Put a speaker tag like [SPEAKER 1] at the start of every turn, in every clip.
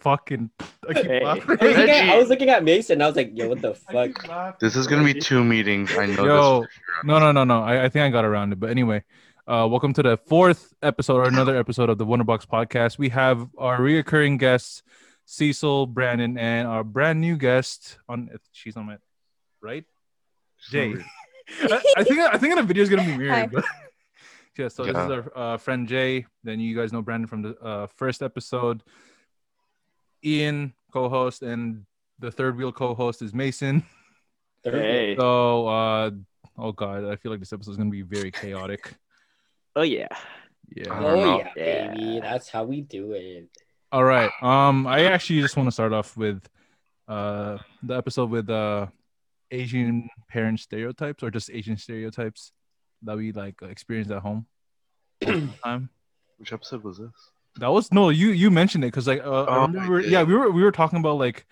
[SPEAKER 1] fucking. I keep
[SPEAKER 2] Hey.
[SPEAKER 1] laughing.
[SPEAKER 3] I was, looking at, I
[SPEAKER 2] Reggie.
[SPEAKER 3] was looking at Mason. I was like, yo, what the
[SPEAKER 1] I
[SPEAKER 3] fuck?
[SPEAKER 1] keep laughing.
[SPEAKER 4] This is gonna be two meetings. I know.
[SPEAKER 1] Yo,
[SPEAKER 4] this for sure.
[SPEAKER 1] No, no, no, no. I, I think I got around it. But anyway, uh, welcome to the fourth episode or another episode of the Wonderbox podcast. We have our reoccurring guests, Cecil, Brandon, and our brand new guest on. She's on my right. Jay. I, I think I think the video is gonna be
[SPEAKER 5] Hi.
[SPEAKER 1] weird. But yeah, so this is our uh, friend Jay. Then you guys know Brandon from the uh, first episode. Ian, co-host, and the third wheel co-host is Mason.
[SPEAKER 2] Hey.
[SPEAKER 1] So, uh, oh god, I feel like this episode is gonna be very chaotic.
[SPEAKER 2] Oh yeah.
[SPEAKER 4] I
[SPEAKER 1] Yeah.
[SPEAKER 4] don't
[SPEAKER 3] Oh
[SPEAKER 4] know.
[SPEAKER 3] yeah,
[SPEAKER 2] Yeah.
[SPEAKER 3] baby. That's how we do it.
[SPEAKER 1] All right. Um, I actually just want to start off with, uh, the episode with uh, Asian parent stereotypes or just Asian stereotypes that we like experienced at home. time.
[SPEAKER 4] Which episode was this?
[SPEAKER 1] That was no, you you mentioned it because like uh,
[SPEAKER 4] Oh,
[SPEAKER 1] I
[SPEAKER 4] I
[SPEAKER 1] remember, we were-
[SPEAKER 4] did.
[SPEAKER 1] yeah, we were we were talking about like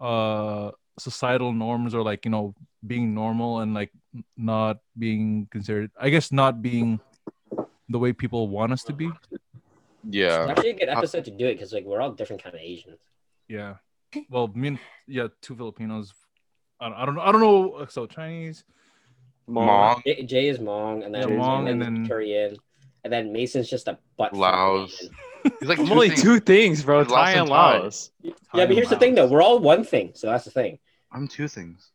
[SPEAKER 1] uh societal norms or like you know being normal and like n- not being considered. I guess not being the way people want us to be.
[SPEAKER 4] Yeah. Uh,
[SPEAKER 3] It's actually a good episode to do it because like we're all different kind of Asians.
[SPEAKER 1] Yeah. Well, me and yeah, two Filipinos. I don't, I don't know. I don't know. So Chinese.
[SPEAKER 4] Mom.
[SPEAKER 3] Jay, Jay is Mong, and then
[SPEAKER 2] Yeah,
[SPEAKER 1] Hmong, and then-
[SPEAKER 3] Korean, and then Mason's just a butt. fuck
[SPEAKER 4] Laos.
[SPEAKER 3] Asian.
[SPEAKER 4] He's like
[SPEAKER 2] I'm only
[SPEAKER 4] things.
[SPEAKER 2] two things, bro.
[SPEAKER 4] Lost
[SPEAKER 2] Thai
[SPEAKER 4] in
[SPEAKER 2] and
[SPEAKER 4] Thai.
[SPEAKER 2] Laos.
[SPEAKER 3] Yeah, but here's the thing though. We're all one thing, so that's the thing.
[SPEAKER 4] I'm two things.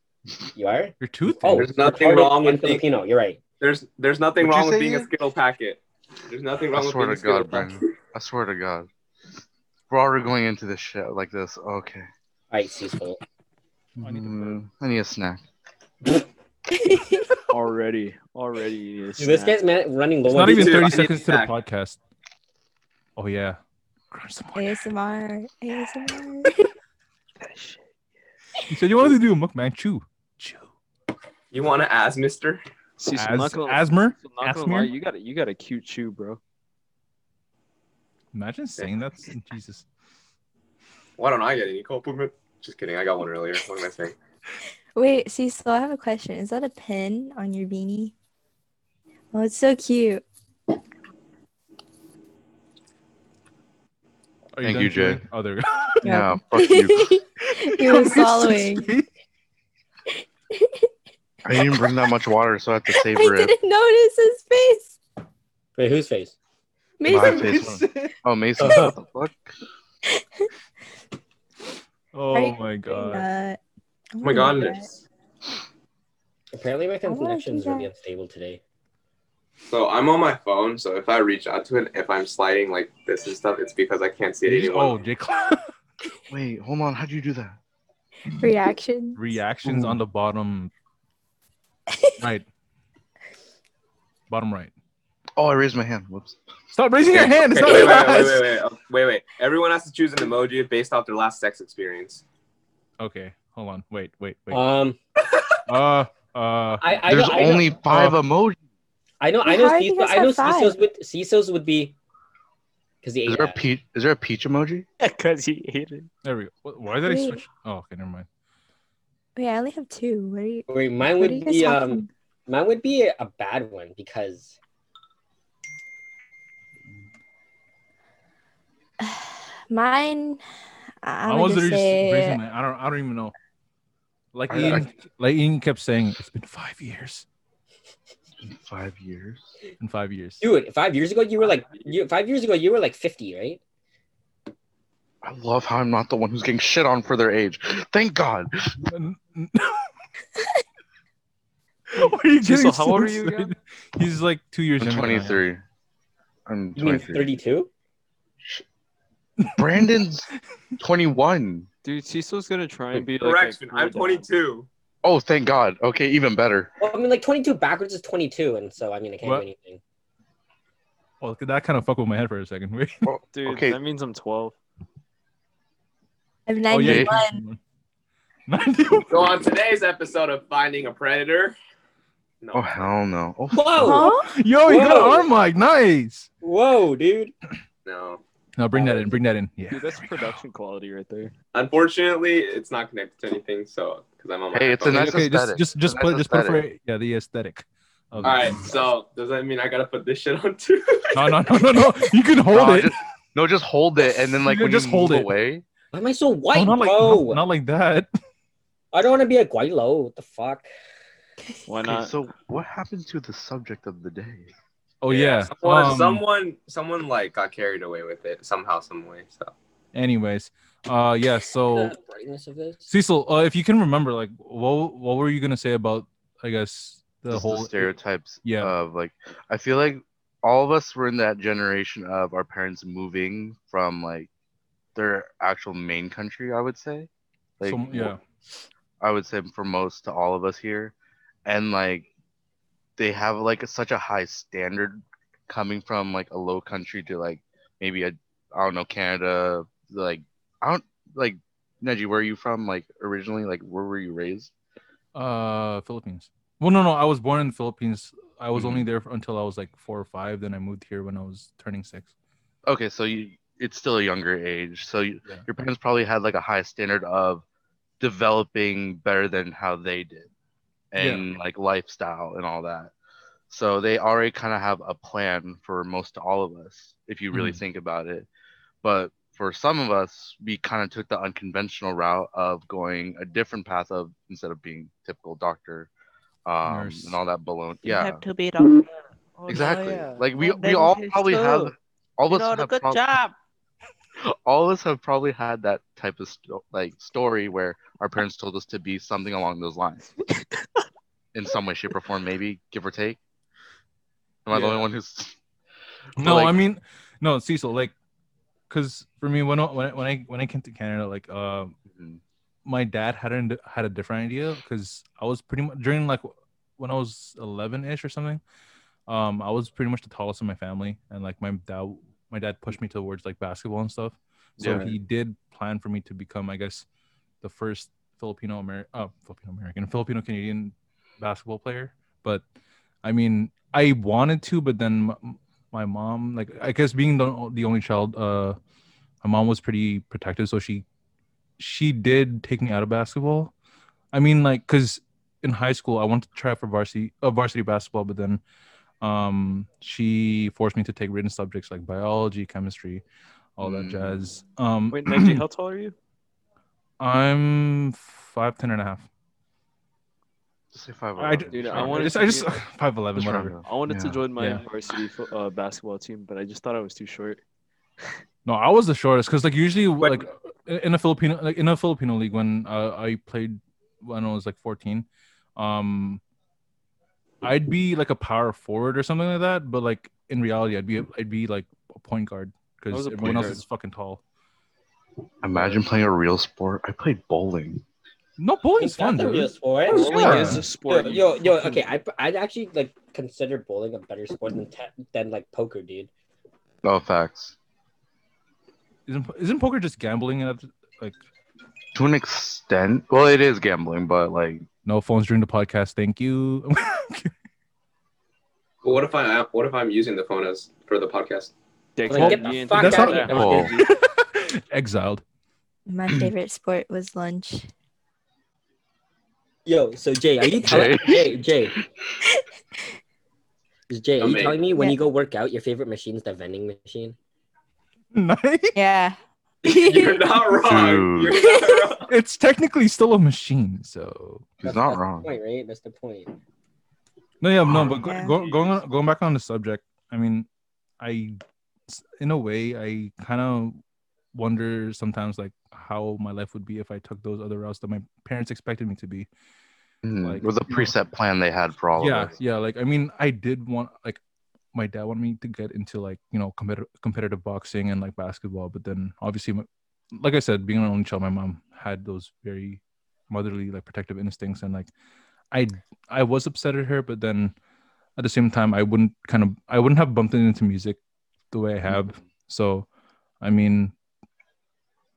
[SPEAKER 3] You are.
[SPEAKER 1] Your tooth.
[SPEAKER 3] Oh,
[SPEAKER 1] Oh,
[SPEAKER 6] There's nothing
[SPEAKER 3] retarded
[SPEAKER 6] wrong
[SPEAKER 3] and
[SPEAKER 6] with being-
[SPEAKER 3] Filipino. You're right.
[SPEAKER 6] There's there's nothing
[SPEAKER 4] What'd you
[SPEAKER 6] wrong with
[SPEAKER 4] say,
[SPEAKER 6] being a
[SPEAKER 4] Ian?
[SPEAKER 6] Skittle packet. There's nothing wrong
[SPEAKER 4] I
[SPEAKER 6] with
[SPEAKER 4] swear
[SPEAKER 6] being a
[SPEAKER 4] to
[SPEAKER 6] Skittle
[SPEAKER 4] God,
[SPEAKER 6] packet.
[SPEAKER 4] Brandon. I swear to God. We're already going into this shit like this. Okay.
[SPEAKER 3] All right, Cecil.
[SPEAKER 1] I need to
[SPEAKER 4] Mm, I need a snack.
[SPEAKER 2] Already, already. you need a
[SPEAKER 3] Dude, this
[SPEAKER 2] snack.
[SPEAKER 3] guy's man running low.
[SPEAKER 1] it's
[SPEAKER 3] on
[SPEAKER 1] not even
[SPEAKER 6] Dude, I
[SPEAKER 1] thirty
[SPEAKER 6] need
[SPEAKER 1] seconds to the
[SPEAKER 6] back.
[SPEAKER 1] podcast. Oh yeah. Crunch some more.
[SPEAKER 5] ASMR. ASMR.
[SPEAKER 1] You said you wanted to do a mukbang. Chew. Chew.
[SPEAKER 6] You want to ask, Mister?
[SPEAKER 2] See, so
[SPEAKER 1] As-
[SPEAKER 2] not gonna-
[SPEAKER 1] Asmer?
[SPEAKER 2] so not gonna lie,
[SPEAKER 1] Asmer?
[SPEAKER 2] you got a, you got a cute chew, bro.
[SPEAKER 1] Imagine saying that. Jesus.
[SPEAKER 6] Why don't I get any compliment? Just kidding. I got one earlier. What am I saying?
[SPEAKER 5] Wait, Cecil, I have a question. Is that a pin on your beanie? Oh, it's so cute.
[SPEAKER 1] Are
[SPEAKER 4] Thank
[SPEAKER 1] done
[SPEAKER 4] you, Jay.
[SPEAKER 1] chewing? Oh, there we
[SPEAKER 4] Yeah. Fuck you.
[SPEAKER 5] you were swallowing.
[SPEAKER 1] go.
[SPEAKER 4] I didn't bring that much water, so I have to
[SPEAKER 5] I
[SPEAKER 4] savor it.
[SPEAKER 5] didn't notice his face.
[SPEAKER 3] Wait, whose face?
[SPEAKER 4] My
[SPEAKER 5] Mason,
[SPEAKER 4] face. Oh, Mason.
[SPEAKER 3] Uh.
[SPEAKER 4] what the fuck?
[SPEAKER 1] Oh
[SPEAKER 5] Are you
[SPEAKER 1] my god.
[SPEAKER 5] uh,
[SPEAKER 6] Oh my God!
[SPEAKER 3] Apparently, my
[SPEAKER 5] wanna do
[SPEAKER 3] connection's really
[SPEAKER 5] that.
[SPEAKER 3] unstable today.
[SPEAKER 6] So I'm on my phone. So if I reach out to it, if I'm sliding like this and stuff, it's because I can't see it
[SPEAKER 1] Oh,
[SPEAKER 6] anymore.
[SPEAKER 1] Jay.
[SPEAKER 4] Wait, hold on. How'd you do that?
[SPEAKER 5] reaction.
[SPEAKER 1] Reactions on the bottom. Right. Bottom right.
[SPEAKER 4] Oh, I raised my hand. Whoops.
[SPEAKER 1] Stop
[SPEAKER 4] Oh,
[SPEAKER 1] raising your hand. It's
[SPEAKER 6] Okay,
[SPEAKER 1] not
[SPEAKER 6] wait, wait,
[SPEAKER 1] fast.
[SPEAKER 6] wait, wait, wait, oh, wait, wait. Everyone has to choose an emoji based off their last sex experience.
[SPEAKER 1] Okay, hold on. Wait, wait, wait.
[SPEAKER 3] Um,
[SPEAKER 1] Uh, uh,
[SPEAKER 3] I I
[SPEAKER 4] There's
[SPEAKER 3] know, I know-
[SPEAKER 4] only five emojis.
[SPEAKER 3] I know, I know,
[SPEAKER 5] How do you
[SPEAKER 3] Cecil,
[SPEAKER 5] guys
[SPEAKER 3] I know
[SPEAKER 5] have five?
[SPEAKER 3] Cecil's would Cecil's would be because he
[SPEAKER 4] Is
[SPEAKER 3] ate
[SPEAKER 4] there a
[SPEAKER 3] that.
[SPEAKER 4] peach? Is there a peach emoji?
[SPEAKER 2] Because he ate it.
[SPEAKER 1] there we go. Wh- Why did I
[SPEAKER 5] Wait.
[SPEAKER 1] switch? Oh, okay, never mind.
[SPEAKER 5] Wait, I only have two. What are you?
[SPEAKER 3] Wait, mine
[SPEAKER 5] What are you
[SPEAKER 3] would
[SPEAKER 5] guys
[SPEAKER 3] be
[SPEAKER 5] talking?
[SPEAKER 3] um, mine would be a bad one because
[SPEAKER 5] Mine. I,
[SPEAKER 1] I
[SPEAKER 5] would
[SPEAKER 1] was
[SPEAKER 5] just
[SPEAKER 1] literally just
[SPEAKER 5] say
[SPEAKER 1] raising my. I don't. I don't even know. Like
[SPEAKER 4] I-
[SPEAKER 1] Ian, like Ian kept saying, it's been five years.
[SPEAKER 4] In five years.
[SPEAKER 1] In five years.
[SPEAKER 3] dude, five years ago you were like, you five years ago you were like fifty, right?
[SPEAKER 4] I love how I'm not the one who's getting shit on for their age. Thank God.
[SPEAKER 1] N- n- Why are you getting
[SPEAKER 2] Cecil, how old are you
[SPEAKER 1] excited? He's like two years
[SPEAKER 4] I'm
[SPEAKER 1] younger. than I am.
[SPEAKER 4] 23. I'm
[SPEAKER 3] You mean
[SPEAKER 4] 23.
[SPEAKER 3] thirty-two?
[SPEAKER 4] Brandon's 21.
[SPEAKER 2] Dude, Cecil's gonna try and be like. a
[SPEAKER 6] Correction.
[SPEAKER 2] cool
[SPEAKER 6] I'm
[SPEAKER 2] dad.
[SPEAKER 6] 22.
[SPEAKER 4] Oh, thank God. Okay, even better.
[SPEAKER 3] Well, I mean, like twenty-two backwards is twenty-two, and so I mean, I can't
[SPEAKER 1] What?
[SPEAKER 3] do anything.
[SPEAKER 1] Well, that kind of fucked with my head for a second. Wait.
[SPEAKER 2] Dude,
[SPEAKER 4] Okay.
[SPEAKER 2] that means I'm 12.
[SPEAKER 5] I'm
[SPEAKER 1] Oh, yeah.
[SPEAKER 5] 91.
[SPEAKER 1] Ninety-one.
[SPEAKER 6] So on today's episode of Finding a Predator. No.
[SPEAKER 4] Oh, hell no. Oh,
[SPEAKER 3] Whoa,
[SPEAKER 5] Huh?
[SPEAKER 1] Yo, you got
[SPEAKER 3] Whoa.
[SPEAKER 1] an arm mic. Nice.
[SPEAKER 3] whoa, dude!
[SPEAKER 6] No.
[SPEAKER 1] Now bring that in. Bring that in. Yeah.
[SPEAKER 2] Dude, that's production quality right there.
[SPEAKER 6] Unfortunately, it's not connected to anything. So because I'm on my.
[SPEAKER 4] Hey, it's a
[SPEAKER 6] phone.
[SPEAKER 4] nice
[SPEAKER 1] okay, just
[SPEAKER 4] aesthetic.
[SPEAKER 1] just just
[SPEAKER 4] Nice
[SPEAKER 1] put just put for
[SPEAKER 4] aesthetic.
[SPEAKER 1] yeah the aesthetic. Of
[SPEAKER 6] All right, so does that mean I gotta put this shit on too?
[SPEAKER 1] No, no, no, no, no. You can hold
[SPEAKER 4] No,
[SPEAKER 1] it.
[SPEAKER 4] Just, no, just hold it and then like
[SPEAKER 1] You
[SPEAKER 4] when
[SPEAKER 1] just
[SPEAKER 4] you
[SPEAKER 1] hold
[SPEAKER 4] move
[SPEAKER 1] it.
[SPEAKER 4] away,
[SPEAKER 3] Why am I so white,
[SPEAKER 1] not like
[SPEAKER 3] bro?
[SPEAKER 1] not, not like that.
[SPEAKER 3] I don't want to be a guaylo. What the fuck?
[SPEAKER 2] Why
[SPEAKER 4] Okay,
[SPEAKER 2] not?
[SPEAKER 4] so what happened to the subject of the day?
[SPEAKER 1] Oh yeah.
[SPEAKER 6] Someone,
[SPEAKER 1] um,
[SPEAKER 6] someone, someone like got carried away with it somehow, some way. So
[SPEAKER 1] Anyways, uh, yeah. So
[SPEAKER 3] The brightness of this.
[SPEAKER 1] Cecil, uh, if you can remember, like, what what were you gonna say about? I guess the
[SPEAKER 4] Just
[SPEAKER 1] whole
[SPEAKER 4] stereotypes
[SPEAKER 1] Yeah.
[SPEAKER 4] of like I feel like all of us were in that generation of our parents moving from like their actual main country, I would say. Like
[SPEAKER 1] some- yeah.
[SPEAKER 4] I would say for most to all of us here, and like they have like such a high standard coming from like a low country to like maybe a I don't know Canada like I don't like Neji where are you from like originally like where were you raised
[SPEAKER 1] Uh, Philippines. Well, no, no. I was born in the Philippines. I was
[SPEAKER 4] Mhm.
[SPEAKER 1] only there until I was like four or five. Then I moved here when I was turning six.
[SPEAKER 4] okay so you it's still a younger age so you,
[SPEAKER 1] Yeah.
[SPEAKER 4] your parents probably had like a high standard of developing better than how they did and like lifestyle and all that so they already kind of have a plan for most all of us if you really
[SPEAKER 1] Mhm.
[SPEAKER 4] think about it but for some of us we kind of took the unconventional route of going a different path of instead of being typical doctor um,
[SPEAKER 1] Nurse.
[SPEAKER 4] and all that baloney
[SPEAKER 7] You
[SPEAKER 4] yeah
[SPEAKER 7] have to be doctor. Oh,
[SPEAKER 4] exactly
[SPEAKER 2] yeah.
[SPEAKER 4] like we,
[SPEAKER 7] Well,
[SPEAKER 4] we
[SPEAKER 7] then
[SPEAKER 4] all
[SPEAKER 7] it's
[SPEAKER 4] probably have
[SPEAKER 7] true.
[SPEAKER 4] all of
[SPEAKER 7] You
[SPEAKER 4] us
[SPEAKER 7] know,
[SPEAKER 4] have
[SPEAKER 7] good
[SPEAKER 4] prob-
[SPEAKER 7] job.
[SPEAKER 4] all of us have probably had that type of sto- like story where our parents told us to be something along those lines in some way shape or form maybe give or take am i the
[SPEAKER 1] Yeah.
[SPEAKER 4] only one who's But,
[SPEAKER 1] No,
[SPEAKER 4] like,
[SPEAKER 1] I mean, no, Cecil. Like, cause for me, when I, when I- when I when I came to Canada, like, uh,
[SPEAKER 4] mhm,
[SPEAKER 1] my dad had a, had a different idea because I was pretty much during like when I was 11 ish or something. Um, I was pretty much the tallest in my family, and like my dad, my dad pushed me towards like basketball and stuff. So
[SPEAKER 4] Yeah.
[SPEAKER 1] he did plan for me to become, I guess, the first Filipino American, uh, Filipino American, Filipino Canadian basketball player. But I mean, I wanted to, but then m- my mom, like, I guess being the, the only child, uh, my mom was pretty protective, so she she did take me out of basketball. I mean, like, cause in high school I wanted to try for varsity uh, varsity basketball, but then um she forced me to take written subjects like biology, chemistry, all that
[SPEAKER 4] Mm.
[SPEAKER 1] jazz. Um
[SPEAKER 2] Hmm. Wait, Neji, how tall are you?
[SPEAKER 1] I'm five ten and a half.
[SPEAKER 4] just say five
[SPEAKER 1] I,
[SPEAKER 2] Dude,
[SPEAKER 1] dude, I
[SPEAKER 2] I wanted
[SPEAKER 1] want
[SPEAKER 2] to
[SPEAKER 1] I just
[SPEAKER 2] be-
[SPEAKER 1] five eleven,
[SPEAKER 4] Just round it
[SPEAKER 1] whatever.
[SPEAKER 4] off.
[SPEAKER 2] I wanted to
[SPEAKER 4] Yeah.
[SPEAKER 2] join my
[SPEAKER 1] yeah.
[SPEAKER 2] varsity fo- uh, basketball team, but I just thought I was too short.
[SPEAKER 1] No, I was the shortest because like usually
[SPEAKER 6] But-
[SPEAKER 1] like in a Filipino like in a Filipino league when uh, I played when I was like 14, um, I'd be like a power forward or something like that. But like in reality, I'd be a, I'd be like a point guard
[SPEAKER 2] I
[SPEAKER 1] because
[SPEAKER 2] was a
[SPEAKER 1] everyone
[SPEAKER 2] point
[SPEAKER 1] else
[SPEAKER 2] guard.
[SPEAKER 1] is fucking tall.
[SPEAKER 4] imagine playing a real sport i played bowling
[SPEAKER 1] No, bowling's
[SPEAKER 3] Is that
[SPEAKER 1] fun,
[SPEAKER 3] the
[SPEAKER 1] dude.
[SPEAKER 3] real sport?
[SPEAKER 1] Oh,
[SPEAKER 2] Bowling
[SPEAKER 1] yeah.
[SPEAKER 2] is a
[SPEAKER 3] Yo,
[SPEAKER 2] sport. you
[SPEAKER 3] yo, yo,
[SPEAKER 2] fucking-
[SPEAKER 3] okay. I I'd actually like consider bowling a better sport than te- than like poker, dude.
[SPEAKER 4] oh facts
[SPEAKER 1] Isn't, isn't poker just gambling? And like
[SPEAKER 4] to an extent well it is gambling but like
[SPEAKER 1] no phones during the podcast. Thank you.
[SPEAKER 6] But what if I what if I'm using the phone as for the podcast?
[SPEAKER 2] Dick,
[SPEAKER 3] Like, get
[SPEAKER 2] you
[SPEAKER 3] the
[SPEAKER 2] ain't
[SPEAKER 3] fuck
[SPEAKER 2] doing
[SPEAKER 1] That's
[SPEAKER 3] out
[SPEAKER 2] that.
[SPEAKER 3] of
[SPEAKER 4] not-
[SPEAKER 3] here.
[SPEAKER 4] Oh.
[SPEAKER 1] Exiled.
[SPEAKER 5] My favorite sport was lunch.
[SPEAKER 3] Yo, so Jay, are you telling Jay Jay? Jay, are you
[SPEAKER 6] Amazing.
[SPEAKER 3] telling me when
[SPEAKER 5] Yeah.
[SPEAKER 3] you go work out, your favorite machine is the vending machine?
[SPEAKER 1] Nice.
[SPEAKER 5] Yeah.
[SPEAKER 6] You're not wrong.
[SPEAKER 4] Dude.
[SPEAKER 6] You're not wrong.
[SPEAKER 1] It's technically still a machine, so
[SPEAKER 4] he's
[SPEAKER 3] That's-
[SPEAKER 4] not
[SPEAKER 3] that's
[SPEAKER 4] wrong
[SPEAKER 3] The point, right? That's the point.
[SPEAKER 1] No, yeah, no, but go,
[SPEAKER 5] Yeah.
[SPEAKER 1] go, going on, going back on the subject, I mean, I, in a way, I kind of wonder sometimes like how my life would be if I took those other routes that my parents expected me to be.
[SPEAKER 4] Mhm.
[SPEAKER 1] Like,
[SPEAKER 4] it was a
[SPEAKER 1] you know.
[SPEAKER 4] preset plan they had for all
[SPEAKER 1] yeah,
[SPEAKER 4] of us
[SPEAKER 1] yeah. Like, I mean, I did want like my dad wanted me to get into like you know competitive competitive boxing and like basketball, but then obviously, my, like I said, being an only child, my mom had those very motherly like protective instincts, and like I I was upset at her, but then at the same time, I wouldn't kind of I wouldn't have bumped into music the way I
[SPEAKER 4] Mm-hmm.
[SPEAKER 1] have. So, I mean,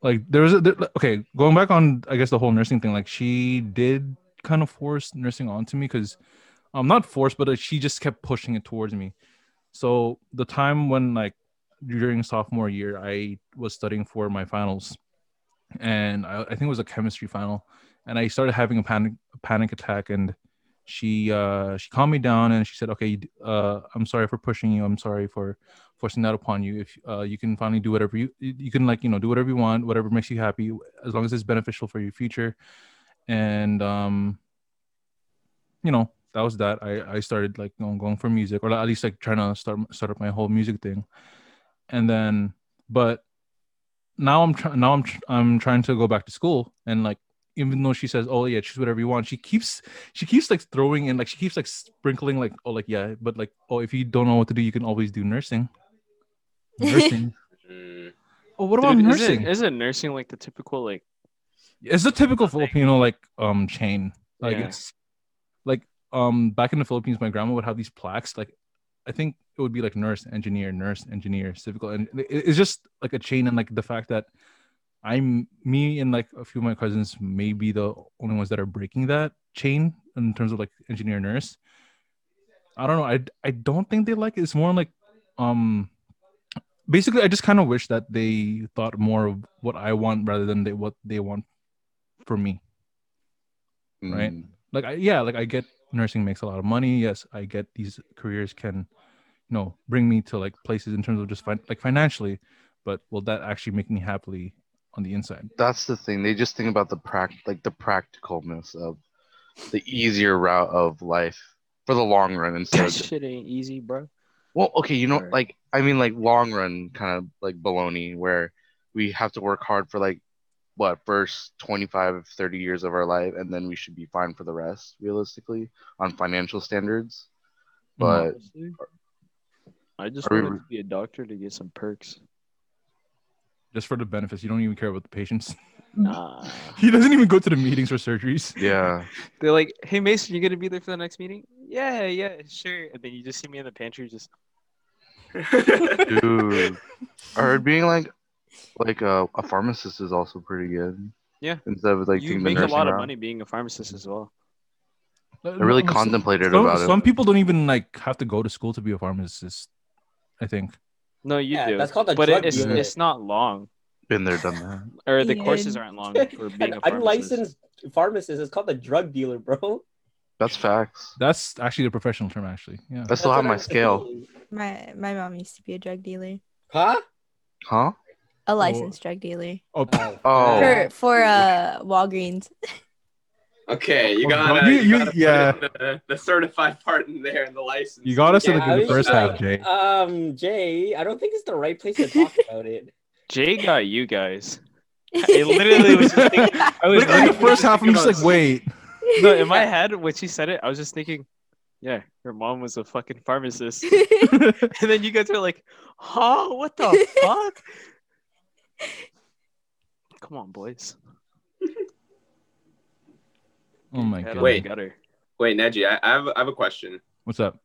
[SPEAKER 1] like there was a, there, okay going back on I guess the whole nursing thing. Like she did kind of force nursing onto me because um not forced, but uh, she just kept pushing it towards me. So the time when like during sophomore year, I was studying for my finals, and I, I think it was a chemistry final, and I started having a panic panic attack, and she uh she calmed me down and she said okay you d- uh i'm sorry for pushing you i'm sorry for forcing that upon you if uh you can finally do whatever you you you can like you know do whatever you want whatever makes you happy as long as it's beneficial for your future and um you know that was that i i started like going, going for music or at least like trying to start start up my whole music thing and then but now i'm trying now i'm tr- i'm trying to go back to school and like even though she says oh yeah choose whatever you want she keeps she keeps like throwing in like she keeps like sprinkling like oh like yeah but like oh if you don't know what to do you can always do nursing nursing
[SPEAKER 6] Mm,
[SPEAKER 1] oh what about
[SPEAKER 2] Dude, is
[SPEAKER 1] nursing
[SPEAKER 2] it, isn't nursing like the typical like
[SPEAKER 1] it's the typical Filipino like um chain. Like
[SPEAKER 2] Yeah.
[SPEAKER 1] it's like um back in the Philippines, my grandma would have these plaques. Like I think it would be like nurse, engineer, nurse, engineer, civical, and it- it's just like a chain. And like the fact that I'm me and like a few of my cousins may be the only ones that are breaking that chain in terms of like engineer, nurse. I don't know. I I don't think they like it. It's more like um basically I just kind of wish that they thought more of what I want rather than they, what they want for me. Right.
[SPEAKER 4] Mm.
[SPEAKER 1] Like, I, yeah, like I get nursing makes a lot of money. Yes, I get these careers can, you know, bring me to like places in terms of just fin- like financially, but will that actually make me happily on the inside?
[SPEAKER 4] That's the thing. They just think about the prac like the practicalness of the easier route of life for the long run instead
[SPEAKER 2] that
[SPEAKER 4] of just
[SPEAKER 2] shit ain't easy, bro?
[SPEAKER 4] Well, okay, you know,
[SPEAKER 2] Or-
[SPEAKER 4] like I mean, like long run kind of like baloney where we have to work hard for like what first 25, 30 years of our life, and then we should be fine for the rest, realistically, on financial standards. But
[SPEAKER 2] Honestly. I just
[SPEAKER 4] Uh, Are we-
[SPEAKER 2] wanted to be a doctor to get some perks.
[SPEAKER 1] Just for the benefits, you don't even care about the patients.
[SPEAKER 3] Mm.
[SPEAKER 2] Nah.
[SPEAKER 1] he doesn't even go to the meetings or surgeries.
[SPEAKER 4] yeah,
[SPEAKER 2] They're like, hey Mason, you gonna be there for the next meeting? Yeah, yeah, sure. And then you just see me in the pantry just
[SPEAKER 4] dude, or being like like uh, a, a pharmacist is also pretty good.
[SPEAKER 2] Yeah.
[SPEAKER 4] instead of like
[SPEAKER 2] you
[SPEAKER 4] taking
[SPEAKER 2] make a
[SPEAKER 4] the nursing
[SPEAKER 2] lot of
[SPEAKER 4] route.
[SPEAKER 2] money being a pharmacist as well.
[SPEAKER 1] I
[SPEAKER 4] I really contemplated
[SPEAKER 1] some,
[SPEAKER 4] about
[SPEAKER 1] Some
[SPEAKER 4] it.
[SPEAKER 1] people don't even like have to go to school to be a pharmacist. I think.
[SPEAKER 2] No, you
[SPEAKER 3] Yeah,
[SPEAKER 2] do.
[SPEAKER 3] that's called a
[SPEAKER 2] but
[SPEAKER 3] drug
[SPEAKER 2] it's
[SPEAKER 4] dealer.
[SPEAKER 2] it's not long.
[SPEAKER 4] Been there, done that.
[SPEAKER 2] Or the
[SPEAKER 5] Yeah.
[SPEAKER 2] courses aren't long for being
[SPEAKER 3] An
[SPEAKER 2] a pharmacist.
[SPEAKER 3] unlicensed pharmacist is called a drug dealer, bro.
[SPEAKER 4] That's facts.
[SPEAKER 1] That's actually the professional term. Actually, yeah.
[SPEAKER 4] I still
[SPEAKER 3] That's
[SPEAKER 4] have
[SPEAKER 3] what
[SPEAKER 4] my
[SPEAKER 3] I'm
[SPEAKER 4] scale,
[SPEAKER 3] saying.
[SPEAKER 5] My my mom used to be a drug dealer,
[SPEAKER 3] Huh?
[SPEAKER 4] huh?
[SPEAKER 5] a licensed drug dealer
[SPEAKER 1] Oh,
[SPEAKER 3] Oh.
[SPEAKER 4] Oh.
[SPEAKER 5] for for uh Walgreens.
[SPEAKER 6] okay, you
[SPEAKER 1] Oh,
[SPEAKER 6] got
[SPEAKER 1] you- you- yeah.
[SPEAKER 6] the, the certified part in there and the license.
[SPEAKER 1] You got us in
[SPEAKER 3] Yeah, I uh,
[SPEAKER 1] the, the
[SPEAKER 3] was
[SPEAKER 1] first
[SPEAKER 3] just
[SPEAKER 1] half,
[SPEAKER 3] like,
[SPEAKER 1] Jay.
[SPEAKER 3] Um, Jay, I don't think it's the right place to talk about it.
[SPEAKER 2] Jay got you guys. It literally was just thinking- I was
[SPEAKER 1] Look at the
[SPEAKER 2] literally
[SPEAKER 1] first half. I'm just like, wait.
[SPEAKER 2] no, in my head when she said it, I was just thinking, yeah, her mom was a fucking pharmacist. and then you guys were like, huh? What the fuck? Come on, boys.
[SPEAKER 1] Oh my
[SPEAKER 2] Head
[SPEAKER 1] god.
[SPEAKER 2] on the
[SPEAKER 6] Wait.
[SPEAKER 2] gutter.
[SPEAKER 6] Wait, Neji, I, I, have, I have a question.
[SPEAKER 1] What's up?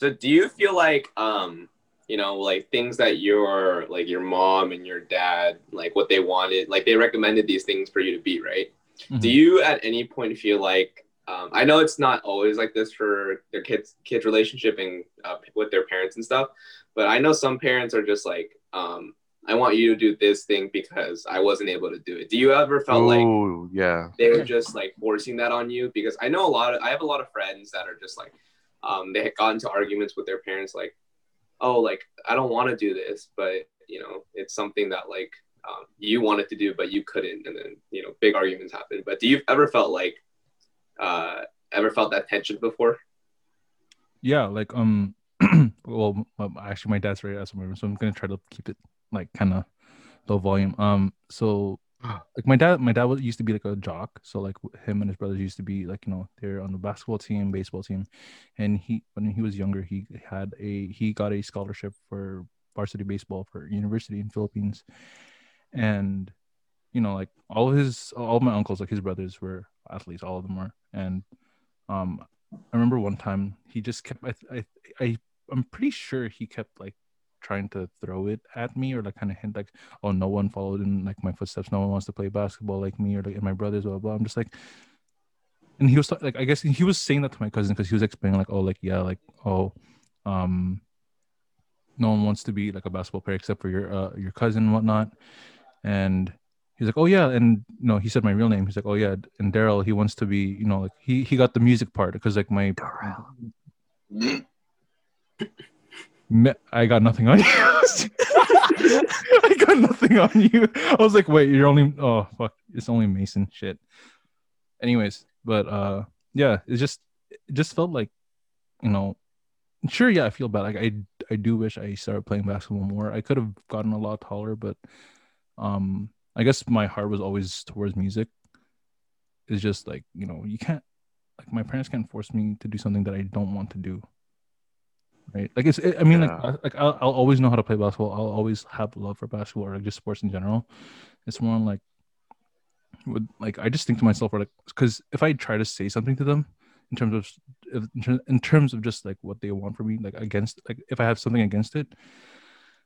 [SPEAKER 6] So do you feel like um you know like things that your like your mom and your dad like what they wanted like they recommended these things for you to be right? Do
[SPEAKER 1] Mhm.
[SPEAKER 6] you at any point feel like um, I know it's not always like this for their kids kids relationship and uh, with their parents and stuff, but I know some parents are just like um, I want you to do this thing because I wasn't able to do it. Do you ever felt like
[SPEAKER 4] Ooh, yeah.
[SPEAKER 6] they were just like forcing that on you because I know a lot of I have a lot of friends that are just like um, they had gotten into arguments with their parents like oh like I don't want to do this but you know it's something that like um, you wanted to do but you couldn't and then you know big arguments happen but do you ever felt like uh, ever felt that tension before
[SPEAKER 1] Yeah, like um, well, um, actually, my dad's right at somewhere, so I'm gonna try to keep it like kind of low volume. Um, so like my dad, my dad was, used to be like a jock, so like him and his brothers used to be like you know they're on the basketball team, baseball team, and he when he was younger, he had a he got a scholarship for varsity baseball for university in Philippines, and you know like all his all my uncles like his brothers were athletes, all of them were, and um I remember one time he just kept. I, I, I, I'm pretty sure he kept like trying to throw it at me or like kind of hint like, oh, no one followed in like my footsteps. No one wants to play basketball like me or like and my brothers. Blah blah. I'm just like, and he was like, I guess he was saying that to my cousin because he was explaining like, oh, like yeah, like oh, um, no one wants to be like a basketball player except for your uh, your cousin and whatnot, and he's like, oh yeah, and you know, he said my real name. He's like, oh yeah, and Daryl, he wants to be, you know, like he he got the music part because like my me- I got nothing on you. I got nothing on you. I was like, wait, you're only oh fuck, it's only Mason shit. Anyways, but uh yeah, it just it just felt like you know, sure, yeah, I feel bad. Like I I do wish I started playing basketball more. I could have gotten a lot taller, but um I guess my heart was always towards music. It's just like, you know, you can't like my parents can't force me to do something that I don't want to do. Right? Like it's I mean like
[SPEAKER 4] Yeah.
[SPEAKER 1] I- like I'll, I'll always know how to play basketball. I'll always have love for basketball or like, just sports in general. It's more like would like I just think to myself or like cuz if I try to say something to them in terms of if- in ter- in terms of just like what they want from me like against like if I have something against it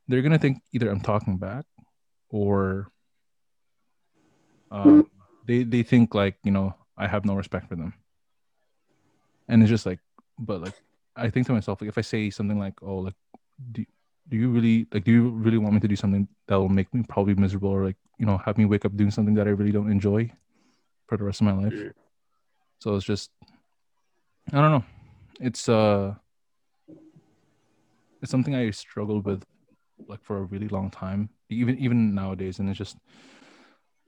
[SPEAKER 1] they're going to think either I'm talking back or um, they they think like you know I have no respect for them, and it's just like, but like I think to myself like if I say something like oh like do do you really like do you really want me to do something that will make me probably miserable or like you know have me wake up doing something that I really don't enjoy for the rest of my life?
[SPEAKER 6] Mhm.
[SPEAKER 1] So it's just I don't know. It's uh it's something I struggled with like for a really long time, even even nowadays, and it's just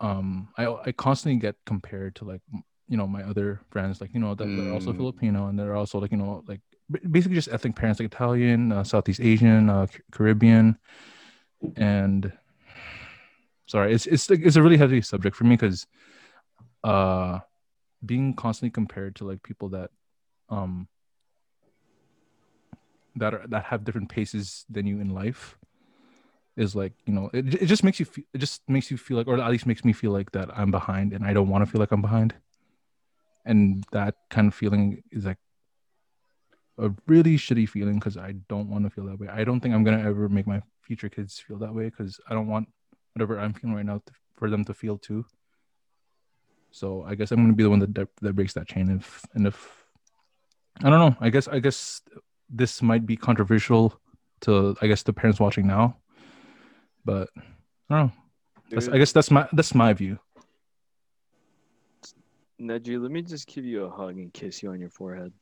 [SPEAKER 1] um I I constantly get compared to like m- you know my other friends, like you know that they're also
[SPEAKER 4] Mm.
[SPEAKER 1] Filipino and they're also like you know like b- basically just ethnic parents like Italian, uh, Southeast Asian, uh, Ca- Caribbean, and sorry, it's it's like, it's a really heavy subject for me because uh being constantly compared to like people that um that are that have different paces than you in life is like you know it, it just makes you feel it just makes you feel like or at least makes me feel like that i'm behind and i don't want to feel like i'm behind and that kind of feeling is like a really shitty feeling because i don't want to feel that way i don't think i'm going to ever make my future kids feel that way because i don't want whatever i'm feeling right now to, for them to feel too so i guess i'm going to be the one that that- that breaks that chain if and if i don't know i guess i guess this might be controversial to i guess the parents watching now but i don't know that's, i guess that's my that's my view
[SPEAKER 2] Nedry, let me just give you a hug and kiss you on your forehead.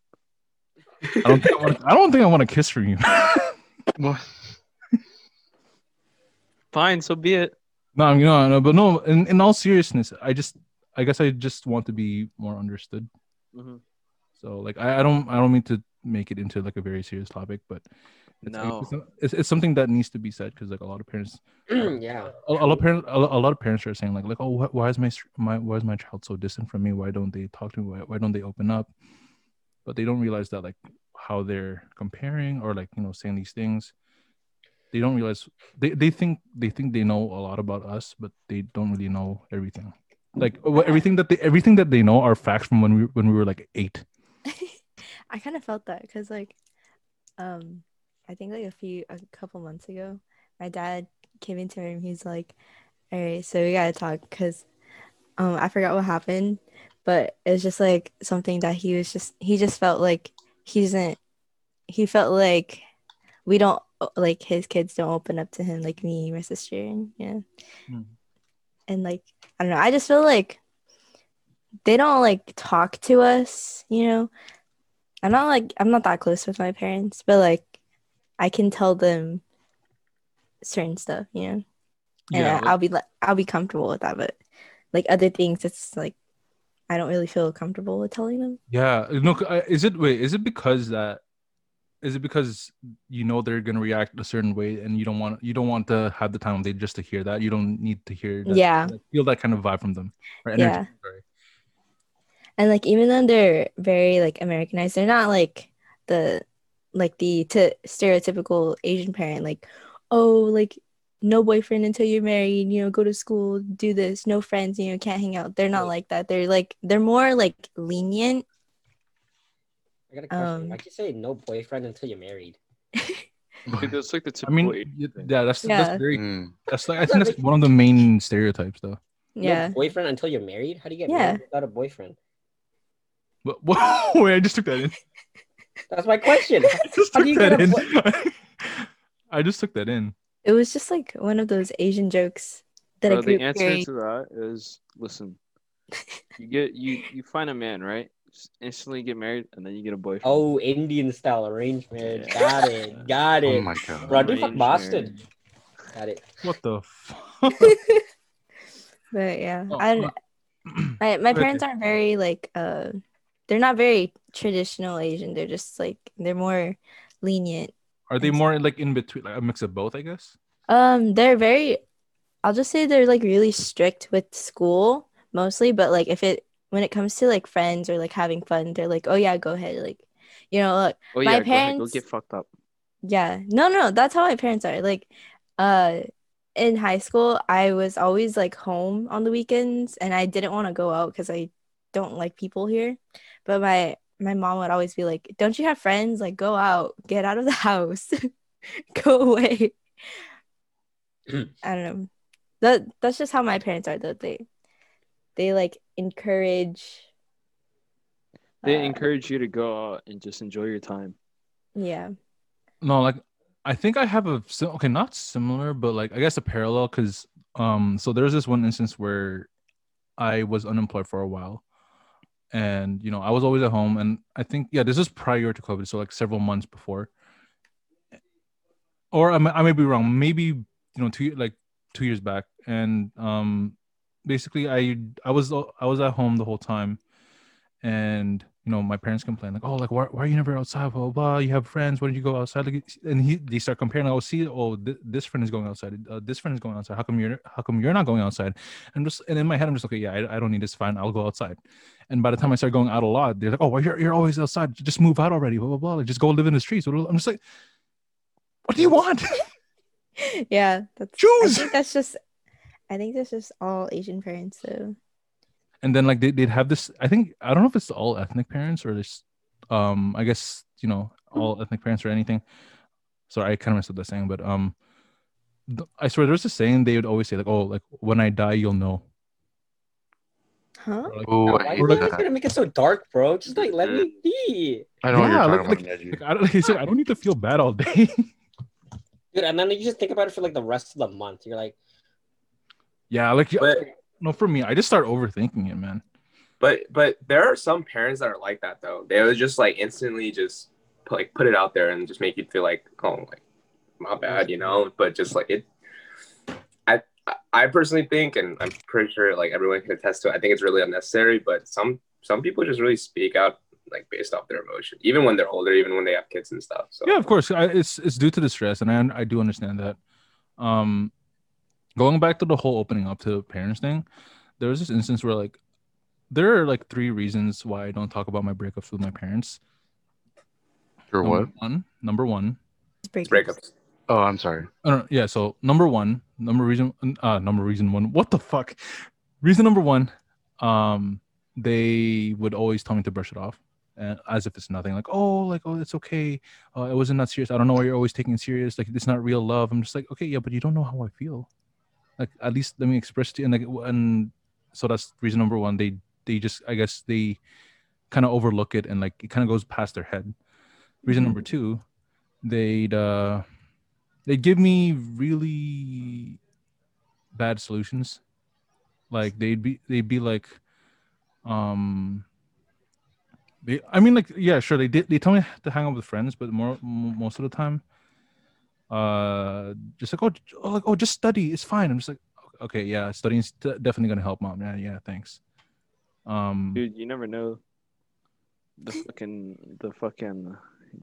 [SPEAKER 1] i don't think i want to, i don't think i want to kiss from you
[SPEAKER 4] What?
[SPEAKER 2] Fine, so be it.
[SPEAKER 1] no i'm no, no but no in, in all seriousness i just i guess i just want to be more understood
[SPEAKER 2] Mhm.
[SPEAKER 1] so like i, I don't i don't mean to make it into like a very serious topic but it's, like,
[SPEAKER 2] No.
[SPEAKER 1] it's, not- it's, it's something that needs to be said because like a lot of parents
[SPEAKER 3] Um, yeah.
[SPEAKER 1] a, a lot of parents a, lo- a lot of parents are saying like like oh wh- why is my str- my why is my child so distant from me why don't they talk to me why, why don't they open up but they don't realize that like how they're comparing or like you know saying these things they don't realize they, they think they think they know a lot about us but they don't really know everything like wh- everything that they everything that they know are facts from when we when we were like eight
[SPEAKER 5] I kind of felt that because like um I think like a few a couple months ago my dad came into my room he's like all right so we gotta talk because um I forgot what happened but it's just like something that he was just he just felt like he doesn't he felt like we don't like his kids don't open up to him like me my sister and yeah
[SPEAKER 1] Hmm.
[SPEAKER 5] and like I don't know I just feel like they don't like talk to us you know I'm not like I'm not that close with my parents, but like I can tell them certain stuff, you know. And I, I'll be like I'll be comfortable with that, but like other things, it's like I don't really feel comfortable with telling them.
[SPEAKER 1] Yeah. No, c- I- is it wait, is it because that is it because you know they're gonna react a certain way and you don't want you don't want to have the time of day just to hear that. You don't need to hear that
[SPEAKER 5] Yeah.
[SPEAKER 1] like, feel that kind of vibe from them. Or
[SPEAKER 5] Yeah.
[SPEAKER 1] energy, sorry.
[SPEAKER 5] And like even though they're very like Americanized, they're not like the like the t- stereotypical Asian parent, like oh like no boyfriend until you're married, you know, go to school, do this, no friends, you know, can't hang out. They're not like that. They're like they're more like lenient
[SPEAKER 3] I got a question.
[SPEAKER 5] Um,
[SPEAKER 3] Why'd you say no boyfriend until you're married?
[SPEAKER 2] Dude,
[SPEAKER 4] Oh
[SPEAKER 2] that's like the
[SPEAKER 1] I
[SPEAKER 2] typical
[SPEAKER 1] mean
[SPEAKER 2] Asian
[SPEAKER 1] y-
[SPEAKER 2] thing.
[SPEAKER 1] yeah, that's
[SPEAKER 5] Yeah.
[SPEAKER 1] that's very
[SPEAKER 4] Mm.
[SPEAKER 1] that's like I
[SPEAKER 3] That's
[SPEAKER 1] think
[SPEAKER 3] not
[SPEAKER 1] that's
[SPEAKER 3] very-
[SPEAKER 1] one of the main stereotypes though.
[SPEAKER 5] Yeah.
[SPEAKER 3] No boyfriend until you're married? How do you get
[SPEAKER 5] Yeah.
[SPEAKER 3] married without a boyfriend?
[SPEAKER 1] But whoa, wait, I just took that in.
[SPEAKER 3] That's my question.
[SPEAKER 1] I just
[SPEAKER 3] How
[SPEAKER 1] took
[SPEAKER 3] do you
[SPEAKER 1] that
[SPEAKER 3] get a
[SPEAKER 1] in. I just took that in.
[SPEAKER 5] It was just like one of those Asian jokes that
[SPEAKER 2] So
[SPEAKER 5] a
[SPEAKER 2] uh, the
[SPEAKER 5] group
[SPEAKER 2] answer
[SPEAKER 5] carrying-
[SPEAKER 2] to that is listen. You get you you find a man, right? Just instantly get married and then you get a boyfriend.
[SPEAKER 3] Oh, Indian style arranged marriage.
[SPEAKER 2] Yeah.
[SPEAKER 3] Got it. Got
[SPEAKER 4] Oh
[SPEAKER 3] it.
[SPEAKER 4] my god.
[SPEAKER 3] Bro, I do fuck
[SPEAKER 2] Arranged
[SPEAKER 3] Boston.
[SPEAKER 2] marriage.
[SPEAKER 3] Got it.
[SPEAKER 1] What the fuck?
[SPEAKER 5] but yeah,
[SPEAKER 1] Oh,
[SPEAKER 5] I,
[SPEAKER 1] uh,
[SPEAKER 5] I my
[SPEAKER 1] okay.
[SPEAKER 5] parents aren't very like uh, they're not very traditional Asian. They're just like they're more lenient.
[SPEAKER 1] Are they more like in between, like a mix of both, I guess?
[SPEAKER 5] Um, they're very, I'll just say they're like really strict with school mostly, but like if it when it comes to like friends or like having fun, they're like, oh yeah, go ahead, like you know, like,
[SPEAKER 2] Oh
[SPEAKER 5] My
[SPEAKER 2] yeah, go, ahead, go
[SPEAKER 5] parents-
[SPEAKER 2] get fucked up.
[SPEAKER 5] Yeah. No, no, that's how my parents are. Like, uh, in high school, I was always like home on the weekends and I didn't want to go out because I don't like people here. But my my mom would always be like, "Don't you have friends? Like, go out, get out of the house, go away." I don't know. That that's just how my parents are though. They they like encourage
[SPEAKER 2] They
[SPEAKER 5] uh,
[SPEAKER 2] encourage you to go out and just enjoy your time.
[SPEAKER 5] yeah.
[SPEAKER 1] No, like I think I have a sim- okay, not similar, but like I guess a parallel because um, so there's this one instance where I was unemployed for a while, and you know I was always at home, and I think yeah, this is prior to COVID, so like several months before, or I may, I may be wrong, maybe you know two like two years back, and um, basically I I was I was at home the whole time, and you know my parents complain like oh like why, why are you never outside blah, blah blah you have friends why don't you go outside like, and he, they start comparing like, oh see oh th- this friend is going outside uh, this friend is going outside how come you're how come you're not going outside and just and in my head i'm just like okay, yeah I, I don't need this fine i'll go outside and by the time i start going out a lot they're like oh well, you're, you're always outside just move out already blah blah blah like, just go live in the streets blah, blah, blah." i'm just like what do you want
[SPEAKER 5] Yeah, that's
[SPEAKER 1] Choose!
[SPEAKER 5] I think that's just I think that's just all Asian parents though.
[SPEAKER 1] and then like they, they'd have this i think i don't know if it's all ethnic parents or this um i guess you know all ethnic parents or anything sorry i kind of messed up that saying but um th- i swear there's a saying they would always say like oh like when i die you'll know
[SPEAKER 5] Huh?
[SPEAKER 1] Or, like,
[SPEAKER 4] Ooh, I
[SPEAKER 3] Why are
[SPEAKER 4] hate
[SPEAKER 3] you guys
[SPEAKER 4] that.
[SPEAKER 3] gonna make it so dark, bro? Just like let me be.
[SPEAKER 4] I know
[SPEAKER 1] Yeah,
[SPEAKER 4] what you're
[SPEAKER 1] look,
[SPEAKER 4] talking
[SPEAKER 1] look-
[SPEAKER 4] about, Neji.
[SPEAKER 1] like, I, don't, it's like, I don't need to feel bad all day
[SPEAKER 3] Dude, and then you just think about it for like the rest of the month. You're like,
[SPEAKER 1] yeah like
[SPEAKER 6] But
[SPEAKER 1] no for me i just start overthinking it man
[SPEAKER 6] but but there are some parents that are like that though. They would just like instantly just put, like put it out there and just make you feel like oh like my bad you know. But just like it, I I personally think, and I'm pretty sure like everyone can attest to it. I think it's really unnecessary. But some some people just really speak out like based off their emotion, even when they're older, even when they have kids and stuff. So
[SPEAKER 1] yeah of course I, it's it's due to the stress and I, I do understand that um going back to the whole opening up to parents thing there was this instance where like there are like three reasons why i don't talk about my breakups with my parents
[SPEAKER 4] For
[SPEAKER 1] number
[SPEAKER 4] what?
[SPEAKER 1] one number one
[SPEAKER 5] Breakups.
[SPEAKER 6] breakups.
[SPEAKER 4] Oh, I'm sorry.
[SPEAKER 1] I don't- yeah so number one number reason uh number reason one what the fuck reason number one um they would always tell me to brush it off and as if it's nothing like oh like oh it's okay uh, it wasn't that serious i don't know why you're always taking it serious like it's not real love i'm just like okay yeah but you don't know how i feel like at least let me express to you and like w- and so that's reason number one they they just i guess they kind of overlook it and like it kind of goes past their head reason number two they'd uh they give me really bad solutions like they'd be they'd be like um they, i mean like yeah sure they did they tell me to hang out with friends but more m- most of the time uh just like oh, j- oh like oh just study it's fine i'm just like okay yeah studying's de- definitely gonna help mom yeah yeah thanks um
[SPEAKER 2] Dude, you never know the fucking the fucking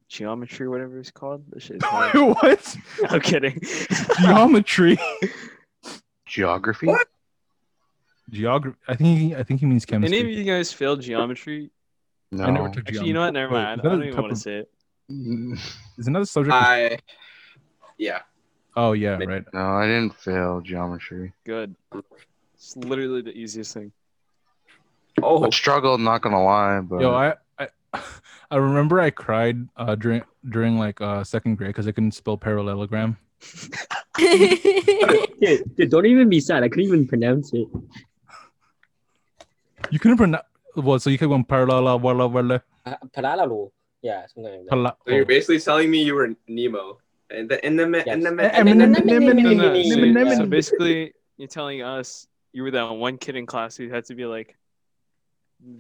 [SPEAKER 2] geometry, whatever it's called. This shit is hard.
[SPEAKER 1] what
[SPEAKER 2] I'm kidding.
[SPEAKER 1] geometry
[SPEAKER 4] Geography?
[SPEAKER 1] geography i think he, i think he means chemistry
[SPEAKER 2] Any of you guys fail geometry?
[SPEAKER 4] No.
[SPEAKER 1] I never took
[SPEAKER 2] Actually, you know what? Never
[SPEAKER 1] Wait,
[SPEAKER 2] mind. I
[SPEAKER 1] is that
[SPEAKER 2] don't
[SPEAKER 1] a
[SPEAKER 2] even want
[SPEAKER 1] type
[SPEAKER 2] to
[SPEAKER 1] of-
[SPEAKER 2] say it.
[SPEAKER 4] no,
[SPEAKER 1] is another subject
[SPEAKER 6] I yeah.
[SPEAKER 1] oh yeah right
[SPEAKER 4] I didn't fail geometry.
[SPEAKER 2] Good. It's literally the easiest thing.
[SPEAKER 6] Oh
[SPEAKER 4] But struggle, not gonna lie, but
[SPEAKER 1] Yo, I, I I remember I cried uh, during during like uh, second grade because I couldn't spell parallelogram.
[SPEAKER 3] dude, dude, don't even be sad. I couldn't even pronounce it.
[SPEAKER 1] You couldn't pronounce well, so you kept going parallel, walla, walla,
[SPEAKER 3] Uh, Parallel. Yeah, something like
[SPEAKER 1] pala-
[SPEAKER 6] so you're basically telling me you were Nemo. And the in the ma- in the ma-
[SPEAKER 1] Yes.
[SPEAKER 6] in the ma-
[SPEAKER 1] Eminem.
[SPEAKER 2] No, no,
[SPEAKER 1] Eminem.
[SPEAKER 2] so, so basically, You're telling us you were that one kid in class who had to be like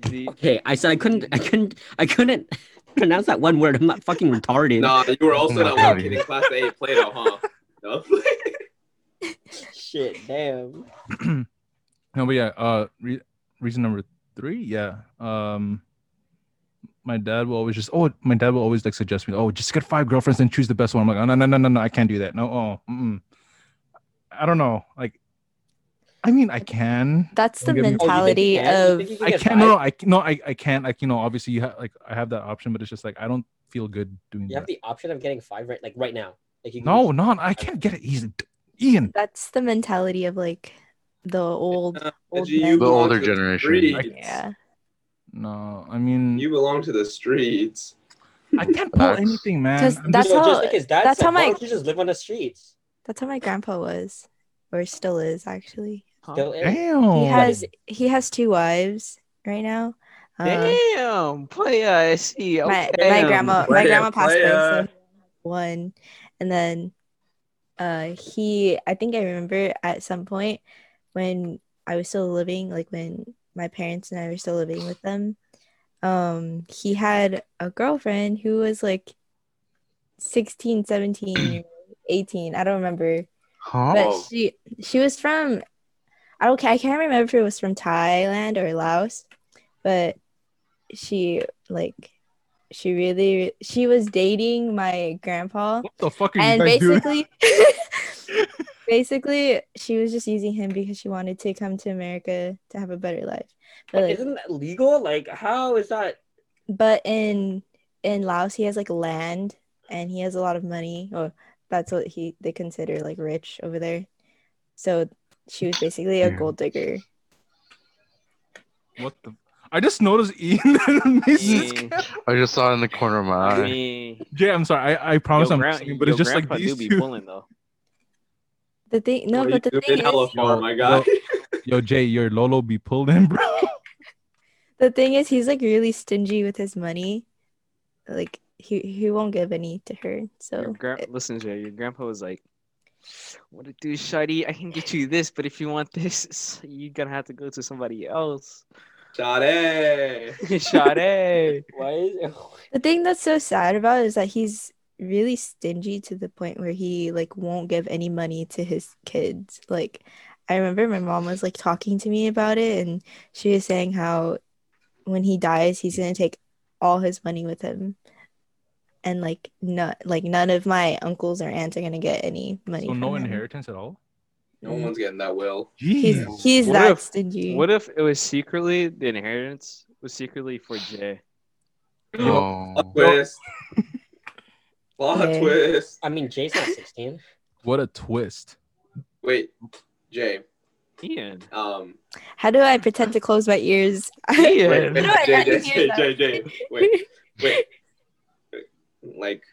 [SPEAKER 2] the
[SPEAKER 7] Okay, I said I couldn't, I couldn't, I couldn't pronounce that one word. I'm not fucking retarded.
[SPEAKER 6] Nah, you were also that
[SPEAKER 4] Not
[SPEAKER 6] one kid in class that ate Play-Doh, huh? No?
[SPEAKER 3] Shit, damn.
[SPEAKER 1] no, but yeah, uh, re- reason number three, yeah. Um, my dad will always just oh, my dad will always like suggest me, oh, just get five girlfriends and choose the best one. I'm like, oh, no, no, no, no, no, I can't do that. No, oh, mm-mm. I don't know. Like, I mean, I can.
[SPEAKER 5] That's the
[SPEAKER 1] Don't get me-
[SPEAKER 3] Oh, you think
[SPEAKER 5] mentality
[SPEAKER 3] you can? You
[SPEAKER 5] of
[SPEAKER 3] think you
[SPEAKER 1] I
[SPEAKER 3] get
[SPEAKER 1] can.
[SPEAKER 3] by?
[SPEAKER 1] No, I no, I, I can't. Like, you know, obviously, you have like I have that option, but it's just like I don't feel good doing
[SPEAKER 3] You have
[SPEAKER 1] that.
[SPEAKER 3] the option of getting five right, like right now. Like you can
[SPEAKER 1] No,
[SPEAKER 3] just-
[SPEAKER 1] no, I can't get it easy. Ian,
[SPEAKER 5] that's the mentality of like the old
[SPEAKER 6] Uh,
[SPEAKER 5] old
[SPEAKER 6] you
[SPEAKER 5] men.
[SPEAKER 4] The
[SPEAKER 6] belong
[SPEAKER 4] older
[SPEAKER 6] to the
[SPEAKER 4] generation.
[SPEAKER 6] streets.
[SPEAKER 5] Yeah.
[SPEAKER 1] no, I mean,
[SPEAKER 6] You belong to the streets.
[SPEAKER 1] I can't pull
[SPEAKER 4] Facts.
[SPEAKER 1] anything, man.
[SPEAKER 5] Just-
[SPEAKER 1] I'm
[SPEAKER 5] that's
[SPEAKER 1] just-
[SPEAKER 3] So
[SPEAKER 5] how-
[SPEAKER 3] just like his dad
[SPEAKER 5] that's
[SPEAKER 3] said,
[SPEAKER 5] how my-
[SPEAKER 3] why don't you just live on the streets?
[SPEAKER 5] That's how my grandpa was, or still is actually.
[SPEAKER 2] huh?
[SPEAKER 3] Still is.
[SPEAKER 1] damn.
[SPEAKER 5] He has he has two wives right now. Uh,
[SPEAKER 2] Damn, play I see.
[SPEAKER 5] my
[SPEAKER 2] okay,
[SPEAKER 5] my
[SPEAKER 2] um,
[SPEAKER 5] grandma my
[SPEAKER 6] Playa,
[SPEAKER 5] grandma passed away so
[SPEAKER 6] playa.
[SPEAKER 5] one and then uh he i think i remember at some point when i was still living like when my parents and i were still living with them um he had a girlfriend who was like 16 17 18 i don't remember
[SPEAKER 4] Huh?
[SPEAKER 5] but she she was from I don't ca- I can't remember if it was from Thailand or Laos, but she like she really she was dating my grandpa
[SPEAKER 1] What the fuck are
[SPEAKER 5] and
[SPEAKER 1] you guys doing?
[SPEAKER 5] basically basically she was just using him because she wanted to come to America to have a better life. But
[SPEAKER 3] But
[SPEAKER 5] like,
[SPEAKER 3] isn't that legal? Like, how is that?
[SPEAKER 5] but in in Laos he has like land and he has a lot of money or that's what he they consider like rich over there so she was basically a
[SPEAKER 4] Yeah.
[SPEAKER 5] gold digger
[SPEAKER 1] What the? I just noticed Ian and Mrs.
[SPEAKER 2] me,
[SPEAKER 4] I just saw it in the corner of my eye.
[SPEAKER 2] me.
[SPEAKER 1] Jay, I'm sorry. I, I
[SPEAKER 2] Yo,
[SPEAKER 1] promise I'm
[SPEAKER 2] gran-
[SPEAKER 1] kidding, but
[SPEAKER 2] yo,
[SPEAKER 1] it's just like
[SPEAKER 2] grandpa
[SPEAKER 1] these
[SPEAKER 2] do be
[SPEAKER 1] two.
[SPEAKER 2] pulling though.
[SPEAKER 5] the thing no
[SPEAKER 6] What are
[SPEAKER 5] but the
[SPEAKER 6] you doing
[SPEAKER 5] thing
[SPEAKER 6] hella
[SPEAKER 5] is
[SPEAKER 6] far, my God.
[SPEAKER 1] Yo, Jay, your Lolo be pulled in, bro.
[SPEAKER 5] the thing is he's like really stingy with his money like he he won't give any to her
[SPEAKER 2] Your
[SPEAKER 5] so
[SPEAKER 2] gran- Listen, Jay, your grandpa was like, "What to do, Shadi? I can get you this, but if you want this, s- you're gonna have to go to somebody else."
[SPEAKER 6] Sade.
[SPEAKER 2] Shadi.
[SPEAKER 3] Why is?
[SPEAKER 5] the thing that's so sad about it is that he's really stingy to the point where he like won't give any money to his kids like i remember my mom was like talking to me about it and she was saying how when he dies he's going to take all his money with him and like not like none of my uncles or aunts are going to get any money
[SPEAKER 1] So
[SPEAKER 5] from
[SPEAKER 1] no
[SPEAKER 5] him.
[SPEAKER 1] inheritance at all.
[SPEAKER 6] No one's getting that will.
[SPEAKER 5] he's
[SPEAKER 1] Jeez.
[SPEAKER 5] he's
[SPEAKER 2] What
[SPEAKER 5] that
[SPEAKER 2] if-
[SPEAKER 5] stingy
[SPEAKER 2] What if it was secretly the inheritance was secretly for Jay?
[SPEAKER 6] Plot
[SPEAKER 4] Oh.
[SPEAKER 6] twist. Plot
[SPEAKER 5] Yeah.
[SPEAKER 6] twist.
[SPEAKER 3] I mean, Jay's not sixteen.
[SPEAKER 1] What a twist.
[SPEAKER 6] Wait, Jay.
[SPEAKER 2] Ian.
[SPEAKER 6] Um,
[SPEAKER 5] how do i pretend to close my ears
[SPEAKER 6] wait,
[SPEAKER 2] Ian.
[SPEAKER 6] wait,
[SPEAKER 5] No, I
[SPEAKER 6] Jay, Jay,
[SPEAKER 5] didn't hear
[SPEAKER 6] Jay, Jay, Jay. Wait, wait. Like,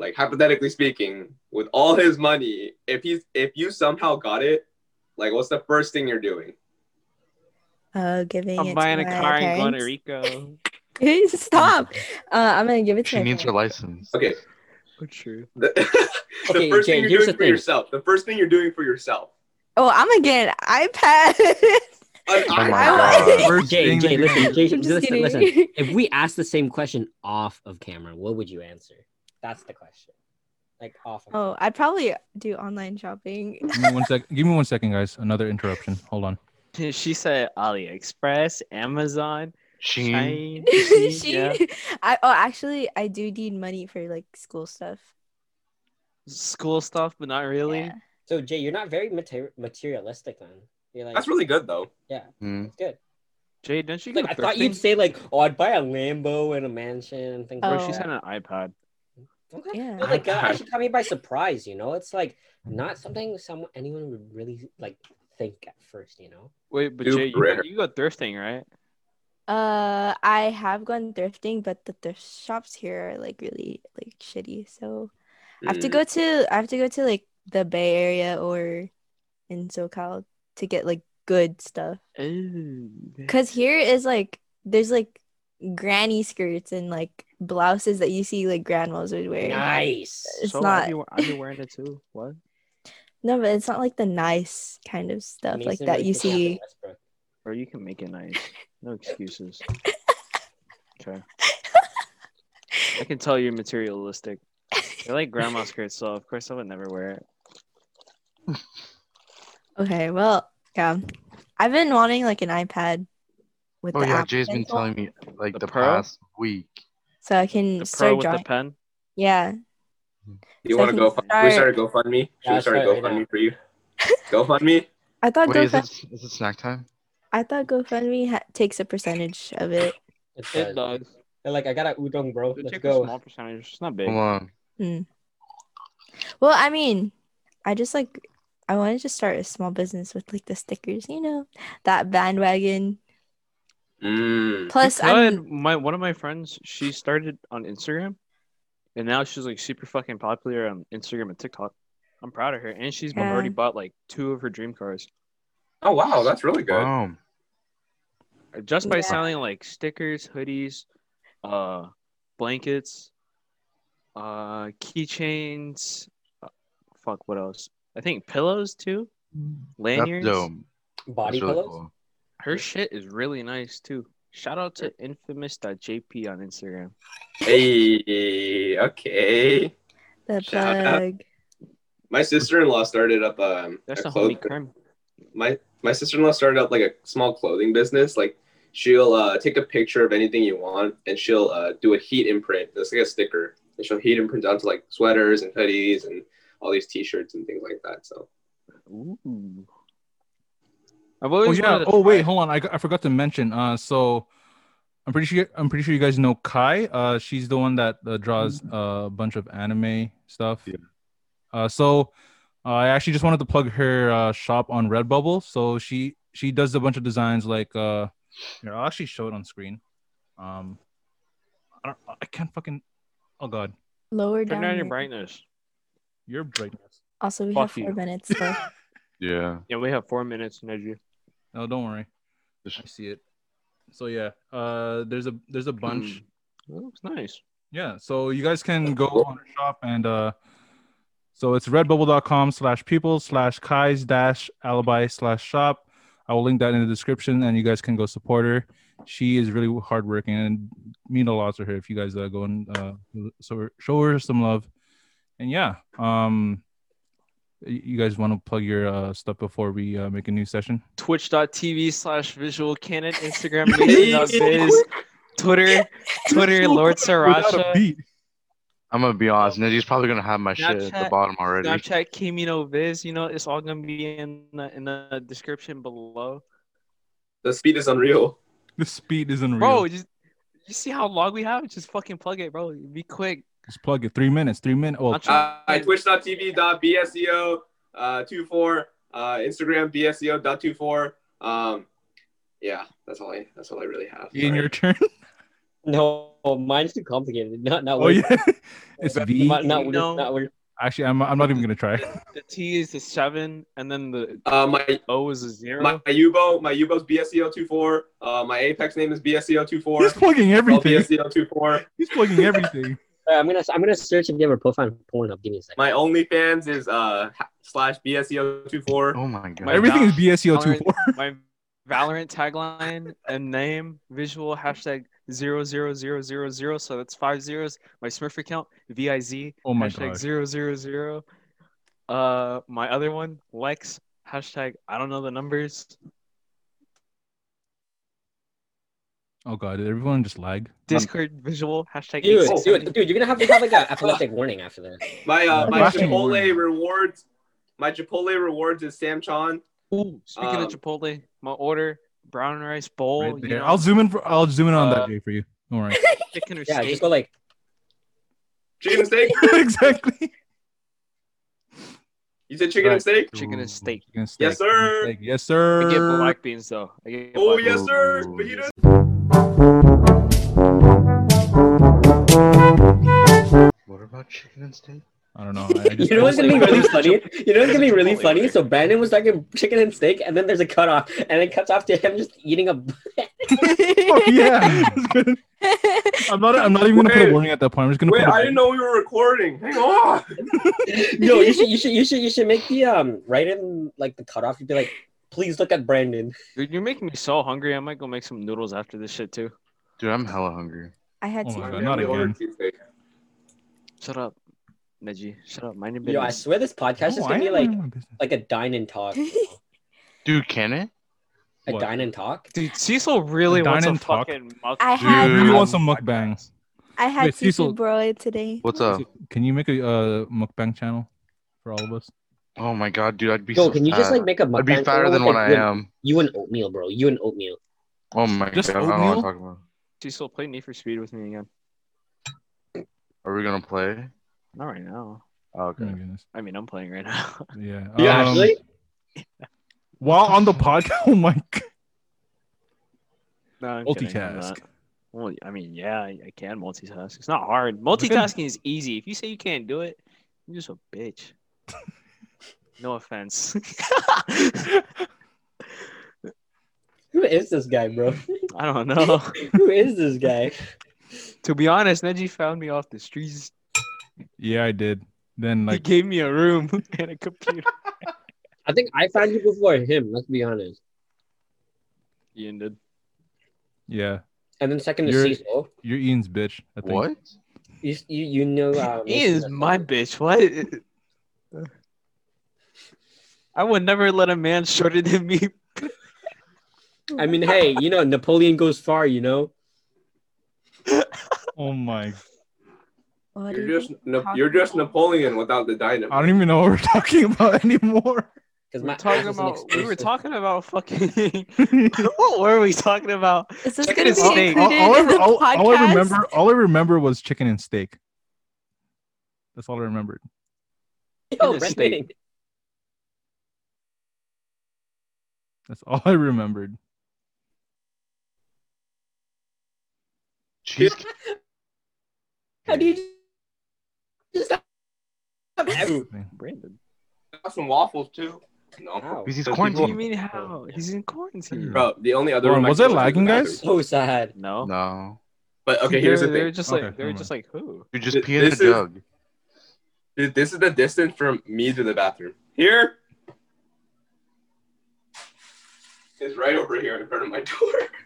[SPEAKER 6] like hypothetically speaking, with all his money, if he's if you somehow got it, like, what's the first thing you're doing?
[SPEAKER 5] uh giving it
[SPEAKER 2] I'm
[SPEAKER 5] to
[SPEAKER 2] buying a
[SPEAKER 5] my
[SPEAKER 2] car and going to
[SPEAKER 5] parents.
[SPEAKER 2] Rico.
[SPEAKER 5] Stop. Uh, I'm gonna give it to
[SPEAKER 4] She
[SPEAKER 5] my
[SPEAKER 4] needs her
[SPEAKER 5] parents.
[SPEAKER 4] license.
[SPEAKER 6] Okay.
[SPEAKER 2] Oh, true.
[SPEAKER 6] The, the
[SPEAKER 3] Okay,
[SPEAKER 6] first
[SPEAKER 3] Jay,
[SPEAKER 6] thing you're
[SPEAKER 3] here's
[SPEAKER 6] doing
[SPEAKER 3] the
[SPEAKER 6] for
[SPEAKER 3] thing.
[SPEAKER 6] yourself. The first thing you're doing for yourself.
[SPEAKER 5] Oh, I'm gonna get an iPad.
[SPEAKER 6] An
[SPEAKER 4] Oh my
[SPEAKER 5] I-
[SPEAKER 4] god.
[SPEAKER 1] First
[SPEAKER 7] Jay,
[SPEAKER 1] thing
[SPEAKER 7] Jay,
[SPEAKER 1] that-
[SPEAKER 7] listen, Jay,
[SPEAKER 5] I'm just
[SPEAKER 7] listen,
[SPEAKER 5] kidding.
[SPEAKER 7] listen. If we asked the same question off of camera, what would you answer? That's the question. Like off. Of
[SPEAKER 5] Oh, I'd probably do online shopping.
[SPEAKER 1] Give me one sec. Give me one second, guys. Another interruption. Hold on.
[SPEAKER 2] She said AliExpress, Amazon,
[SPEAKER 4] She.
[SPEAKER 2] Shine.
[SPEAKER 5] she,
[SPEAKER 2] yeah.
[SPEAKER 5] I oh actually I do need money for like school stuff.
[SPEAKER 2] School stuff, but not really.
[SPEAKER 5] Yeah.
[SPEAKER 3] So Jay, you're not very mater- materialistic then. You're like,
[SPEAKER 6] That's really Mm. good though.
[SPEAKER 3] yeah,
[SPEAKER 4] Hmm.
[SPEAKER 3] it's good.
[SPEAKER 2] Jay, don't you get
[SPEAKER 3] Like, I
[SPEAKER 2] a
[SPEAKER 3] thought
[SPEAKER 2] third
[SPEAKER 3] you'd say like, oh, I'd buy a Lambo and a mansion and things.
[SPEAKER 2] Bro,
[SPEAKER 5] Oh.
[SPEAKER 2] she
[SPEAKER 3] like
[SPEAKER 2] said
[SPEAKER 3] that.
[SPEAKER 2] an iPad.
[SPEAKER 3] Okay.
[SPEAKER 5] Yeah.
[SPEAKER 3] But, like that
[SPEAKER 6] Okay.
[SPEAKER 3] actually caught me by surprise. You know, it's like not something someone anyone would really like think at first. You know.
[SPEAKER 2] Wait, but
[SPEAKER 6] Super
[SPEAKER 2] Jay, you, go-
[SPEAKER 6] rare.
[SPEAKER 2] you go thrifting, right?
[SPEAKER 5] Uh, I have gone thrifting, but the thrift shops here are like really like shitty. So I have to
[SPEAKER 6] Mm.
[SPEAKER 5] go to I have to go to like the Bay Area or in SoCal to get like good stuff. Cause here is like there's like granny skirts and like blouses that you see like grandmas would wear.
[SPEAKER 3] Nice.
[SPEAKER 5] it's
[SPEAKER 2] so
[SPEAKER 5] not-
[SPEAKER 2] I'd be, we- I'd be wearing it too. What?
[SPEAKER 5] No, but it's not like the nice kind of stuff like
[SPEAKER 7] Mason
[SPEAKER 5] that
[SPEAKER 7] Rudolph
[SPEAKER 5] you
[SPEAKER 7] and
[SPEAKER 5] see.
[SPEAKER 7] Westbrook.
[SPEAKER 2] Or you can make it nice. No excuses. Okay. I can tell you're materialistic. You're like grandma skirts, so of course I would never wear it.
[SPEAKER 5] Okay, well, yeah. I've been wanting like an iPad with
[SPEAKER 4] Oh
[SPEAKER 5] the
[SPEAKER 4] yeah,
[SPEAKER 5] app
[SPEAKER 4] Jay's been
[SPEAKER 5] pencil,
[SPEAKER 4] telling me like
[SPEAKER 2] The
[SPEAKER 4] the,
[SPEAKER 2] pearl?
[SPEAKER 4] past week.
[SPEAKER 5] so I
[SPEAKER 2] The
[SPEAKER 5] can
[SPEAKER 2] pro
[SPEAKER 5] start
[SPEAKER 2] with
[SPEAKER 5] drawing.
[SPEAKER 2] the pen.
[SPEAKER 5] yeah,
[SPEAKER 6] You
[SPEAKER 5] So
[SPEAKER 6] want
[SPEAKER 5] I
[SPEAKER 6] to
[SPEAKER 5] can
[SPEAKER 6] go? Should we
[SPEAKER 5] start-
[SPEAKER 6] start a GoFundMe? Should
[SPEAKER 7] Yeah,
[SPEAKER 6] we start a
[SPEAKER 7] start right now.
[SPEAKER 6] GoFundMe for you? GoFundMe?
[SPEAKER 5] I
[SPEAKER 7] Oh,
[SPEAKER 5] thought
[SPEAKER 4] Wait, is
[SPEAKER 5] GoFund-
[SPEAKER 4] it is it snack time?
[SPEAKER 5] I thought GoFundMe ha- takes a percentage of it.
[SPEAKER 7] It does.
[SPEAKER 2] It does.
[SPEAKER 7] They're like, I got a udon, bro.
[SPEAKER 2] It
[SPEAKER 7] Let's
[SPEAKER 2] takes a small
[SPEAKER 7] go.
[SPEAKER 2] percentage. It's not big.
[SPEAKER 4] Hold on.
[SPEAKER 5] Well, I mean, I just like I wanted to start a small business with like the stickers, you know, that bandwagon.
[SPEAKER 6] Mm.
[SPEAKER 5] Plus,
[SPEAKER 2] I
[SPEAKER 5] I'm
[SPEAKER 2] had my one of my friends. She started on Instagram, and now she's like super fucking popular on Instagram and TikTok. I'm proud of her, and she's
[SPEAKER 5] Yeah.
[SPEAKER 2] already bought like two of her dream cars
[SPEAKER 6] Oh wow, that's really good.
[SPEAKER 4] Wow.
[SPEAKER 2] just by
[SPEAKER 5] Yeah.
[SPEAKER 2] selling like stickers, hoodies, uh, blankets, uh, keychains. uh, Fuck, what else? I think pillows too,
[SPEAKER 4] That's
[SPEAKER 2] lanyards.
[SPEAKER 4] dope.
[SPEAKER 7] Body
[SPEAKER 4] That's really
[SPEAKER 7] pillows?
[SPEAKER 4] cool.
[SPEAKER 2] Her shit is really nice too. Shout out to infamous.jp on Instagram.
[SPEAKER 6] Hey, okay.
[SPEAKER 5] the
[SPEAKER 6] Shout out.
[SPEAKER 5] plug.
[SPEAKER 6] My sister-in-law started up um, a
[SPEAKER 2] That's a homie
[SPEAKER 6] clothing.
[SPEAKER 2] crime.
[SPEAKER 6] My my sister-in-law started up like a small clothing business. Like she'll uh, take a picture of anything you want, and she'll uh, do a heat imprint. It's like a sticker, and she'll heat imprint onto like sweaters and hoodies and all these T-shirts and things like that. So
[SPEAKER 2] Ooh. I've
[SPEAKER 1] Oh
[SPEAKER 2] always
[SPEAKER 1] yeah.
[SPEAKER 2] wanted to
[SPEAKER 1] Oh wait,
[SPEAKER 2] try-
[SPEAKER 1] hold on. I, I forgot to mention. Uh, so I'm pretty sure I'm pretty sure you guys know Kai. Uh, she's the one that uh, draws uh, a bunch of anime stuff.
[SPEAKER 4] Yeah.
[SPEAKER 1] Uh, so uh, I actually just wanted to plug her uh, shop on Redbubble. So she she does a bunch of designs like uh, here, I'll actually show it on screen. Um, I don't. I can't fucking. Oh god,
[SPEAKER 5] Lower
[SPEAKER 2] turn
[SPEAKER 5] down.
[SPEAKER 2] down your
[SPEAKER 5] there.
[SPEAKER 2] brightness.
[SPEAKER 1] your brightness.
[SPEAKER 5] Also, we
[SPEAKER 2] Fuck
[SPEAKER 5] have four
[SPEAKER 2] you.
[SPEAKER 5] minutes left.
[SPEAKER 4] Yeah.
[SPEAKER 2] Yeah, we have four minutes, Neji.
[SPEAKER 1] No, don't worry. I see it. So yeah, uh, there's a there's a bunch.
[SPEAKER 2] That looks nice.
[SPEAKER 1] Yeah, so you guys can go on our shop and uh so it's redbubble.com slash people slash kai's dash alibi slash shop. I will link that in the description and you guys can go support her. She is really hardworking and mean a lot to her if you guys uh, go and uh so show her some love. And yeah, um y- you guys want to plug your uh, stuff before we uh, make a new session?
[SPEAKER 2] Twitch.tv slash visual canon, Instagram, Mason.biz, Twitter, Twitter, Lord Sriracha,
[SPEAKER 1] beat.
[SPEAKER 4] I'm gonna be honest. Neji's probably gonna have my shit at the
[SPEAKER 2] Snapchat-
[SPEAKER 4] bottom already.
[SPEAKER 2] Snapchat, Kimino Viz. You know, it's all gonna be in the in the description below.
[SPEAKER 6] the speed is unreal.
[SPEAKER 1] The speed is unreal.
[SPEAKER 2] Bro, just you see how long we have? Just fucking plug it, bro. Be quick.
[SPEAKER 1] Just plug it. Three minutes. Three oh, minutes. Well,
[SPEAKER 2] I'll try-
[SPEAKER 6] Uh, Twitch.tv.bseo uh, 24, uh, Instagram bseo.24. Um, yeah, that's all I. That's all I really have.
[SPEAKER 1] in
[SPEAKER 6] Sorry.
[SPEAKER 1] your turn.
[SPEAKER 7] No, mine's too complicated. Not, not
[SPEAKER 1] Oh
[SPEAKER 7] worth
[SPEAKER 1] yeah,
[SPEAKER 7] it.
[SPEAKER 1] it's
[SPEAKER 7] Not-
[SPEAKER 1] V.
[SPEAKER 7] Not, worth-
[SPEAKER 2] No.
[SPEAKER 7] not worth-
[SPEAKER 1] Actually, I'm, I'm not even gonna try.
[SPEAKER 2] The T is the seven, and then the
[SPEAKER 6] Uh, my
[SPEAKER 2] O is a zero.
[SPEAKER 6] my Yubo my Yubo's E bseo 24. Uh, my Apex name is E bseo 24.
[SPEAKER 1] He's plugging everything.
[SPEAKER 6] bseo 24.
[SPEAKER 1] He's plugging everything.
[SPEAKER 7] Alright, I'm gonna I'm gonna search if you ever profile on Pornhub. Give me a second.
[SPEAKER 6] My OnlyFans is uh ha- slash bseo 24.
[SPEAKER 4] Oh my god.
[SPEAKER 2] My-
[SPEAKER 1] everything is BSEO two four.
[SPEAKER 2] my Valorant tagline and name, visual hashtag zero zero zero zero zero. So that's five zeros. My Smurf account, V I Z
[SPEAKER 1] Oh my
[SPEAKER 2] hashtag
[SPEAKER 1] gosh.
[SPEAKER 2] zero zero zero. Uh, my other one, Lex hashtag I don't know the numbers.
[SPEAKER 1] Oh god, did everyone just lag?
[SPEAKER 2] Discord visual hashtag.
[SPEAKER 7] Dude,
[SPEAKER 2] 86.
[SPEAKER 7] dude, dude, you're gonna have to have like an epileptic warning after this.
[SPEAKER 6] My uh, my
[SPEAKER 1] Flashing warning.
[SPEAKER 6] Chipotle rewards. My Chipotle rewards is Sam Chan.
[SPEAKER 2] Ooh, speaking
[SPEAKER 6] Um,
[SPEAKER 2] of Chipotle, my order brown rice bowl.
[SPEAKER 1] Right
[SPEAKER 2] you
[SPEAKER 1] there.
[SPEAKER 2] know,
[SPEAKER 1] I'll zoom in for. I'll zoom in on
[SPEAKER 2] Uh,
[SPEAKER 1] that day for you. Don't worry.
[SPEAKER 2] chicken or
[SPEAKER 7] Yeah,
[SPEAKER 2] steak.
[SPEAKER 7] just go like
[SPEAKER 6] Chicken and steak.
[SPEAKER 1] exactly.
[SPEAKER 6] You said chicken and steak.
[SPEAKER 2] Chicken and steak.
[SPEAKER 1] Chicken and steak.
[SPEAKER 6] Yes, sir.
[SPEAKER 1] Steak. Yes,
[SPEAKER 2] I
[SPEAKER 1] sir.
[SPEAKER 2] get black beans though. I get
[SPEAKER 6] Oh
[SPEAKER 2] black beans.
[SPEAKER 6] yes, sir. Fajitas.
[SPEAKER 4] What about chicken and steak?
[SPEAKER 1] I don't know. I, I just,
[SPEAKER 7] You know what's gonna be really funny? You know what's gonna be really
[SPEAKER 2] Chipotle.
[SPEAKER 7] funny? So Brandon was talking chicken and steak, and then there's a cutoff, and it cuts off to him just eating a
[SPEAKER 1] Oh yeah. I'm not. I'm not even gonna put a
[SPEAKER 6] Wait.
[SPEAKER 1] warning at that point. I'm just gonna.
[SPEAKER 6] Wait,
[SPEAKER 1] put a-
[SPEAKER 6] I didn't know we were recording. Hang on.
[SPEAKER 7] No, you should, you should, you should, you should make the um right in like the cutoff. You'd be like, please look at Brandon.
[SPEAKER 2] Dude, you're making me so hungry. I might go make some noodles after this shit too.
[SPEAKER 4] Dude, I'm hella hungry.
[SPEAKER 5] I had
[SPEAKER 1] Oh
[SPEAKER 5] to.
[SPEAKER 1] my
[SPEAKER 6] Yeah,
[SPEAKER 1] God, not
[SPEAKER 6] we ordered
[SPEAKER 1] again.
[SPEAKER 6] cheesecake.
[SPEAKER 2] Shut up, Neji. Shut up. Mind your
[SPEAKER 7] Yo, I
[SPEAKER 2] business.
[SPEAKER 7] swear this podcast is
[SPEAKER 1] No, Oh, I
[SPEAKER 7] gonna be
[SPEAKER 1] am
[SPEAKER 7] like
[SPEAKER 1] minding my business.
[SPEAKER 7] like a dine and talk. you know?
[SPEAKER 4] Dude, can it?
[SPEAKER 7] A
[SPEAKER 1] What?
[SPEAKER 7] dine and talk.
[SPEAKER 2] Dude, Cecil really
[SPEAKER 1] Dine
[SPEAKER 2] wants a
[SPEAKER 1] and talk.
[SPEAKER 2] fucking mug.
[SPEAKER 5] I
[SPEAKER 4] Dude,
[SPEAKER 5] had.
[SPEAKER 1] you
[SPEAKER 4] Um,
[SPEAKER 1] want some mukbangs?
[SPEAKER 5] I had
[SPEAKER 1] Wait, Cecil-
[SPEAKER 5] seafood broiled today.
[SPEAKER 4] What's up?
[SPEAKER 1] Can you make a uh, mukbang channel for all of us?
[SPEAKER 4] Oh my god, dude, I'd be
[SPEAKER 7] Yo,
[SPEAKER 4] so
[SPEAKER 7] can you just
[SPEAKER 4] fat.
[SPEAKER 7] like make a
[SPEAKER 4] I'd be
[SPEAKER 7] mukbang
[SPEAKER 4] fatter
[SPEAKER 7] channel
[SPEAKER 4] than
[SPEAKER 7] with, like,
[SPEAKER 4] what I
[SPEAKER 7] you and-
[SPEAKER 4] am.
[SPEAKER 7] You and oatmeal, bro. You and oatmeal.
[SPEAKER 4] Oh my
[SPEAKER 1] Just
[SPEAKER 4] god, I don't want
[SPEAKER 1] oatmeal?
[SPEAKER 4] to talk about.
[SPEAKER 2] Cecil, play Need for Speed with me again.
[SPEAKER 4] Are we gonna play?
[SPEAKER 2] Not right now.
[SPEAKER 1] Oh
[SPEAKER 4] Oh,
[SPEAKER 1] my
[SPEAKER 4] okay.
[SPEAKER 1] goodness.
[SPEAKER 2] I mean, I'm playing right now.
[SPEAKER 1] Yeah.
[SPEAKER 7] Yeah,
[SPEAKER 1] um,
[SPEAKER 7] actually.
[SPEAKER 1] While on the podcast, oh my god,
[SPEAKER 2] no, I'm kidding, I'm
[SPEAKER 1] multitask.
[SPEAKER 2] not. Well, I mean, yeah, I I can multitask. It's not hard. Multitasking is easy. If you say you can't do it, you're just a bitch. no offense.
[SPEAKER 7] Who is this guy, bro?
[SPEAKER 2] I don't know.
[SPEAKER 7] Who is this guy?
[SPEAKER 2] to be honest, Neji found me off the streets.
[SPEAKER 1] Yeah, I did. Then
[SPEAKER 2] He
[SPEAKER 1] like,
[SPEAKER 2] gave me a room and a computer.
[SPEAKER 7] I think I found you before him. Let's be honest.
[SPEAKER 2] he ended.
[SPEAKER 1] yeah,
[SPEAKER 7] And then second is
[SPEAKER 1] You're-
[SPEAKER 7] Cecil.
[SPEAKER 1] you're Ian's bitch. I think.
[SPEAKER 4] What?
[SPEAKER 7] You you you know. Um,
[SPEAKER 2] He is my bitch. What? I would never let a man shorter than me.
[SPEAKER 7] I mean, hey, you know Napoleon goes far. You know.
[SPEAKER 1] Oh my!
[SPEAKER 5] What
[SPEAKER 6] You're
[SPEAKER 5] is
[SPEAKER 6] just
[SPEAKER 5] it?
[SPEAKER 6] Na-
[SPEAKER 5] talking
[SPEAKER 6] you're just
[SPEAKER 5] about?
[SPEAKER 6] Napoleon without the
[SPEAKER 1] I
[SPEAKER 6] dynamite.
[SPEAKER 1] don't even know what we're talking about anymore.
[SPEAKER 7] Because
[SPEAKER 2] We're
[SPEAKER 7] my
[SPEAKER 2] talking
[SPEAKER 7] ass is an
[SPEAKER 2] about. We were
[SPEAKER 7] exclusive.
[SPEAKER 2] talking about fucking. what were we talking about?
[SPEAKER 5] Is this
[SPEAKER 2] Chicken
[SPEAKER 5] going to
[SPEAKER 2] and
[SPEAKER 5] be
[SPEAKER 2] steak.
[SPEAKER 5] included
[SPEAKER 1] all, all I,
[SPEAKER 5] in
[SPEAKER 1] all-
[SPEAKER 5] the podcast?
[SPEAKER 1] all I remember, all I remember was chicken and steak. That's all I remembered.
[SPEAKER 7] Yo,
[SPEAKER 2] Goodness
[SPEAKER 7] Brandon.
[SPEAKER 1] That's all I remembered.
[SPEAKER 4] Cheese.
[SPEAKER 7] How do you just have everything?
[SPEAKER 2] Brandon.
[SPEAKER 6] Got some waffles too. No,
[SPEAKER 7] Ow.
[SPEAKER 4] Because he's
[SPEAKER 6] What
[SPEAKER 2] What do you
[SPEAKER 4] quarantined.
[SPEAKER 2] mean how? He's in quarantine.
[SPEAKER 1] Bro.
[SPEAKER 6] bro. The only other
[SPEAKER 1] Lauren,
[SPEAKER 6] room I
[SPEAKER 1] was
[SPEAKER 6] could
[SPEAKER 1] it
[SPEAKER 6] go to is the
[SPEAKER 1] lagging, guys?
[SPEAKER 6] bathroom.
[SPEAKER 7] So sad.
[SPEAKER 2] No.
[SPEAKER 4] No,
[SPEAKER 6] But okay, here's
[SPEAKER 2] they,
[SPEAKER 6] the
[SPEAKER 2] they
[SPEAKER 6] thing.
[SPEAKER 2] were just
[SPEAKER 1] Okay,
[SPEAKER 2] like they were
[SPEAKER 1] never
[SPEAKER 2] just like who?
[SPEAKER 4] you just
[SPEAKER 6] Th-
[SPEAKER 4] pee in a
[SPEAKER 6] this is-
[SPEAKER 4] jug.
[SPEAKER 6] Dude, this is the distance from me to the bathroom. Here is right over here in front of my door.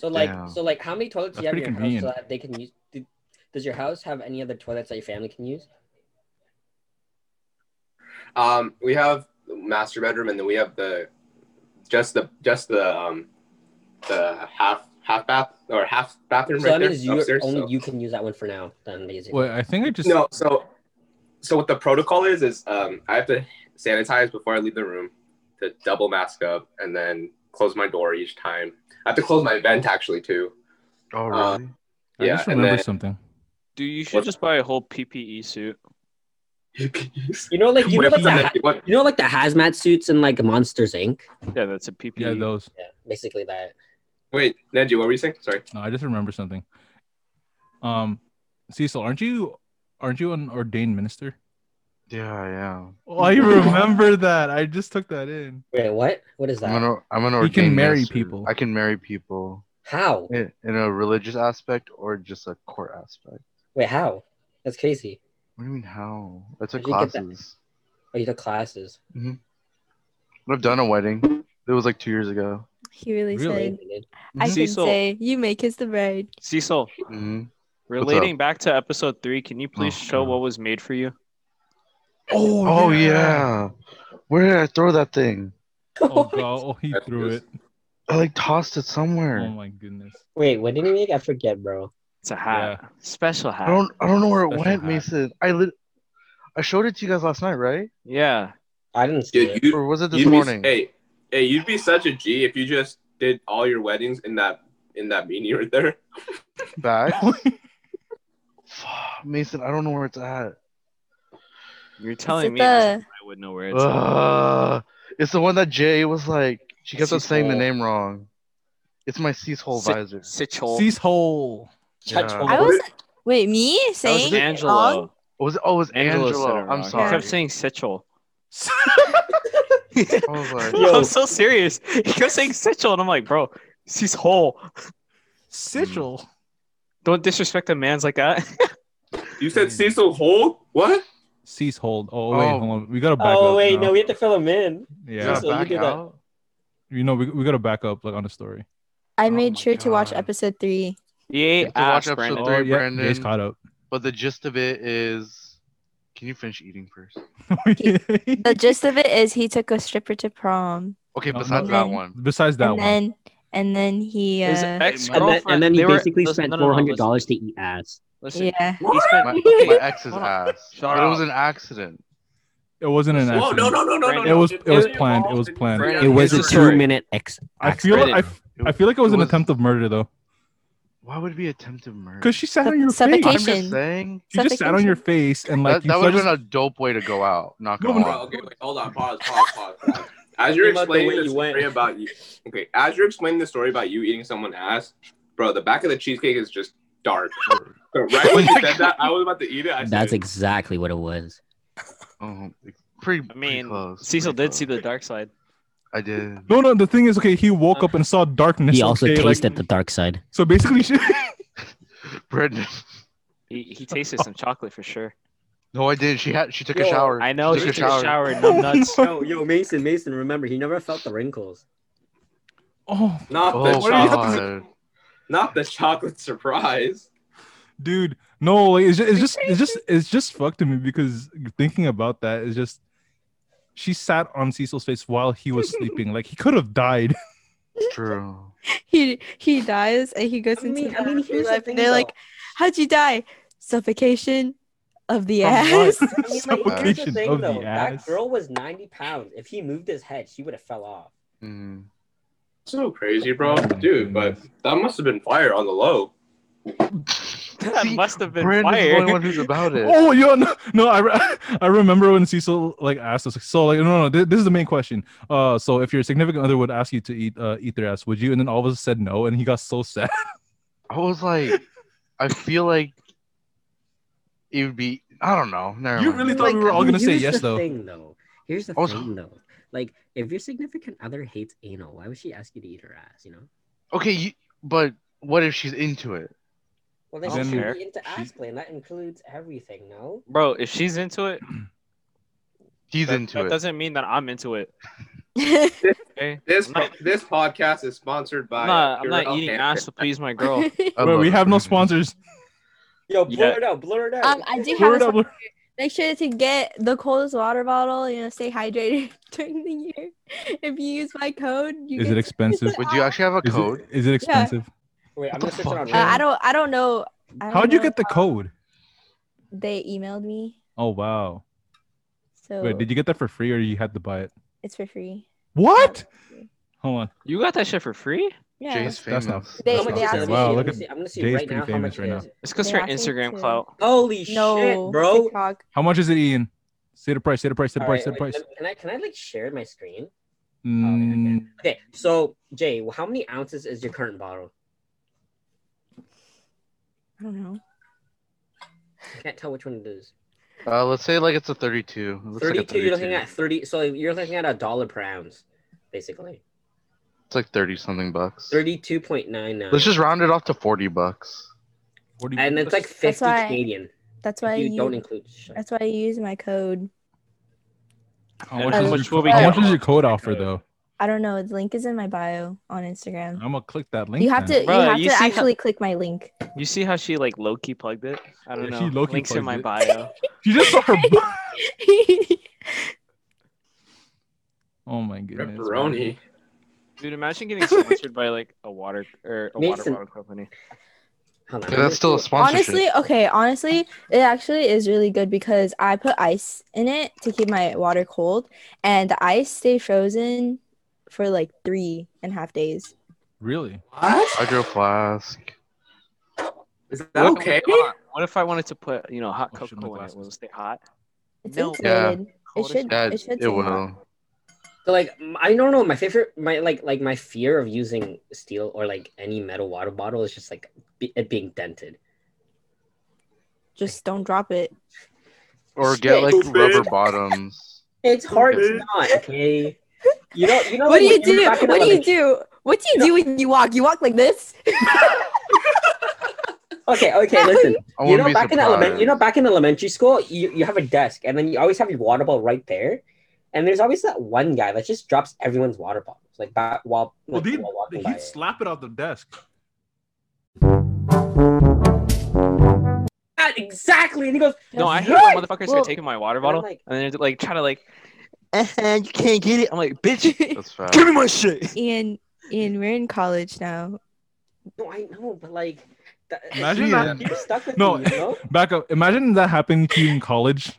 [SPEAKER 7] So like,
[SPEAKER 4] Yeah.
[SPEAKER 7] so like, how many toilets do you
[SPEAKER 1] That's
[SPEAKER 7] have in your
[SPEAKER 1] pretty
[SPEAKER 7] house
[SPEAKER 1] convenient.
[SPEAKER 7] so that they can use? Do, does your house have any other toilets that your family can use?
[SPEAKER 6] Um, we have the master bedroom, and then we have the just the just the um the half half bath or half bathroom
[SPEAKER 7] so
[SPEAKER 6] right
[SPEAKER 7] that
[SPEAKER 6] there
[SPEAKER 7] means you
[SPEAKER 6] upstairs.
[SPEAKER 7] only
[SPEAKER 6] so-
[SPEAKER 7] you can use that one for now. Then basically.
[SPEAKER 1] Wait, I think I just
[SPEAKER 6] No, so so what the protocol is is um I have to sanitize before I leave the room to double mask up and then close my door each time. I have to close my vent actually too.
[SPEAKER 4] Oh
[SPEAKER 6] Uh,
[SPEAKER 4] really?
[SPEAKER 1] I
[SPEAKER 6] yeah,
[SPEAKER 1] just
[SPEAKER 6] and
[SPEAKER 1] remembered
[SPEAKER 6] then-
[SPEAKER 1] something.
[SPEAKER 2] Dude, you should
[SPEAKER 6] What?
[SPEAKER 2] just buy a whole PPE suit.
[SPEAKER 7] You know, like you know, like
[SPEAKER 6] Wait, what's
[SPEAKER 7] the,
[SPEAKER 6] the
[SPEAKER 7] ha-
[SPEAKER 6] next- what-
[SPEAKER 7] you know, like the hazmat suits and like Monsters Inc.
[SPEAKER 2] Yeah, that's a E. PPE.
[SPEAKER 1] Yeah, those.
[SPEAKER 7] Yeah, basically that.
[SPEAKER 6] Wait, Neji, what were you saying? Sorry.
[SPEAKER 1] No, I just remember something. Um, Cecil, aren't you aren't you an ordained minister?
[SPEAKER 4] Yeah, I am.
[SPEAKER 1] Oh, I remember that. I just took that in.
[SPEAKER 7] Wait, what? What is that?
[SPEAKER 4] I'm an or- I'm an
[SPEAKER 1] You
[SPEAKER 4] ordained.
[SPEAKER 1] can marry
[SPEAKER 4] minister.
[SPEAKER 1] people.
[SPEAKER 4] I can marry people
[SPEAKER 7] How?
[SPEAKER 4] in, in a religious aspect or just a court aspect.
[SPEAKER 7] Wait, how? That's crazy.
[SPEAKER 4] What do you mean how? That's a
[SPEAKER 7] Did you get that?
[SPEAKER 4] classes.
[SPEAKER 7] Oh, you took classes.
[SPEAKER 4] I've done a wedding. It was like two years ago.
[SPEAKER 5] He really,
[SPEAKER 1] Really?
[SPEAKER 5] said, "I can
[SPEAKER 2] Cecil.
[SPEAKER 5] say you make us the bride."
[SPEAKER 2] Cecil,
[SPEAKER 4] hmm
[SPEAKER 2] relating back to episode three, can you please
[SPEAKER 4] Oh,
[SPEAKER 2] show
[SPEAKER 4] God.
[SPEAKER 2] what was made for you?
[SPEAKER 1] Oh,
[SPEAKER 4] Oh yeah. Where did I throw that thing?
[SPEAKER 1] Oh god, oh, he
[SPEAKER 6] That's
[SPEAKER 1] threw it.
[SPEAKER 6] just-
[SPEAKER 4] I like tossed it somewhere.
[SPEAKER 1] Oh my goodness.
[SPEAKER 7] Wait, what did he make? I forget, bro.
[SPEAKER 2] It's a hat. Special hat.
[SPEAKER 4] I don't I don't know where it
[SPEAKER 1] Special
[SPEAKER 4] went,
[SPEAKER 1] hat.
[SPEAKER 4] Mason. I lit I showed it to you guys last night, right?
[SPEAKER 2] Yeah.
[SPEAKER 7] I didn't see
[SPEAKER 6] Dude,
[SPEAKER 7] it.
[SPEAKER 6] you
[SPEAKER 4] Or was it this
[SPEAKER 6] you'd be-
[SPEAKER 4] morning?
[SPEAKER 6] hey, hey, you'd be such a G if you just did all your weddings in that in that beanie right there.
[SPEAKER 4] Back. Fuck, Mason, I don't know where it's at.
[SPEAKER 2] You're
[SPEAKER 5] it
[SPEAKER 2] telling me
[SPEAKER 5] the-
[SPEAKER 2] I would know where it's at.
[SPEAKER 4] Ugh. it's the one that Jay was like she kept on saying the
[SPEAKER 7] Cecil.
[SPEAKER 4] name wrong. It's my C's hole
[SPEAKER 2] Si-
[SPEAKER 4] visor.
[SPEAKER 2] Sichol.
[SPEAKER 1] Cease hole.
[SPEAKER 7] Touch
[SPEAKER 4] yeah.
[SPEAKER 7] one.
[SPEAKER 5] I was wait me
[SPEAKER 2] That was
[SPEAKER 5] saying wrong?
[SPEAKER 2] Angelo.
[SPEAKER 4] Was it, oh, it was
[SPEAKER 2] Angelo.
[SPEAKER 4] Angelo.
[SPEAKER 2] said it
[SPEAKER 4] I'm
[SPEAKER 2] wrong. He
[SPEAKER 4] sorry.
[SPEAKER 2] kept saying Sichel.
[SPEAKER 4] I was like,
[SPEAKER 7] Yo.
[SPEAKER 2] I'm so serious. He kept saying Sichel, and I'm like, bro, He's whole.
[SPEAKER 4] Mm.
[SPEAKER 1] Sigil.
[SPEAKER 2] Don't disrespect a man's like that.
[SPEAKER 6] You
[SPEAKER 1] Mm.
[SPEAKER 6] said Cecil Hole? What?
[SPEAKER 1] Cease hold. Oh, wait,
[SPEAKER 4] Oh.
[SPEAKER 1] hold on. We gotta back up.
[SPEAKER 7] Oh wait, no, we have to fill him in.
[SPEAKER 1] yeah,
[SPEAKER 7] Cecil, you
[SPEAKER 4] back
[SPEAKER 7] did that.
[SPEAKER 4] out?
[SPEAKER 1] you know, we, we gotta back up like on the story.
[SPEAKER 5] I
[SPEAKER 4] Oh
[SPEAKER 5] made
[SPEAKER 4] my
[SPEAKER 5] sure to watch
[SPEAKER 4] God.
[SPEAKER 5] episode three.
[SPEAKER 2] Yeah,
[SPEAKER 4] have to watch
[SPEAKER 2] ass,
[SPEAKER 4] episode
[SPEAKER 2] Brandon.
[SPEAKER 4] three.
[SPEAKER 1] Oh yeah,
[SPEAKER 4] Brandon.
[SPEAKER 1] Jay's caught up.
[SPEAKER 4] But the gist of it is, can you finish eating first?
[SPEAKER 5] The gist of it is he took a stripper to prom,
[SPEAKER 4] Okay,
[SPEAKER 1] No,
[SPEAKER 4] besides
[SPEAKER 5] no.
[SPEAKER 4] that
[SPEAKER 5] Then-
[SPEAKER 4] one.
[SPEAKER 1] Besides that
[SPEAKER 5] and
[SPEAKER 1] one,
[SPEAKER 5] then and then he
[SPEAKER 2] His
[SPEAKER 5] uh,
[SPEAKER 2] ex-girlfriend.
[SPEAKER 4] And
[SPEAKER 7] And then, and then he
[SPEAKER 2] they were-
[SPEAKER 7] basically
[SPEAKER 2] listen,
[SPEAKER 7] spent
[SPEAKER 2] no, no, no,
[SPEAKER 7] four hundred dollars
[SPEAKER 2] listen.
[SPEAKER 7] to eat ass.
[SPEAKER 2] Listen,
[SPEAKER 5] yeah.
[SPEAKER 2] He spent,
[SPEAKER 4] My,
[SPEAKER 2] okay,
[SPEAKER 4] my ex's
[SPEAKER 2] Hold on.
[SPEAKER 4] ass.
[SPEAKER 2] Shut
[SPEAKER 4] But it was
[SPEAKER 2] up.
[SPEAKER 4] an accident.
[SPEAKER 1] it wasn't an
[SPEAKER 6] Whoa,
[SPEAKER 1] accident.
[SPEAKER 6] no, no, no, no, no,
[SPEAKER 2] Brandon.
[SPEAKER 6] no.
[SPEAKER 1] It was-
[SPEAKER 6] Dude,
[SPEAKER 1] it was
[SPEAKER 6] you're
[SPEAKER 1] planned, it
[SPEAKER 6] all-
[SPEAKER 1] was planned.
[SPEAKER 6] Brandon,
[SPEAKER 7] It was a
[SPEAKER 2] Here's the
[SPEAKER 6] story.
[SPEAKER 7] two-minute ex.
[SPEAKER 1] I feel
[SPEAKER 2] Brandon.
[SPEAKER 1] like I, f- I feel like it was
[SPEAKER 4] It
[SPEAKER 1] an
[SPEAKER 4] was-
[SPEAKER 1] attempt of murder though,
[SPEAKER 4] Why would it be attempted murder?
[SPEAKER 1] because she sat
[SPEAKER 5] Suff-
[SPEAKER 1] on your
[SPEAKER 4] I'm
[SPEAKER 1] face.
[SPEAKER 5] suffocation.
[SPEAKER 4] just saying.
[SPEAKER 1] She just sat on your face and like
[SPEAKER 4] that that
[SPEAKER 1] you
[SPEAKER 4] would have
[SPEAKER 1] just-
[SPEAKER 4] been a dope way to go out. Not
[SPEAKER 1] No,
[SPEAKER 4] gonna
[SPEAKER 1] no,
[SPEAKER 6] Bro,
[SPEAKER 4] lie.
[SPEAKER 6] okay, wait, hold on. Pause, pause, pause. pause. As you're
[SPEAKER 7] Think about the way
[SPEAKER 6] explaining the
[SPEAKER 7] you went.
[SPEAKER 6] story about you, okay, as you're explaining the story about you eating someone's ass, bro, the back of the cheesecake is just dark. So right when you said that, I was about to eat it. I
[SPEAKER 7] That's
[SPEAKER 6] said,
[SPEAKER 7] exactly what it was.
[SPEAKER 4] Oh, it's pretty,
[SPEAKER 2] I
[SPEAKER 4] pretty
[SPEAKER 2] mean,
[SPEAKER 4] close.
[SPEAKER 2] Cecil
[SPEAKER 4] pretty
[SPEAKER 2] did see
[SPEAKER 4] close.
[SPEAKER 2] the dark side.
[SPEAKER 4] I did.
[SPEAKER 1] no, no. The thing is, okay, he woke up and saw darkness.
[SPEAKER 7] He also
[SPEAKER 1] okay, like-
[SPEAKER 7] tasted the dark side.
[SPEAKER 1] so basically, she,
[SPEAKER 4] Brendan.
[SPEAKER 2] He, he tasted some chocolate for sure.
[SPEAKER 4] No, I didn't. She had. She took a
[SPEAKER 7] Yo,
[SPEAKER 4] shower.
[SPEAKER 2] I know
[SPEAKER 4] She
[SPEAKER 2] he
[SPEAKER 4] took
[SPEAKER 2] took
[SPEAKER 4] a shower.
[SPEAKER 2] and I'm nuts.
[SPEAKER 7] Yo, yo, Mason, Mason, remember he never felt the wrinkles.
[SPEAKER 1] oh,
[SPEAKER 6] not the
[SPEAKER 4] Oh,
[SPEAKER 1] What do you have to
[SPEAKER 6] chocolate,
[SPEAKER 4] God.
[SPEAKER 6] not the chocolate surprise.
[SPEAKER 1] dude, no, like, it's just, it's just, it's just, it's just fucked to me because thinking about that is just. She sat on Cecil's face while he was sleeping. Like he could have died.
[SPEAKER 4] True.
[SPEAKER 5] he he dies and he goes
[SPEAKER 7] I mean-
[SPEAKER 5] into
[SPEAKER 7] I mean,
[SPEAKER 5] the
[SPEAKER 7] here's the
[SPEAKER 5] afterlife
[SPEAKER 7] thing,
[SPEAKER 5] and they're like,
[SPEAKER 7] though.
[SPEAKER 5] "How'd you die? Suffocation of the
[SPEAKER 1] From what?
[SPEAKER 5] ass."
[SPEAKER 7] I mean, like, here's the
[SPEAKER 1] Suffocation
[SPEAKER 7] thing,
[SPEAKER 1] of the
[SPEAKER 7] though. That
[SPEAKER 1] ass.
[SPEAKER 7] girl was 90 pounds. If he moved his head, she would have fell off.
[SPEAKER 4] Mm.
[SPEAKER 6] So crazy, bro, dude. But that must have been fire on the low.
[SPEAKER 2] That
[SPEAKER 4] See,
[SPEAKER 2] must have been
[SPEAKER 4] Brandon's the
[SPEAKER 2] fire.
[SPEAKER 4] only one who's about it.
[SPEAKER 1] Oh, yo, no, no I, re- I remember when Cecil like asked us. So like, no, no, thi- this is the main question. Uh, so if your significant other would ask you to eat, uh, eat their ass, would you? And then all of us said no, and he got so sad.
[SPEAKER 4] I was like, I feel like it would be. I don't know. Never
[SPEAKER 1] You
[SPEAKER 4] mind.
[SPEAKER 1] really thought we were all gonna say
[SPEAKER 7] here's
[SPEAKER 1] yes,
[SPEAKER 7] the
[SPEAKER 1] though.
[SPEAKER 7] Thing, though. Here's the
[SPEAKER 4] Also-
[SPEAKER 7] thing, though. Like, if your significant other hates anal, why would she ask you to eat her ass? You know.
[SPEAKER 4] Okay, you, but what if she's into it?
[SPEAKER 7] Well, then
[SPEAKER 1] I don't
[SPEAKER 7] she should
[SPEAKER 2] care.
[SPEAKER 7] be into ass play, and that includes everything. No.
[SPEAKER 2] Bro, if she's into it,
[SPEAKER 4] He's
[SPEAKER 2] that,
[SPEAKER 4] into
[SPEAKER 2] that
[SPEAKER 4] it.
[SPEAKER 2] doesn't mean that I'm into it. Okay?
[SPEAKER 6] This
[SPEAKER 2] I'm not,
[SPEAKER 6] this podcast is sponsored by.
[SPEAKER 2] I'm not, I'm
[SPEAKER 6] Pure
[SPEAKER 2] not
[SPEAKER 6] Health
[SPEAKER 2] eating
[SPEAKER 6] Care.
[SPEAKER 2] ass to please my girl.
[SPEAKER 4] I
[SPEAKER 1] Wait,
[SPEAKER 4] love
[SPEAKER 1] we
[SPEAKER 4] it.
[SPEAKER 1] have no sponsors.
[SPEAKER 7] Yo, blur
[SPEAKER 2] Yeah.
[SPEAKER 7] it out. Blur it out.
[SPEAKER 5] um, I do have.
[SPEAKER 1] Word
[SPEAKER 5] A,
[SPEAKER 1] up, word-
[SPEAKER 5] make sure to get the coldest water bottle. You know, stay hydrated during the year. If you use my code, you
[SPEAKER 1] Is
[SPEAKER 5] get
[SPEAKER 1] it expensive?
[SPEAKER 4] Would you actually have a
[SPEAKER 1] Is
[SPEAKER 4] code?
[SPEAKER 1] it, is it expensive?
[SPEAKER 7] Wait, I'm
[SPEAKER 4] the
[SPEAKER 7] gonna search it
[SPEAKER 4] fuck?
[SPEAKER 7] on.
[SPEAKER 5] Uh, I don't. I don't know. I don't
[SPEAKER 1] How'd you
[SPEAKER 5] know
[SPEAKER 1] get the
[SPEAKER 5] how
[SPEAKER 1] code?
[SPEAKER 5] They emailed me,
[SPEAKER 1] Oh wow.
[SPEAKER 5] so
[SPEAKER 1] Wait, did you get that for free or you had to buy it?
[SPEAKER 5] it's for free.
[SPEAKER 1] What? Hold on.
[SPEAKER 2] You got that shit for free?
[SPEAKER 5] Yeah.
[SPEAKER 4] Jay's
[SPEAKER 1] That's
[SPEAKER 4] famous.
[SPEAKER 1] not-
[SPEAKER 5] They-
[SPEAKER 1] That's
[SPEAKER 7] How much
[SPEAKER 1] not
[SPEAKER 7] is
[SPEAKER 1] fair.
[SPEAKER 7] it?
[SPEAKER 5] asked
[SPEAKER 1] Wow,
[SPEAKER 5] me-
[SPEAKER 1] look
[SPEAKER 7] I'm
[SPEAKER 1] at
[SPEAKER 7] gonna see- I'm gonna see
[SPEAKER 1] Jay's
[SPEAKER 7] right
[SPEAKER 1] pretty
[SPEAKER 7] now how
[SPEAKER 1] famous
[SPEAKER 7] much
[SPEAKER 1] right
[SPEAKER 7] it
[SPEAKER 1] now.
[SPEAKER 7] is.
[SPEAKER 2] It's because
[SPEAKER 5] They
[SPEAKER 2] her
[SPEAKER 5] asked me
[SPEAKER 2] Instagram
[SPEAKER 5] to.
[SPEAKER 2] clout.
[SPEAKER 7] Holy
[SPEAKER 5] No
[SPEAKER 7] shit, bro!
[SPEAKER 5] TikTok.
[SPEAKER 1] how much is it, Ian? Say the price. Say the price. Say the
[SPEAKER 7] All
[SPEAKER 1] price. Say
[SPEAKER 7] right,
[SPEAKER 1] the
[SPEAKER 7] wait,
[SPEAKER 1] price.
[SPEAKER 7] let- Can I can I like share my screen?
[SPEAKER 1] Mm,
[SPEAKER 7] Okay, so Jay, well, how many ounces is your current bottle?
[SPEAKER 5] I don't know.
[SPEAKER 7] I can't tell which one it is.
[SPEAKER 4] Uh, let's say like it's a 32. It looks like a
[SPEAKER 7] 32, You're looking
[SPEAKER 4] 32.
[SPEAKER 7] at thirty. So you're looking at a dollar per ounce, basically.
[SPEAKER 4] It's like 30 something bucks.
[SPEAKER 7] Thirty-two point nine nine.
[SPEAKER 4] Let's just round it off to 40 bucks.
[SPEAKER 1] 40
[SPEAKER 7] And it's like
[SPEAKER 5] That's
[SPEAKER 7] fifty
[SPEAKER 5] why-
[SPEAKER 7] Canadian.
[SPEAKER 5] That's why
[SPEAKER 7] If
[SPEAKER 5] I
[SPEAKER 7] you don't
[SPEAKER 5] use.
[SPEAKER 7] include. shit.
[SPEAKER 5] That's why I use my code.
[SPEAKER 1] How
[SPEAKER 2] And
[SPEAKER 1] much,
[SPEAKER 5] how
[SPEAKER 1] is,
[SPEAKER 5] much
[SPEAKER 1] your,
[SPEAKER 2] will we
[SPEAKER 1] how
[SPEAKER 2] get
[SPEAKER 1] much is
[SPEAKER 2] off
[SPEAKER 1] your code
[SPEAKER 2] the
[SPEAKER 1] offer
[SPEAKER 2] code?
[SPEAKER 1] though?
[SPEAKER 5] I don't know. The link is in my bio on Instagram.
[SPEAKER 1] I'm gonna click that Oh, link.
[SPEAKER 5] You have
[SPEAKER 1] then.
[SPEAKER 5] to.
[SPEAKER 2] Bro,
[SPEAKER 5] you have
[SPEAKER 2] you
[SPEAKER 5] to
[SPEAKER 2] see how-
[SPEAKER 5] actually click my link.
[SPEAKER 2] You see how she like low key plugged it? I don't
[SPEAKER 1] Yeah,
[SPEAKER 2] know.
[SPEAKER 1] she low-key
[SPEAKER 2] Links in my
[SPEAKER 1] plugged
[SPEAKER 2] bio.
[SPEAKER 1] You just saw her. bu- oh my goodness.
[SPEAKER 6] Pepperoni.
[SPEAKER 2] Dude, imagine getting sponsored by like a water or a water
[SPEAKER 7] Mason.
[SPEAKER 2] bottle company.
[SPEAKER 7] Hold on,
[SPEAKER 4] Yeah,
[SPEAKER 7] I'm
[SPEAKER 4] that's still
[SPEAKER 7] gonna
[SPEAKER 4] a
[SPEAKER 7] see-
[SPEAKER 4] sponsorship.
[SPEAKER 5] honestly, okay. Honestly, it actually is really good because I put ice in it to keep my water cold, and the ice stayed frozen for like three and a half days.
[SPEAKER 1] Really?
[SPEAKER 6] What?
[SPEAKER 4] Hydro flask.
[SPEAKER 6] Is that
[SPEAKER 2] What if-
[SPEAKER 6] okay?
[SPEAKER 2] hold on. What if I wanted to put, you know, hot
[SPEAKER 1] Oh, shit, my
[SPEAKER 2] cocoa in it?
[SPEAKER 1] glasses.
[SPEAKER 2] Will it stay hot?
[SPEAKER 5] It's
[SPEAKER 2] No.
[SPEAKER 4] Yeah.
[SPEAKER 5] insulated. It
[SPEAKER 2] Cold as
[SPEAKER 5] should.
[SPEAKER 4] Yeah,
[SPEAKER 5] it should.
[SPEAKER 4] it
[SPEAKER 5] stay hot.
[SPEAKER 4] will.
[SPEAKER 7] So like m- I don't know. My favorite, my like like my fear of using steel or like any metal water bottle is just like be, it being dented.
[SPEAKER 5] Just don't drop it.
[SPEAKER 4] Or get like
[SPEAKER 6] Stupid.
[SPEAKER 4] rubber bottoms.
[SPEAKER 7] It's hard
[SPEAKER 6] Okay.
[SPEAKER 7] to not. Okay. You know. You know.
[SPEAKER 5] What
[SPEAKER 7] when
[SPEAKER 5] do you
[SPEAKER 7] you're
[SPEAKER 5] do?
[SPEAKER 7] back in
[SPEAKER 5] What do you
[SPEAKER 7] elementary-
[SPEAKER 5] do? What do you do when you walk? You walk like this?
[SPEAKER 7] Okay, okay, listen.
[SPEAKER 4] I
[SPEAKER 7] you
[SPEAKER 4] wouldn't
[SPEAKER 7] know,
[SPEAKER 4] be
[SPEAKER 7] back in
[SPEAKER 4] surprised.
[SPEAKER 7] elementary, you know, back in elementary school, you, you have a desk, and then you always have your water bottle right there, and there's always that one guy that just drops everyone's water bottles, like ba- while
[SPEAKER 1] Well,
[SPEAKER 7] like,
[SPEAKER 1] dude,
[SPEAKER 7] while walking by.
[SPEAKER 1] he'd slap it off the desk.
[SPEAKER 7] Ah, exactly, and he goes,
[SPEAKER 2] No, I hate
[SPEAKER 7] Right!
[SPEAKER 2] when motherfuckers
[SPEAKER 7] Well,
[SPEAKER 2] start taking my water bottle
[SPEAKER 7] like-
[SPEAKER 2] and then they're, like try to like, uh-huh, you can't get it. I'm like, bitch,
[SPEAKER 4] That's fast.
[SPEAKER 2] give me my shit.
[SPEAKER 5] Ian, Ian, we're in college now.
[SPEAKER 7] "No, I know, but like, that,
[SPEAKER 1] Imagine
[SPEAKER 7] you're,
[SPEAKER 1] that.
[SPEAKER 7] you're stuck with
[SPEAKER 1] No.
[SPEAKER 7] me, you know?
[SPEAKER 1] Back up. Imagine that happened to you in college.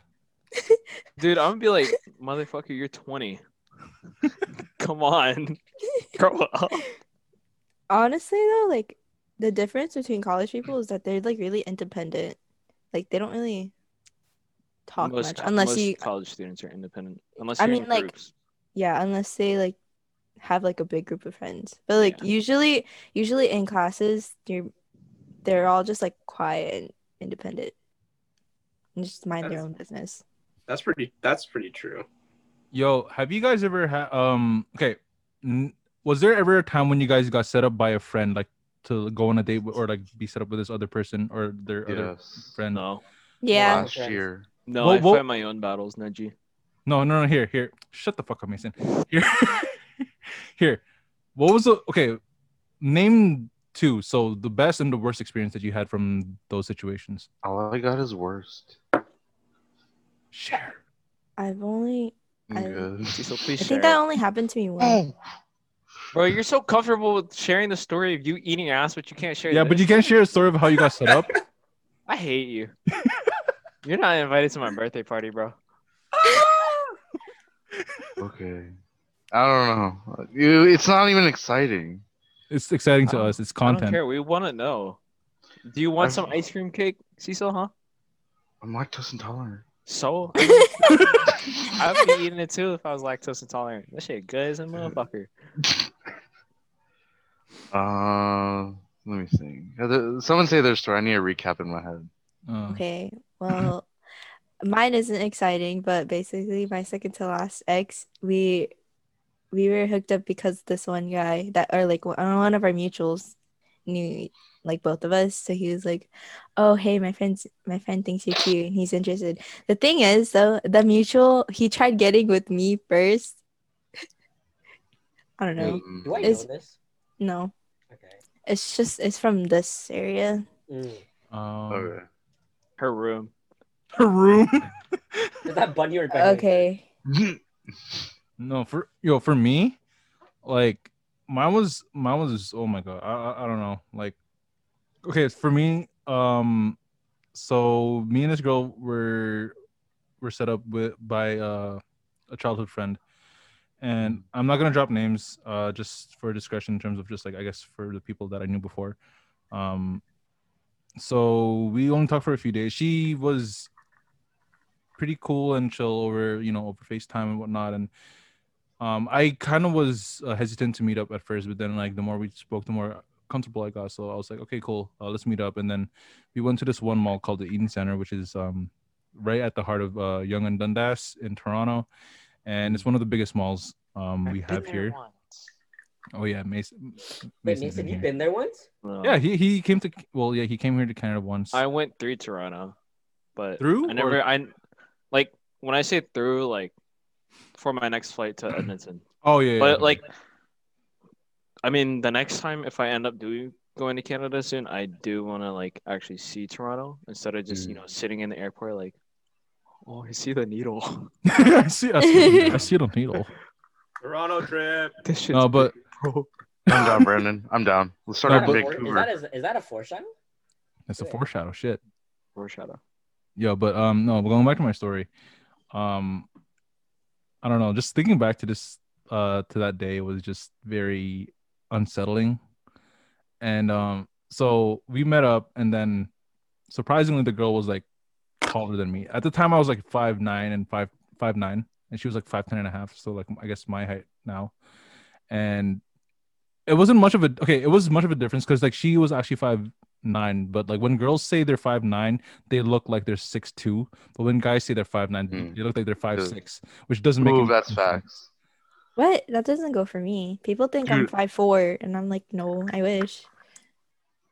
[SPEAKER 2] Dude, I'm gonna be like, motherfucker, you're 20. Come on, grow up.
[SPEAKER 5] Honestly though, like the difference between college people is that they're like really independent. Like they don't really talk
[SPEAKER 2] Most
[SPEAKER 5] much
[SPEAKER 2] co-
[SPEAKER 5] unless
[SPEAKER 2] most
[SPEAKER 5] you
[SPEAKER 2] college students are independent. Unless
[SPEAKER 5] I
[SPEAKER 2] you're
[SPEAKER 5] mean,
[SPEAKER 2] in
[SPEAKER 5] like-
[SPEAKER 2] groups.
[SPEAKER 5] yeah, unless they like have like a big group of friends. But like
[SPEAKER 2] Yeah.
[SPEAKER 5] usually usually in classes you're they're all just like quiet and independent. And just mind their
[SPEAKER 6] That's-
[SPEAKER 5] own business.
[SPEAKER 6] That's pretty. That's pretty true.
[SPEAKER 1] Yo, have you guys ever had? Um, okay, n- was there ever a time when you guys got set up by a friend, like to go on a date with, or like be set up with this other person or their other
[SPEAKER 4] Yes.
[SPEAKER 1] friend?
[SPEAKER 2] No,
[SPEAKER 5] Yeah.
[SPEAKER 4] Last year.
[SPEAKER 2] no,
[SPEAKER 1] Well,
[SPEAKER 2] I
[SPEAKER 1] well-
[SPEAKER 2] fight my own battles, Nudgy.
[SPEAKER 1] No, no, no. Here, here. Shut the fuck up, Mason. Here, here. What was the okay? Name two. So the best and the worst experience that you had from those situations.
[SPEAKER 4] All I got is worst.
[SPEAKER 1] Share.
[SPEAKER 5] I've only I-
[SPEAKER 4] Good.
[SPEAKER 2] Cecil, please
[SPEAKER 5] I
[SPEAKER 2] share.
[SPEAKER 5] think that only happened to me
[SPEAKER 4] Oh.
[SPEAKER 5] once.
[SPEAKER 2] Bro, you're so comfortable with sharing the story of you eating ass, but you can't share.
[SPEAKER 1] Yeah,
[SPEAKER 2] this.
[SPEAKER 1] but you can't share a story of how you got set up.
[SPEAKER 2] I hate you. you're not invited to my birthday party, bro.
[SPEAKER 4] Okay. I don't know. You, it's not even exciting.
[SPEAKER 1] It's exciting to us. It's
[SPEAKER 2] Um, I don't
[SPEAKER 1] content.
[SPEAKER 2] care. We want to know. Do you want
[SPEAKER 4] I've-
[SPEAKER 2] some ice cream cake, Cecil? Huh?
[SPEAKER 4] I'm lactose intolerant.
[SPEAKER 2] So I would be eating it too if I was lactose intolerant. That shit good as a motherfucker.
[SPEAKER 4] Uh, let me think. Uh, the- Someone say their story. I need a recap in my head.
[SPEAKER 1] Uh,
[SPEAKER 5] Okay, well, mine isn't exciting, but basically my second to last ex, we we were hooked up because this one guy that or like one one of our mutuals knew like both of us, so he was like, "Oh, hey, my friend's my friend thinks you're cute and he's interested." The thing is, though, the mutual he tried getting with me first. I don't know.
[SPEAKER 4] Mm.
[SPEAKER 7] Do I
[SPEAKER 5] It's-
[SPEAKER 7] know this?
[SPEAKER 5] No,
[SPEAKER 7] Okay.
[SPEAKER 5] it's just it's from this area.
[SPEAKER 7] Mm.
[SPEAKER 1] um,
[SPEAKER 4] Okay.
[SPEAKER 2] Her room.
[SPEAKER 1] Her room.
[SPEAKER 7] Is that Bunny or Benny?
[SPEAKER 5] Okay.
[SPEAKER 1] No, for yo, for me, like mine was mine was oh my god, I I, I don't know. Like okay, for me, um so me and this girl were were set up with by uh a childhood friend. And I'm not gonna drop names, uh just for discretion in terms of just like I guess for the people that I knew before. Um so we only talked for a few days. She was pretty cool and chill over, you know, over FaceTime and whatnot. And um, I kind of was uh, hesitant to meet up at first, but then like the more we spoke, the more comfortable I got. So I was like, okay, cool, uh, let's meet up. And then we went to this one mall called the Eden Center, which is um, right at the heart of uh, Young and Dundas in Toronto, and
[SPEAKER 7] Mm.
[SPEAKER 1] it's one of the biggest malls um, we have here. Oh yeah, Mason.
[SPEAKER 7] Wait,
[SPEAKER 1] Mason's
[SPEAKER 7] Mason,
[SPEAKER 1] been
[SPEAKER 7] you've
[SPEAKER 1] here.
[SPEAKER 7] been there once?
[SPEAKER 2] No.
[SPEAKER 1] Yeah, he, he came to well, yeah, he came here to Canada once.
[SPEAKER 2] I went through Toronto, but
[SPEAKER 1] Through
[SPEAKER 2] I
[SPEAKER 1] or-
[SPEAKER 2] never. I like when I say through, like for my next flight to Edmonton.
[SPEAKER 1] oh yeah, yeah,
[SPEAKER 2] But
[SPEAKER 1] yeah.
[SPEAKER 2] like, I mean, the next time if I end up doing going to Canada soon, I do want to like actually see Toronto instead of just you
[SPEAKER 1] Mm.
[SPEAKER 2] know sitting in the airport like, oh, I see the needle.
[SPEAKER 1] I see, I see, I see the needle.
[SPEAKER 6] Toronto trip.
[SPEAKER 2] this shit's
[SPEAKER 1] No, but
[SPEAKER 2] bro.
[SPEAKER 4] I'm down, Brandon. I'm down. Let's start
[SPEAKER 1] No,
[SPEAKER 4] at
[SPEAKER 1] but-
[SPEAKER 7] a, fore- is, that
[SPEAKER 4] Vancouver.
[SPEAKER 7] a, is that a foreshadow?
[SPEAKER 1] it's a foreshadow. Shit.
[SPEAKER 2] Foreshadow.
[SPEAKER 1] Yeah, but um, no, going back to my story, um, I don't know. Just thinking back to this, uh, to that day was just very unsettling, and um, so we met up, and then surprisingly, the girl was like taller than me. At the time, I was like five nine and five five nine, and she was like five ten and a half. So like, I guess my height now, and it wasn't much of a okay. It was much of a difference because like she was actually five nine, but like when girls say they're five nine they look like they're six two, but when guys say they're five nine,
[SPEAKER 4] Hmm.
[SPEAKER 1] they look like they're five
[SPEAKER 4] Good.
[SPEAKER 1] six, which doesn't make.
[SPEAKER 4] Ooh,
[SPEAKER 1] any
[SPEAKER 4] that's
[SPEAKER 1] fucking sense.
[SPEAKER 4] facts.
[SPEAKER 5] What? That doesn't go for me. People think I'm
[SPEAKER 4] Dude.
[SPEAKER 5] five four, and I'm like, no, I wish.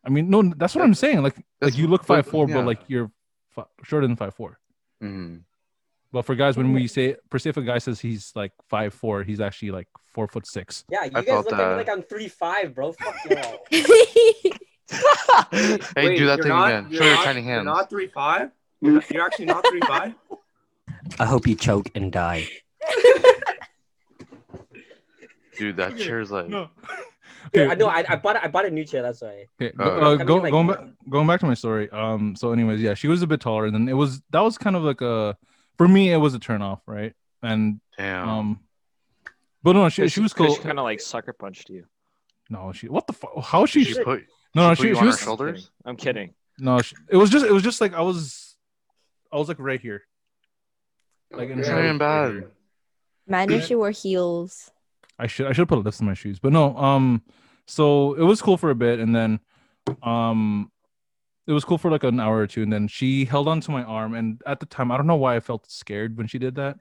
[SPEAKER 1] I mean, no, that's what I'm saying. Like, like
[SPEAKER 4] That's-
[SPEAKER 1] you look five four,
[SPEAKER 4] yeah.
[SPEAKER 1] but like you're fi- shorter than five four.
[SPEAKER 4] Mhm.
[SPEAKER 1] But for guys, when we say, per se, if a guy says he's like five four, he's actually like four foot six.
[SPEAKER 3] Yeah, you
[SPEAKER 4] I
[SPEAKER 3] guys
[SPEAKER 4] felt
[SPEAKER 3] look at me
[SPEAKER 4] that.
[SPEAKER 3] like I'm three five, bro. Fuck y'all.
[SPEAKER 6] Wait,
[SPEAKER 4] Hey, do that
[SPEAKER 6] you're
[SPEAKER 4] thing
[SPEAKER 6] not-
[SPEAKER 4] again.
[SPEAKER 6] you're
[SPEAKER 4] Show your
[SPEAKER 6] not-
[SPEAKER 4] tiny
[SPEAKER 6] You're
[SPEAKER 4] hands.
[SPEAKER 6] not three five. You're actually not three five.
[SPEAKER 7] I hope you choke and die.
[SPEAKER 4] Dude, that chair's like.
[SPEAKER 1] Okay,
[SPEAKER 3] I know. I, I bought a- I bought a new chair. That's why.
[SPEAKER 1] Okay, go-
[SPEAKER 4] Uh,
[SPEAKER 1] uh,
[SPEAKER 3] Kinda
[SPEAKER 1] go,
[SPEAKER 3] like-
[SPEAKER 1] going back, going back to my story. Um, so anyways, yeah, she was a bit taller, and then it was that was kind of like a for me it was a turn off, right? And
[SPEAKER 4] Damn.
[SPEAKER 1] um, but no, she she was cool.
[SPEAKER 2] She kind of like sucker punched you.
[SPEAKER 1] No, she what the fuck? How is she?
[SPEAKER 4] she put,
[SPEAKER 1] no, no,
[SPEAKER 4] she
[SPEAKER 1] she,
[SPEAKER 4] put you
[SPEAKER 1] she
[SPEAKER 4] on her
[SPEAKER 1] was
[SPEAKER 4] shoulder? Shoulders?
[SPEAKER 2] I'm kidding.
[SPEAKER 1] no. She, it was just it was just like I was, I was like right here. Like,
[SPEAKER 4] it's not even bad.
[SPEAKER 5] Imagine if she wore heels.
[SPEAKER 1] I should I should put lifts in my shoes, but no. Um, so it was cool for a bit, and then, um, it was cool for like an hour or two, and then she held onto my arm, and at the time I don't know why I felt scared when she did that,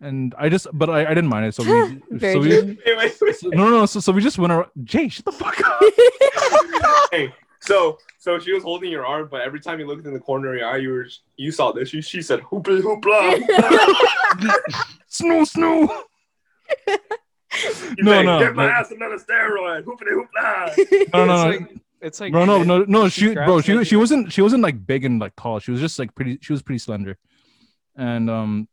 [SPEAKER 1] and I just but I, I didn't mind it. So we, so we
[SPEAKER 5] Virgin.
[SPEAKER 6] Wait, wait, wait.
[SPEAKER 1] so- no no no. So, so we just went around. Jay, shut the fuck up.
[SPEAKER 6] Hey, so so she was holding your arm, but every time you looked in the corner of your eye, you were you saw this. She, she said hoopla hoopla.
[SPEAKER 1] Snoo snoo.
[SPEAKER 6] You
[SPEAKER 1] No,
[SPEAKER 6] say,
[SPEAKER 1] no,
[SPEAKER 6] give my
[SPEAKER 1] no.
[SPEAKER 6] ass another steroid. Hoopla hoopla.
[SPEAKER 1] No no no.
[SPEAKER 2] it's like, it's like
[SPEAKER 1] no, no, no, no.
[SPEAKER 2] she
[SPEAKER 1] She, bro,
[SPEAKER 2] grabs
[SPEAKER 1] she
[SPEAKER 2] you.
[SPEAKER 1] she wasn't she wasn't like big and like tall. She was just like pretty. She was pretty slender, and um,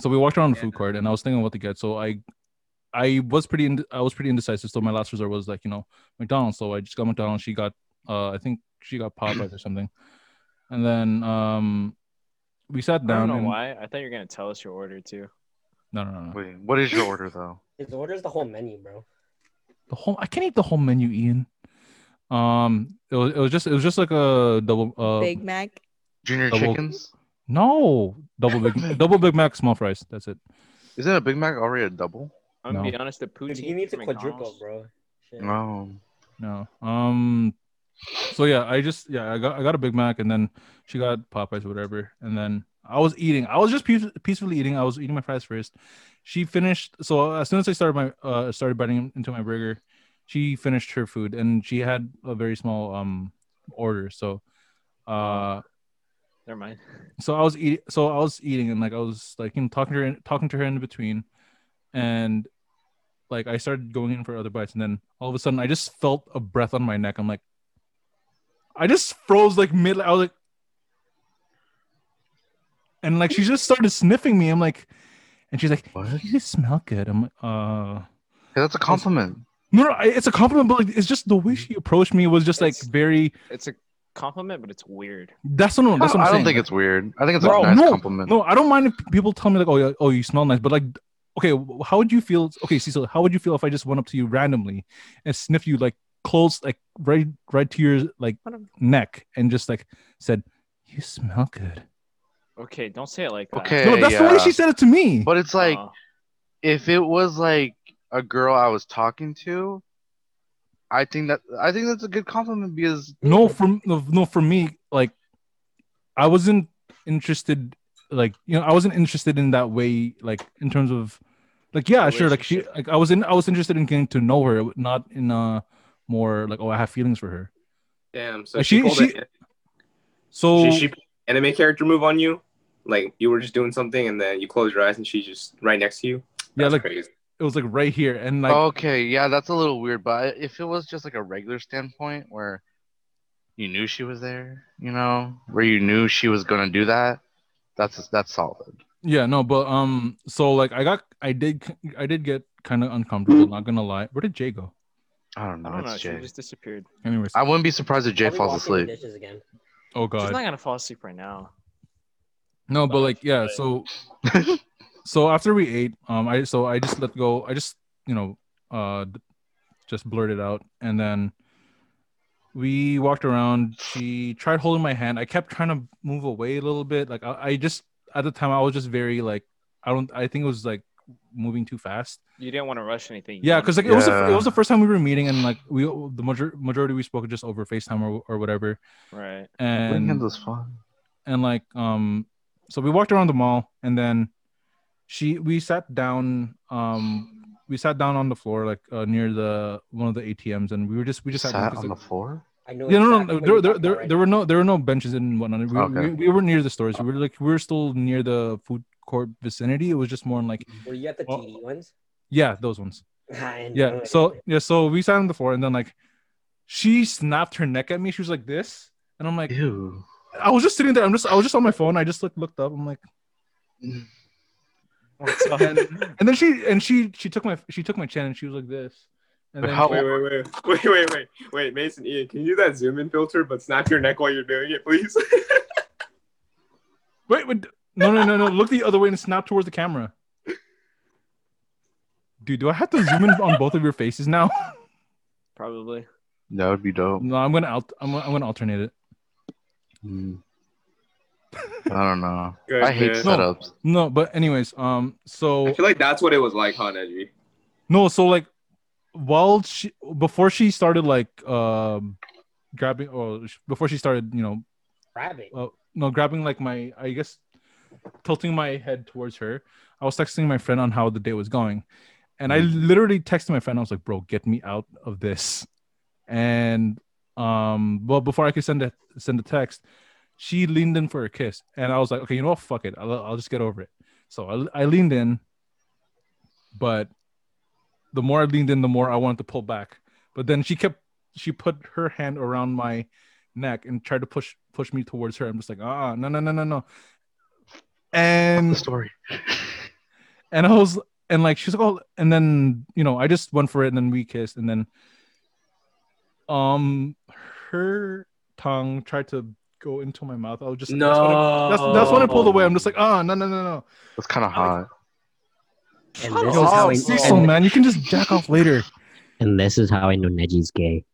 [SPEAKER 1] so we walked around the food court, and I was thinking what to get. So I, I was pretty ind- I was pretty indecisive. So my last resort was like you know McDonald's. So I just got McDonald's. She got uh, I think she got Popeyes or something, and then um, we sat
[SPEAKER 2] I
[SPEAKER 1] down.
[SPEAKER 2] don't know
[SPEAKER 1] and-
[SPEAKER 2] why. I thought you were gonna tell us your order too.
[SPEAKER 1] No, no, no, no.
[SPEAKER 4] Wait, what is your order though?
[SPEAKER 3] His order's the whole menu, bro.
[SPEAKER 1] The whole I can't eat the whole menu, Ian. Um, it was it was just it was just like a double uh
[SPEAKER 5] Big Mac.
[SPEAKER 4] Junior
[SPEAKER 1] Double-
[SPEAKER 4] chickens?
[SPEAKER 1] No, double big, double Big Mac, small fries. That's it.
[SPEAKER 4] Isn't a Big Mac already a double?
[SPEAKER 2] I'm gonna
[SPEAKER 1] No.
[SPEAKER 2] be honest. The poutine.
[SPEAKER 3] Dude, he needs a
[SPEAKER 2] from
[SPEAKER 3] quadruple,
[SPEAKER 2] McDonald's-
[SPEAKER 3] bro. Shit.
[SPEAKER 4] No.
[SPEAKER 1] No. Um. So yeah, I just yeah, I got I got a Big Mac, and then she got Popeyes, whatever, and then I was eating. I was just peace- peacefully eating. I was eating my fries first. She finished. So as soon as I started my uh started biting into my burger, she finished her food, and she had a very small um order. So, uh,
[SPEAKER 2] Never mind.
[SPEAKER 1] so I was eating. So I was eating, and like I was like you know, talking to her, talking to her in between, and like I started going in for other bites, and then all of a sudden I just felt a breath on my neck. I'm like, I just froze like mid. I was like, and like she just started sniffing me. I'm like, and she's like,
[SPEAKER 4] What?
[SPEAKER 1] you smell good. I'm like, uh.
[SPEAKER 4] Hey, that's a compliment.
[SPEAKER 1] No, no, I- it's a compliment, but like, it's just the
[SPEAKER 4] Mm-hmm.
[SPEAKER 1] way she approached me was just like
[SPEAKER 2] It's-
[SPEAKER 1] very.
[SPEAKER 2] It's a compliment, but it's weird.
[SPEAKER 1] That's what, that's
[SPEAKER 4] I
[SPEAKER 1] what I'm
[SPEAKER 4] I
[SPEAKER 1] saying.
[SPEAKER 4] don't think it's weird. I think it's
[SPEAKER 1] Bro,
[SPEAKER 4] a nice
[SPEAKER 1] no,
[SPEAKER 4] compliment.
[SPEAKER 1] No, I don't mind if people tell me like, oh, yeah, oh, you smell nice, but like, okay, w- how would you feel? Okay, Cecil, how would you feel if I just went up to you randomly and sniffed you like close, like right, right to your like
[SPEAKER 5] What a-
[SPEAKER 1] neck, and just like said, "You smell good."
[SPEAKER 2] Okay, don't say it like that.
[SPEAKER 4] Okay.
[SPEAKER 1] no, that's the way
[SPEAKER 4] yeah.
[SPEAKER 1] she said it to me.
[SPEAKER 4] But it's like
[SPEAKER 2] Uh,
[SPEAKER 4] if it was like a girl I was talking to, I think that I think that's a good compliment because
[SPEAKER 1] no, for no, no, for me, like, I wasn't interested. Like, you know, I wasn't interested in that way. Like, in terms of, like, yeah, sure. Like, she,
[SPEAKER 2] Relationship.
[SPEAKER 1] like, I was in, I was interested in getting to know her, not in a more like, oh, I have feelings for her.
[SPEAKER 6] Damn. So
[SPEAKER 1] Like,
[SPEAKER 6] she
[SPEAKER 1] she-
[SPEAKER 6] pulled
[SPEAKER 1] she- Oh.
[SPEAKER 6] an-
[SPEAKER 1] So
[SPEAKER 6] she, she pulled an anime character move on you. Like you were just doing something, and then you close your eyes, and she's just right next to you.
[SPEAKER 1] yeah,
[SPEAKER 6] That's
[SPEAKER 1] like
[SPEAKER 6] crazy. Oh.
[SPEAKER 1] it was like right here, and like
[SPEAKER 4] okay, yeah, that's a little weird. But I- if it was just like a regular standpoint where you knew she was there, you know, where you knew she was gonna do that, that's that's solid.
[SPEAKER 1] yeah, no, but um, so like I got, I did, I did get kind of uncomfortable. Not gonna lie, where did Jay go?
[SPEAKER 4] I don't know.
[SPEAKER 2] I don't
[SPEAKER 4] it's
[SPEAKER 2] know. She
[SPEAKER 4] Jay.
[SPEAKER 2] just disappeared.
[SPEAKER 1] Anyways,
[SPEAKER 4] I wouldn't be surprised if Jay
[SPEAKER 3] Probably
[SPEAKER 4] falls
[SPEAKER 3] washing the
[SPEAKER 4] asleep.
[SPEAKER 3] Dishes again.
[SPEAKER 1] oh
[SPEAKER 2] She's not
[SPEAKER 1] god,
[SPEAKER 2] gonna fall asleep right now.
[SPEAKER 1] no, but like yeah, so so after we ate, um, I so I just let go, I just you know, uh, d- just blurted out, and then we walked around. She tried holding my hand. I kept trying to move away a little bit. Like I, I just at the time I was just very like I don't, I think it was like moving too fast.
[SPEAKER 2] You didn't want to rush anything. You
[SPEAKER 1] Yeah,
[SPEAKER 2] wanted
[SPEAKER 1] because like
[SPEAKER 2] to
[SPEAKER 1] it was the, it
[SPEAKER 4] Yeah.
[SPEAKER 1] was the first time we were meeting, and like we the major, majority we spoke just over Facetime or, or whatever,
[SPEAKER 2] be- right.
[SPEAKER 4] Bring in
[SPEAKER 1] and
[SPEAKER 4] this fun.
[SPEAKER 1] and like um, so we walked around the mall, and then she we sat down um we sat down on the floor like uh, near the one of the ATMs, and we were just we just sat, down
[SPEAKER 4] sat
[SPEAKER 1] 'cause,
[SPEAKER 4] on the
[SPEAKER 1] like,
[SPEAKER 4] floor.
[SPEAKER 7] I know.
[SPEAKER 1] yeah, no,
[SPEAKER 7] exactly
[SPEAKER 1] no,
[SPEAKER 7] what
[SPEAKER 1] there,
[SPEAKER 7] you're
[SPEAKER 1] there,
[SPEAKER 7] talking
[SPEAKER 1] there,
[SPEAKER 7] about right
[SPEAKER 1] there
[SPEAKER 7] now.
[SPEAKER 1] were no, there were no benches and whatnot. We,
[SPEAKER 4] Okay.
[SPEAKER 1] we, we were near the stores. We were like, we were still near the food court vicinity. It was just more in like,
[SPEAKER 7] Were you at the
[SPEAKER 1] Oh.
[SPEAKER 7] TD ones?
[SPEAKER 1] yeah, those ones.
[SPEAKER 7] I
[SPEAKER 1] Yeah.
[SPEAKER 7] know.
[SPEAKER 1] So yeah, so we sat on the floor, and then like, she snapped her neck at me. She was like this, and I'm like,
[SPEAKER 4] Ew.
[SPEAKER 1] I was just sitting there. I'm just, I was just on my phone. I just like looked up. I'm like,
[SPEAKER 2] What's up?
[SPEAKER 1] and, and then she, and she, she took my, she took my chin, and she was like this. And
[SPEAKER 4] But
[SPEAKER 1] then
[SPEAKER 4] how-
[SPEAKER 1] she-
[SPEAKER 6] Wait, wait, wait, wait, wait, wait, wait, Mason, Ian, can you do that zoom in filter, but snap your neck while you're doing it, please?
[SPEAKER 1] Wait, wait, no, no, no, no. Look the other way and snap towards the camera. Dude, do I have to zoom in on both of your faces now?
[SPEAKER 2] Probably.
[SPEAKER 4] That would be dope.
[SPEAKER 1] No, I'm gonna alt- I'm, gonna- I'm gonna alternate it.
[SPEAKER 4] Mm. I don't know.
[SPEAKER 6] Good,
[SPEAKER 4] I hate
[SPEAKER 6] man.
[SPEAKER 1] No.
[SPEAKER 4] setups.
[SPEAKER 1] No, but anyways, um,
[SPEAKER 6] I
[SPEAKER 1] so
[SPEAKER 6] feel like that's what it was like, huh, Nedry?
[SPEAKER 1] no, so like, while she before she started like um grabbing or sh- before she started, you know,
[SPEAKER 7] Rabbit.
[SPEAKER 1] uh, no, grabbing like my I guess tilting my head towards her. I was texting my friend on how the day was going, and I literally texted my friend. I was like, "Bro, get me out of this." And um, well, before I could send a send a text, she leaned in for a kiss, and I was like, "Okay, you know what? Fuck it. I'll, I'll just get over it." So I, I leaned in, but the more I leaned in, the more I wanted to pull back. But then she kept she put her hand around my neck and tried to push push me towards her. I'm just like, ah, no, no, no, no, no.
[SPEAKER 4] The
[SPEAKER 1] And
[SPEAKER 4] story.
[SPEAKER 1] and I was and like she's like, oh, and then you know I just went for it and then we kissed and then um her tongue tried to go into my mouth. I was just that's when I, that's, that's when I pulled away. I'm just like, ah, no, no, no, no.
[SPEAKER 4] That's kind of hot.
[SPEAKER 7] And
[SPEAKER 2] Shut
[SPEAKER 7] this
[SPEAKER 1] Yo,
[SPEAKER 7] is how
[SPEAKER 2] up.
[SPEAKER 7] I-
[SPEAKER 1] Cecil,
[SPEAKER 7] and-
[SPEAKER 1] man, you can just jack off later.
[SPEAKER 7] And this is how I know Neji's gay.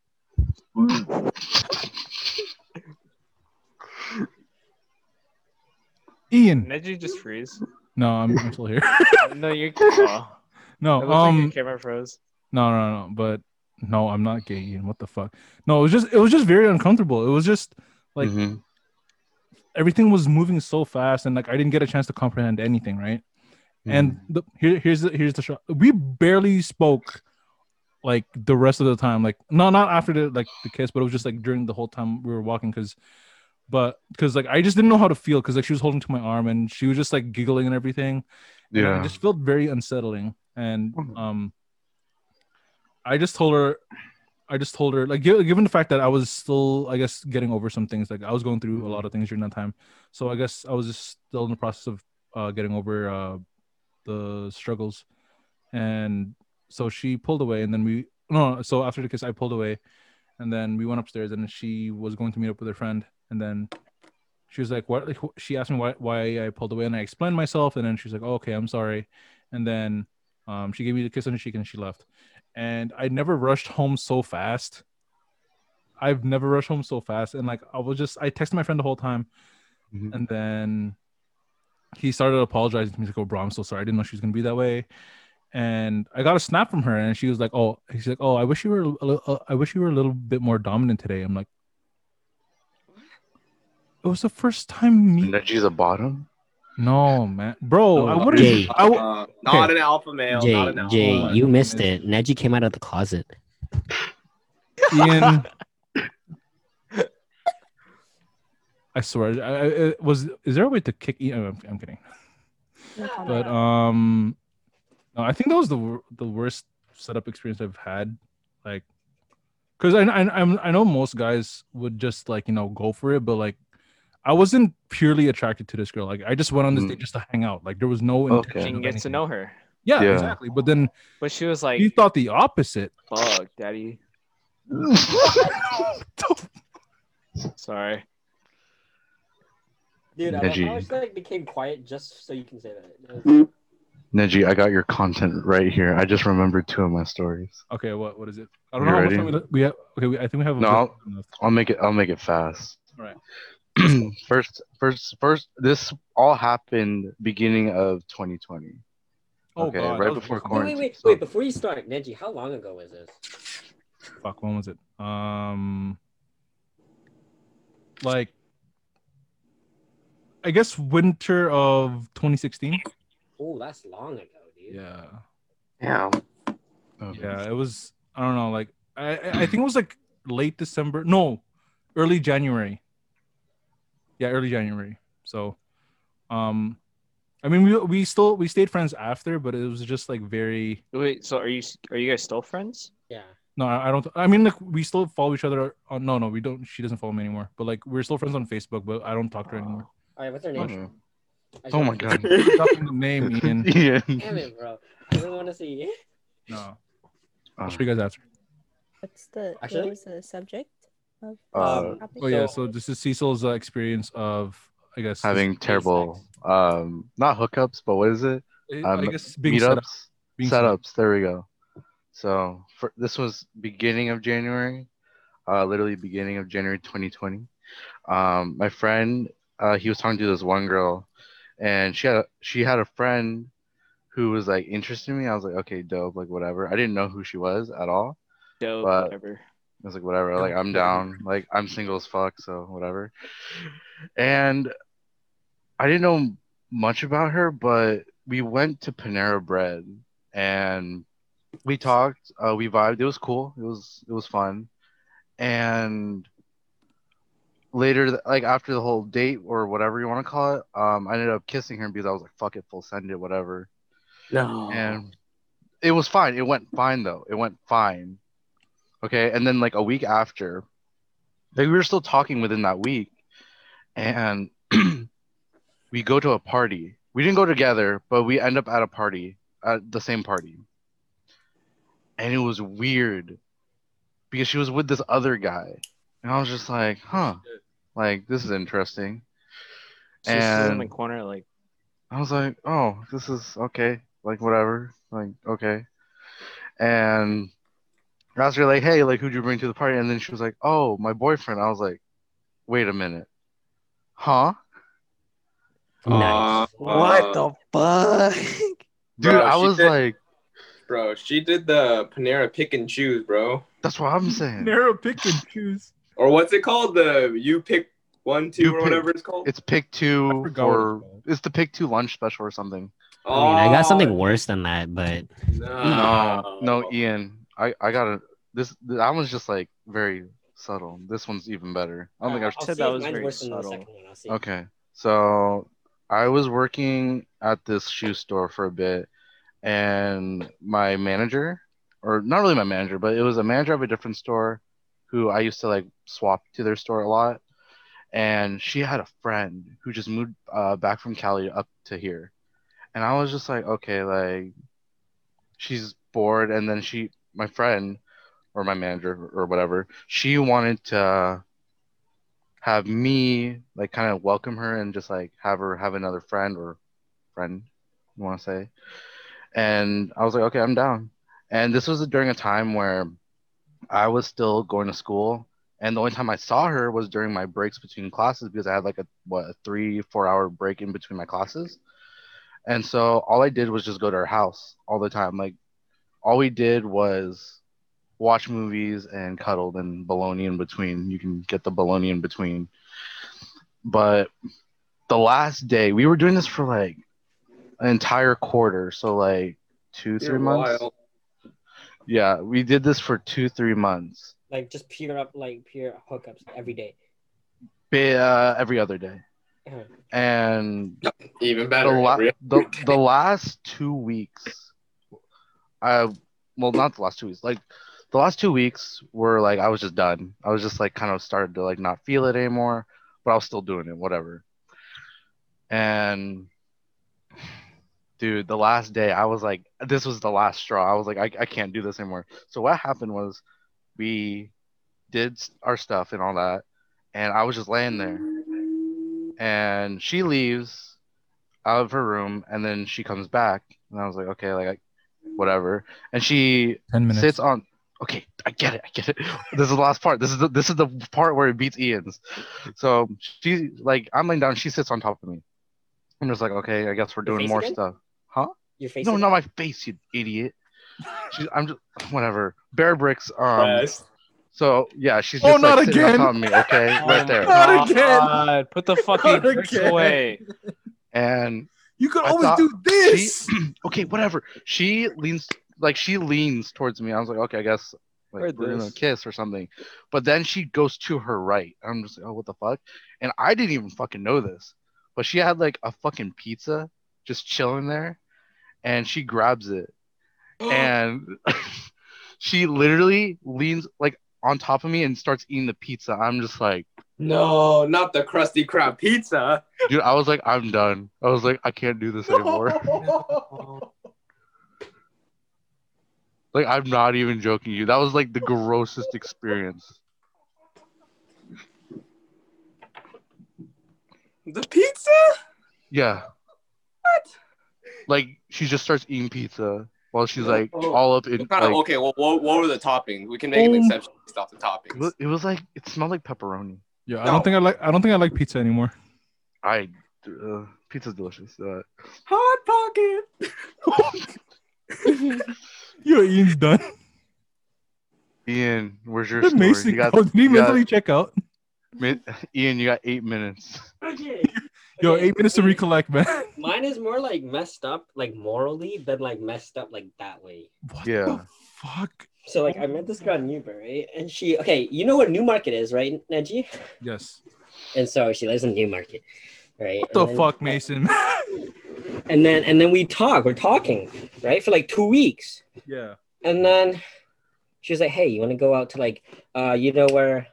[SPEAKER 4] Hmm.
[SPEAKER 1] Ian,
[SPEAKER 2] Neji just freeze.
[SPEAKER 1] no, I'm, I'm still here.
[SPEAKER 2] no, you're. Oh. It
[SPEAKER 1] No,
[SPEAKER 2] looks like
[SPEAKER 1] um,
[SPEAKER 2] your camera froze.
[SPEAKER 1] No, no, no. But no, I'm not gay, Ian. What the fuck? No, it was just it was just very uncomfortable. It was just Like-
[SPEAKER 4] Mhm.
[SPEAKER 1] everything was moving so fast, and like I didn't get a chance to comprehend anything, right?
[SPEAKER 2] Mm.
[SPEAKER 1] And the, here, here's the, here's the shot. We barely spoke, like the rest of the time. Like no, not after the like the kiss, but it was just like during the whole time we were walking, because. But because like I just didn't know how to feel because like she was holding to my arm and she was just like giggling and everything. And
[SPEAKER 4] yeah.
[SPEAKER 1] it just felt very unsettling and
[SPEAKER 4] Mhm.
[SPEAKER 1] um i just told her i just told her like gi- given the fact that i was still i guess getting over some things like i was going through a lot of things during that time so i guess i was just still in the process of uh, getting over uh, the struggles and so she pulled away and then we no so after the kiss i pulled away and then we went upstairs and she was going to meet up with her friend and then she was like what like, wh- she asked me why, why i pulled away and i explained myself and then she's like oh, okay i'm sorry and then um, she gave me the kiss on the cheek and she left and i never rushed home so fast i've never rushed home so fast and like i was just i texted my friend the whole time
[SPEAKER 4] Mhm.
[SPEAKER 1] and then he started apologizing to me. He's like, "Oh, bro, I'm so sorry. I didn't know she was gonna be that way." And I got a snap from her, and she was like, "Oh, she's like, oh, I wish you were, a li- uh, I wish you were a little bit more dominant today." I'm like, "It was the first time
[SPEAKER 4] And
[SPEAKER 1] me."
[SPEAKER 4] that she's a bottom.
[SPEAKER 1] No, man, bro, I
[SPEAKER 7] Oh,
[SPEAKER 1] wouldn't.
[SPEAKER 7] Jay.
[SPEAKER 1] I w-
[SPEAKER 6] Uh, Not an alpha male. not
[SPEAKER 7] Jay,
[SPEAKER 6] an alpha
[SPEAKER 7] Jay,
[SPEAKER 1] Oh my
[SPEAKER 7] you missed
[SPEAKER 1] goodness.
[SPEAKER 7] it. Neji came out of the closet.
[SPEAKER 1] Ian. I swear, I, I, it was is there a way to kick? Ian? I'm, I'm kidding. but um no, i think that was the wor- the worst setup experience i've had like because I, I i'm i know most guys would just like you know go for it but like i wasn't purely attracted to this girl like i just went on this
[SPEAKER 4] Mm.
[SPEAKER 1] date just to hang out like there was no
[SPEAKER 4] Okay.
[SPEAKER 1] intention
[SPEAKER 2] She can
[SPEAKER 1] of
[SPEAKER 2] get to
[SPEAKER 1] anything.
[SPEAKER 2] know her.
[SPEAKER 1] yeah,
[SPEAKER 4] Yeah.
[SPEAKER 1] exactly but then
[SPEAKER 2] But she was
[SPEAKER 1] he
[SPEAKER 2] like,
[SPEAKER 1] thought the opposite
[SPEAKER 2] fuck, daddy. Sorry.
[SPEAKER 7] Dude,
[SPEAKER 4] I love how Neji. it's,
[SPEAKER 7] like became quiet just so you can say that.
[SPEAKER 4] Neji, I got your content right here. I just remembered two of my stories.
[SPEAKER 1] okay what what is it i don't
[SPEAKER 4] You
[SPEAKER 1] know how much
[SPEAKER 4] ready?
[SPEAKER 1] time we, we have okay we, i think we have a
[SPEAKER 4] No, I'll-
[SPEAKER 1] bit left.
[SPEAKER 4] I'll make it. I'll make it fast.
[SPEAKER 1] Alright.
[SPEAKER 4] first, first, first. This all happened beginning of 2020.
[SPEAKER 1] oh
[SPEAKER 4] okay,
[SPEAKER 1] God, that
[SPEAKER 4] right
[SPEAKER 1] was
[SPEAKER 4] before
[SPEAKER 1] recent.
[SPEAKER 4] quarantine.
[SPEAKER 7] wait, wait, wait. Before you start, Neji, how long ago was this?
[SPEAKER 1] fuck when was it um like i guess winter of 2016
[SPEAKER 7] Oh, that's long ago, dude.
[SPEAKER 1] yeah
[SPEAKER 6] Yeah.
[SPEAKER 4] Okay.
[SPEAKER 1] Yeah, it was. I don't know. Like I, I I think it was like late December. No, early January. Yeah, early January. So, um, I mean, we we still we stayed friends after, but it was just like very.
[SPEAKER 2] Wait, so are you are you guys still friends?
[SPEAKER 3] Yeah.
[SPEAKER 1] No, I I don't. I mean, like we still follow each other. On, no, no, we don't. She doesn't follow me anymore. But like we're still friends on Facebook. But I don't talk to her anymore.
[SPEAKER 3] All right, what's her name?
[SPEAKER 4] Oh,
[SPEAKER 3] I
[SPEAKER 4] oh
[SPEAKER 3] don't-
[SPEAKER 4] my god.
[SPEAKER 1] Dropping the name, Ian.
[SPEAKER 4] Ian.
[SPEAKER 3] Damn it, bro. I don't want to see.
[SPEAKER 1] No, I'll
[SPEAKER 4] Uh,
[SPEAKER 1] show you guys after.
[SPEAKER 5] What's the
[SPEAKER 3] Actually-
[SPEAKER 5] what was the subject of
[SPEAKER 4] Uh,
[SPEAKER 5] this topic?
[SPEAKER 1] Oh yeah. So this is Cecil's uh, experience of, I guess,
[SPEAKER 4] having terrible, um, not hookups, but what is it?
[SPEAKER 1] I
[SPEAKER 4] um,
[SPEAKER 1] guess being set up.
[SPEAKER 4] Meetups.
[SPEAKER 1] Being set up.
[SPEAKER 4] setups. There we go. So for, this was beginning of January, uh, literally beginning of January 2020. Um, my friend, uh, he was talking to this one girl, and she had a, she had a friend who was like interested in me. I was like, okay, dope, like whatever. I didn't know who she was at all.
[SPEAKER 2] Dope,
[SPEAKER 4] But-
[SPEAKER 2] whatever.
[SPEAKER 4] I was like, whatever, like I'm down. Like I'm single as fuck, so whatever. And I didn't know much about her, but we went to Panera Bread and we talked, uh, we vibed. It was cool. It was it was fun. And later, th- like after the whole date or whatever you want to call it, um, I ended up kissing her because I was like, fuck it, full send it, whatever.
[SPEAKER 2] No.
[SPEAKER 4] And it was fine. It went fine though. It went fine. Okay. And then like a week after, like we were still talking within that week. And we go to a party. We didn't go together, but we end up at a party, at the same party. And it was weird because she was with this other guy. And I was just like, huh, like this is interesting.
[SPEAKER 2] She's just in the
[SPEAKER 4] and-
[SPEAKER 2] corner, like
[SPEAKER 4] I was like, oh, this is okay. Like, whatever. Like, okay. And I was like, hey, like, who'd you bring to the party? And then she was like, oh, my boyfriend. I was like, wait a minute. Huh?
[SPEAKER 6] uh,
[SPEAKER 3] Nice.
[SPEAKER 6] What the
[SPEAKER 5] fuck?
[SPEAKER 4] Dude,
[SPEAKER 6] Bro,
[SPEAKER 4] I
[SPEAKER 6] she
[SPEAKER 4] was
[SPEAKER 6] did-
[SPEAKER 4] like,
[SPEAKER 6] Bro, she did the Panera pick and choose, bro.
[SPEAKER 4] that's what I'm saying.
[SPEAKER 1] Narrow pick and choose.
[SPEAKER 6] Or what's it called? The you pick one, two,
[SPEAKER 4] You
[SPEAKER 6] or
[SPEAKER 4] pick.
[SPEAKER 6] whatever it's called.
[SPEAKER 4] It's pick
[SPEAKER 1] I
[SPEAKER 4] two
[SPEAKER 1] forgot what
[SPEAKER 4] or
[SPEAKER 1] it's called.
[SPEAKER 4] it's the pick two lunch special or something.
[SPEAKER 6] oh,
[SPEAKER 7] I mean, I got something worse than that, but
[SPEAKER 6] No,
[SPEAKER 4] No, Ian, I, I gotta, this, that one's just like very subtle. This one's even better. I don't think I've
[SPEAKER 3] I'll
[SPEAKER 2] said
[SPEAKER 3] see
[SPEAKER 2] that
[SPEAKER 3] if
[SPEAKER 2] was
[SPEAKER 3] mine's
[SPEAKER 2] very
[SPEAKER 3] worse than the
[SPEAKER 2] subtle.
[SPEAKER 3] second one. I'll see.
[SPEAKER 4] Okay. So I was working at this shoe store for a bit, and my manager, or not really my manager, but it was a manager of a different store who I used to like swap to their store a lot. And she had a friend who just moved uh, back from Cali up to here. And I was just like, okay, like she's bored. And then she, my friend or my manager or whatever, she wanted to have me like kind of welcome her and just like have her have another friend or friend you want to say and i was like okay i'm down and this was during a time where i was still going to school and the only time i saw her was during my breaks between classes because i had like a what a three four hour break in between my classes and so all i did was just go to her house all the time like all we did was watch movies and cuddled and baloney in between. You can get the baloney in between. But the last day, we were doing this for like an entire quarter. So, like two,
[SPEAKER 6] You're
[SPEAKER 4] three months.
[SPEAKER 6] wild.
[SPEAKER 4] Yeah, we did this for two, three months.
[SPEAKER 3] Like just pure up, like pure hookups every day.
[SPEAKER 4] Ba- uh, every other day.
[SPEAKER 3] Uh-huh.
[SPEAKER 4] And
[SPEAKER 6] Even
[SPEAKER 4] the,
[SPEAKER 6] better.
[SPEAKER 4] la-
[SPEAKER 6] Real-
[SPEAKER 4] the, the last two weeks, I, well, not the last two weeks, like the last two weeks were like, I was just done. I was just like, kind of started to like not feel it anymore, but I was still doing it, whatever. And dude, the last day, I was like, this was the last straw. I was like, I, I can't do this anymore. So what happened was we did s- our stuff and all that. And I was just laying there. And she leaves out of her room and then she comes back and i was like okay like I, whatever and she
[SPEAKER 1] Ten minutes.
[SPEAKER 4] sits on okay i get it i get it this is the last part this is the this is the part where it beats ian's so she like i'm laying down she sits on top of me i'm just like okay i guess we're
[SPEAKER 3] Your
[SPEAKER 4] doing
[SPEAKER 3] face
[SPEAKER 4] more
[SPEAKER 3] again?
[SPEAKER 4] stuff huh
[SPEAKER 3] Your face.
[SPEAKER 4] no
[SPEAKER 3] is-
[SPEAKER 4] not my face you idiot she, i'm just whatever bear bricks um
[SPEAKER 6] Press.
[SPEAKER 4] so yeah she's
[SPEAKER 1] Oh,
[SPEAKER 4] just like,
[SPEAKER 1] not
[SPEAKER 4] sitting on
[SPEAKER 1] again.
[SPEAKER 4] top of me okay
[SPEAKER 2] oh
[SPEAKER 4] right
[SPEAKER 2] my
[SPEAKER 4] there
[SPEAKER 1] Not again.
[SPEAKER 2] God, Put the fucking
[SPEAKER 1] Not
[SPEAKER 2] bricks
[SPEAKER 1] again.
[SPEAKER 2] away.
[SPEAKER 4] and
[SPEAKER 1] You could
[SPEAKER 4] I
[SPEAKER 1] always
[SPEAKER 4] thought
[SPEAKER 1] do
[SPEAKER 4] she-
[SPEAKER 1] this.
[SPEAKER 4] okay, whatever. She leans like she leans towards me. I was like, okay, I guess
[SPEAKER 2] Or
[SPEAKER 4] like we're gonna
[SPEAKER 2] this.
[SPEAKER 4] kiss or something. But then she goes to her right. I'm just like, oh, what the fuck? And I didn't even fucking know this, but she had like a fucking pizza just chilling there, and she grabs it, and she literally leans like on top of me and starts eating the pizza. I'm just like,
[SPEAKER 6] No, not the crusty crab pizza.
[SPEAKER 4] dude, I was like, I'm done. I was like, I can't do this anymore. Like I'm not even joking you. That was like the grossest experience.
[SPEAKER 6] The pizza?
[SPEAKER 4] Yeah.
[SPEAKER 6] What?
[SPEAKER 4] Like she just starts eating pizza while she's like
[SPEAKER 6] Oh.
[SPEAKER 4] all up in
[SPEAKER 6] What kind of-
[SPEAKER 4] like,
[SPEAKER 6] okay, well, what, what were the toppings? We can make an
[SPEAKER 7] Um,
[SPEAKER 4] Oh.
[SPEAKER 6] exception based off the
[SPEAKER 4] it
[SPEAKER 6] toppings.
[SPEAKER 4] was- it was like it smelled like pepperoni.
[SPEAKER 1] Yeah, I
[SPEAKER 6] No.
[SPEAKER 1] don't think I like. I don't think I like pizza anymore.
[SPEAKER 4] I uh, pizza's delicious. Uh,
[SPEAKER 6] Hot pocket.
[SPEAKER 1] Yo, Ian's done.
[SPEAKER 4] Ian, where's your
[SPEAKER 1] Did
[SPEAKER 4] story?
[SPEAKER 1] Mason
[SPEAKER 4] You got,
[SPEAKER 1] go? Did he
[SPEAKER 4] you got-
[SPEAKER 1] mentally check out?
[SPEAKER 4] Mi- Ian, you got eight minutes.
[SPEAKER 7] Okay.
[SPEAKER 1] Yo,
[SPEAKER 7] Okay,
[SPEAKER 1] eight minutes to
[SPEAKER 7] okay.
[SPEAKER 1] recollect, man.
[SPEAKER 7] Mine is more like messed up, like morally, than like messed up like that way.
[SPEAKER 1] What
[SPEAKER 4] Yeah.
[SPEAKER 1] the fuck?
[SPEAKER 7] So like I met this girl in Newburgh, right? And she okay, you know what Newmarket is, right, Neji?
[SPEAKER 1] Yes.
[SPEAKER 7] And so she lives in Newmarket, right?
[SPEAKER 1] What the
[SPEAKER 7] And then-
[SPEAKER 1] fuck, Mason?
[SPEAKER 7] And then and then we talk, we're talking, right, for like two weeks,
[SPEAKER 1] yeah.
[SPEAKER 7] and then she was like, "Hey, you want to go out to like, uh, you know where,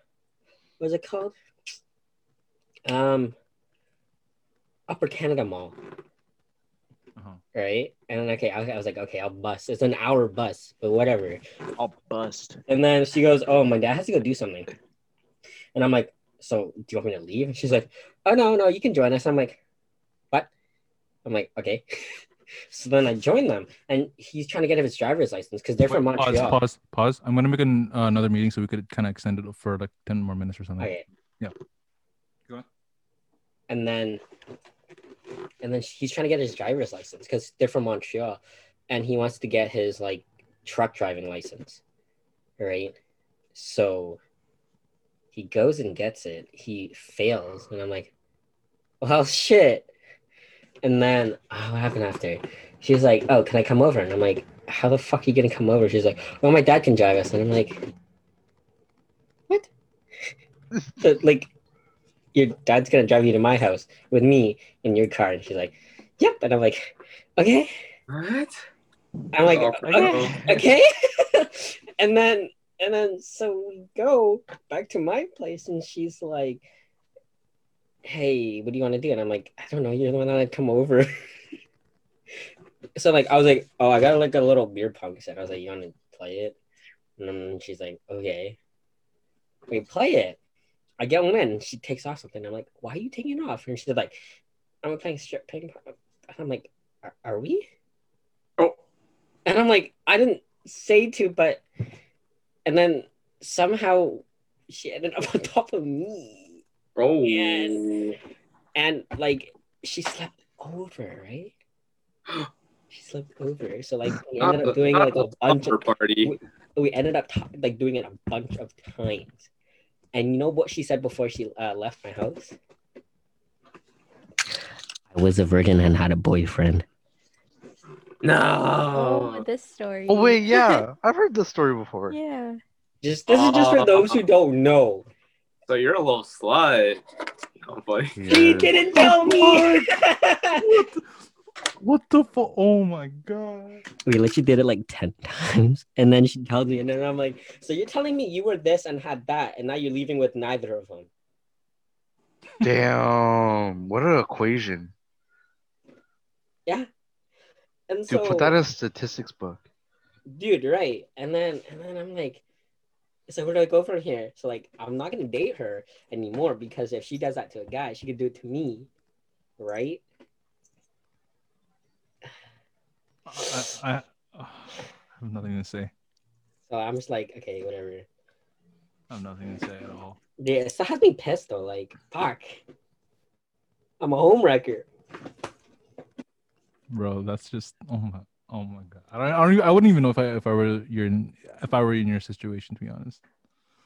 [SPEAKER 7] what's it called? Um, Upper Canada Mall,
[SPEAKER 1] Uh-huh.
[SPEAKER 7] right?" And then okay, I, I was like, "Okay, I'll bus. It's an hour bus, but whatever."
[SPEAKER 2] I'll bust.
[SPEAKER 7] And then she goes, "Oh, my dad has to go do something," and I'm like, "So do you want me to leave?" And she's like, "Oh no, no, you can join us." I'm like, "What?" I'm like, "Okay." so then I join them, and he's trying to get his driver's license because they're from
[SPEAKER 1] Wait,
[SPEAKER 7] Montreal.
[SPEAKER 1] pause, pause, pause. I'm gonna make an, uh, another meeting so we could kind of extend it for like ten more minutes or something.
[SPEAKER 7] Okay.
[SPEAKER 1] Yeah. Go on.
[SPEAKER 7] And then, and then he's trying to get his driver's license because they're from Montreal, and he wants to get his like truck driving license, right? So he goes and gets it. He fails, and I'm like, well, shit. And then, oh, what happened after? She's like, oh, can I come over? And I'm like, how the fuck are you gonna come over? She's like, well, my dad can drive us, and I'm like, what? So, like your dad's gonna drive you to my house with me in your car. And she's like, Yep. And I'm like, Okay.
[SPEAKER 6] What?
[SPEAKER 7] I'm like,
[SPEAKER 6] Oh,
[SPEAKER 7] Okay. okay. and then and then so we go back to my place and she's like, Hey, what do you want to do? And I'm like, I don't know, you're the one that had come over. so like I was like, Oh, I got like a little beer pong set. I was like, You wanna play it? And then she's like, Okay. We play it. I get one in. and She takes off something. I'm like, why are you taking it off? And she's like, I'm playing strip ping pong. And I'm like, are, are we?
[SPEAKER 6] Oh.
[SPEAKER 7] And I'm like, I didn't say to, but. And then somehow she ended up on top of me.
[SPEAKER 6] Oh.
[SPEAKER 7] Yes. And like, she slept over, right? She slept over. So like, we
[SPEAKER 6] Not
[SPEAKER 7] ended
[SPEAKER 6] the-
[SPEAKER 7] up doing
[SPEAKER 6] not
[SPEAKER 7] like a
[SPEAKER 6] the
[SPEAKER 7] bunch
[SPEAKER 6] supper
[SPEAKER 7] of
[SPEAKER 6] party.
[SPEAKER 7] we ended up t- like doing it a bunch of times. And you know what she said before she uh, left my house? I was a virgin and had a boyfriend.
[SPEAKER 5] Oh,
[SPEAKER 6] No.
[SPEAKER 5] this story.
[SPEAKER 4] Oh wait, yeah, I've heard this story before.
[SPEAKER 5] yeah.
[SPEAKER 7] Just this is just for those
[SPEAKER 6] Ah.
[SPEAKER 7] who don't know.
[SPEAKER 6] So you're a little slut. No, buddy.
[SPEAKER 7] She
[SPEAKER 4] Yeah.
[SPEAKER 7] didn't tell me.
[SPEAKER 1] What the fuck? Oh my god.
[SPEAKER 7] we literally did it like ten times, and then she tells me, and then I'm like, "So you're telling me you were this and had that, and now you're leaving with neither of them?"
[SPEAKER 4] Damn, what an equation.
[SPEAKER 7] And
[SPEAKER 4] Dude,
[SPEAKER 7] so
[SPEAKER 4] put that in a statistics book.
[SPEAKER 7] dude right and then and then i'm like so where do i go from here so like i'm not gonna date her anymore because if she does that to a guy she could do it to me right
[SPEAKER 1] I, I, I I have nothing to say.
[SPEAKER 7] so i'm just like okay whatever
[SPEAKER 1] I have nothing to say at all.
[SPEAKER 7] yeah it still has me pissed though like fuck i'm a homewrecker
[SPEAKER 1] Bro, that's just oh my oh my god. I don't, I don't even, I wouldn't even know if I if I were your if I were in your situation to be honest.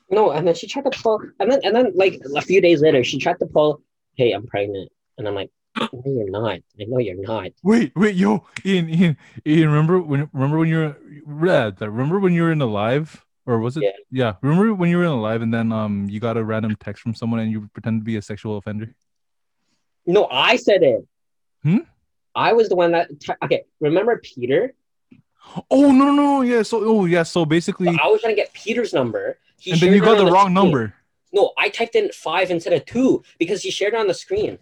[SPEAKER 7] no and then she tried to pull and then and then like a few days later she tried to pull hey i'm pregnant and i'm like No, you're not. I know you're not.
[SPEAKER 1] Wait, wait, yo, Ian, Ian, Ian, remember when remember when you were red, remember when you were in the live? Or was it
[SPEAKER 7] Yeah.
[SPEAKER 1] remember when you were in the live and then um you got a random text from someone and you pretended to be a sexual offender?
[SPEAKER 7] No, I said it.
[SPEAKER 1] Hmm?
[SPEAKER 7] I was the one that. okay, remember Peter?
[SPEAKER 1] Oh no no no yeah so oh yeah so basically
[SPEAKER 7] So I was trying to get Peter's number. He
[SPEAKER 1] and then
[SPEAKER 7] shared
[SPEAKER 1] you
[SPEAKER 7] it
[SPEAKER 1] got
[SPEAKER 7] on
[SPEAKER 1] the wrong
[SPEAKER 7] screen.
[SPEAKER 1] number.
[SPEAKER 7] No, I typed in five instead of two because he shared it on the screen.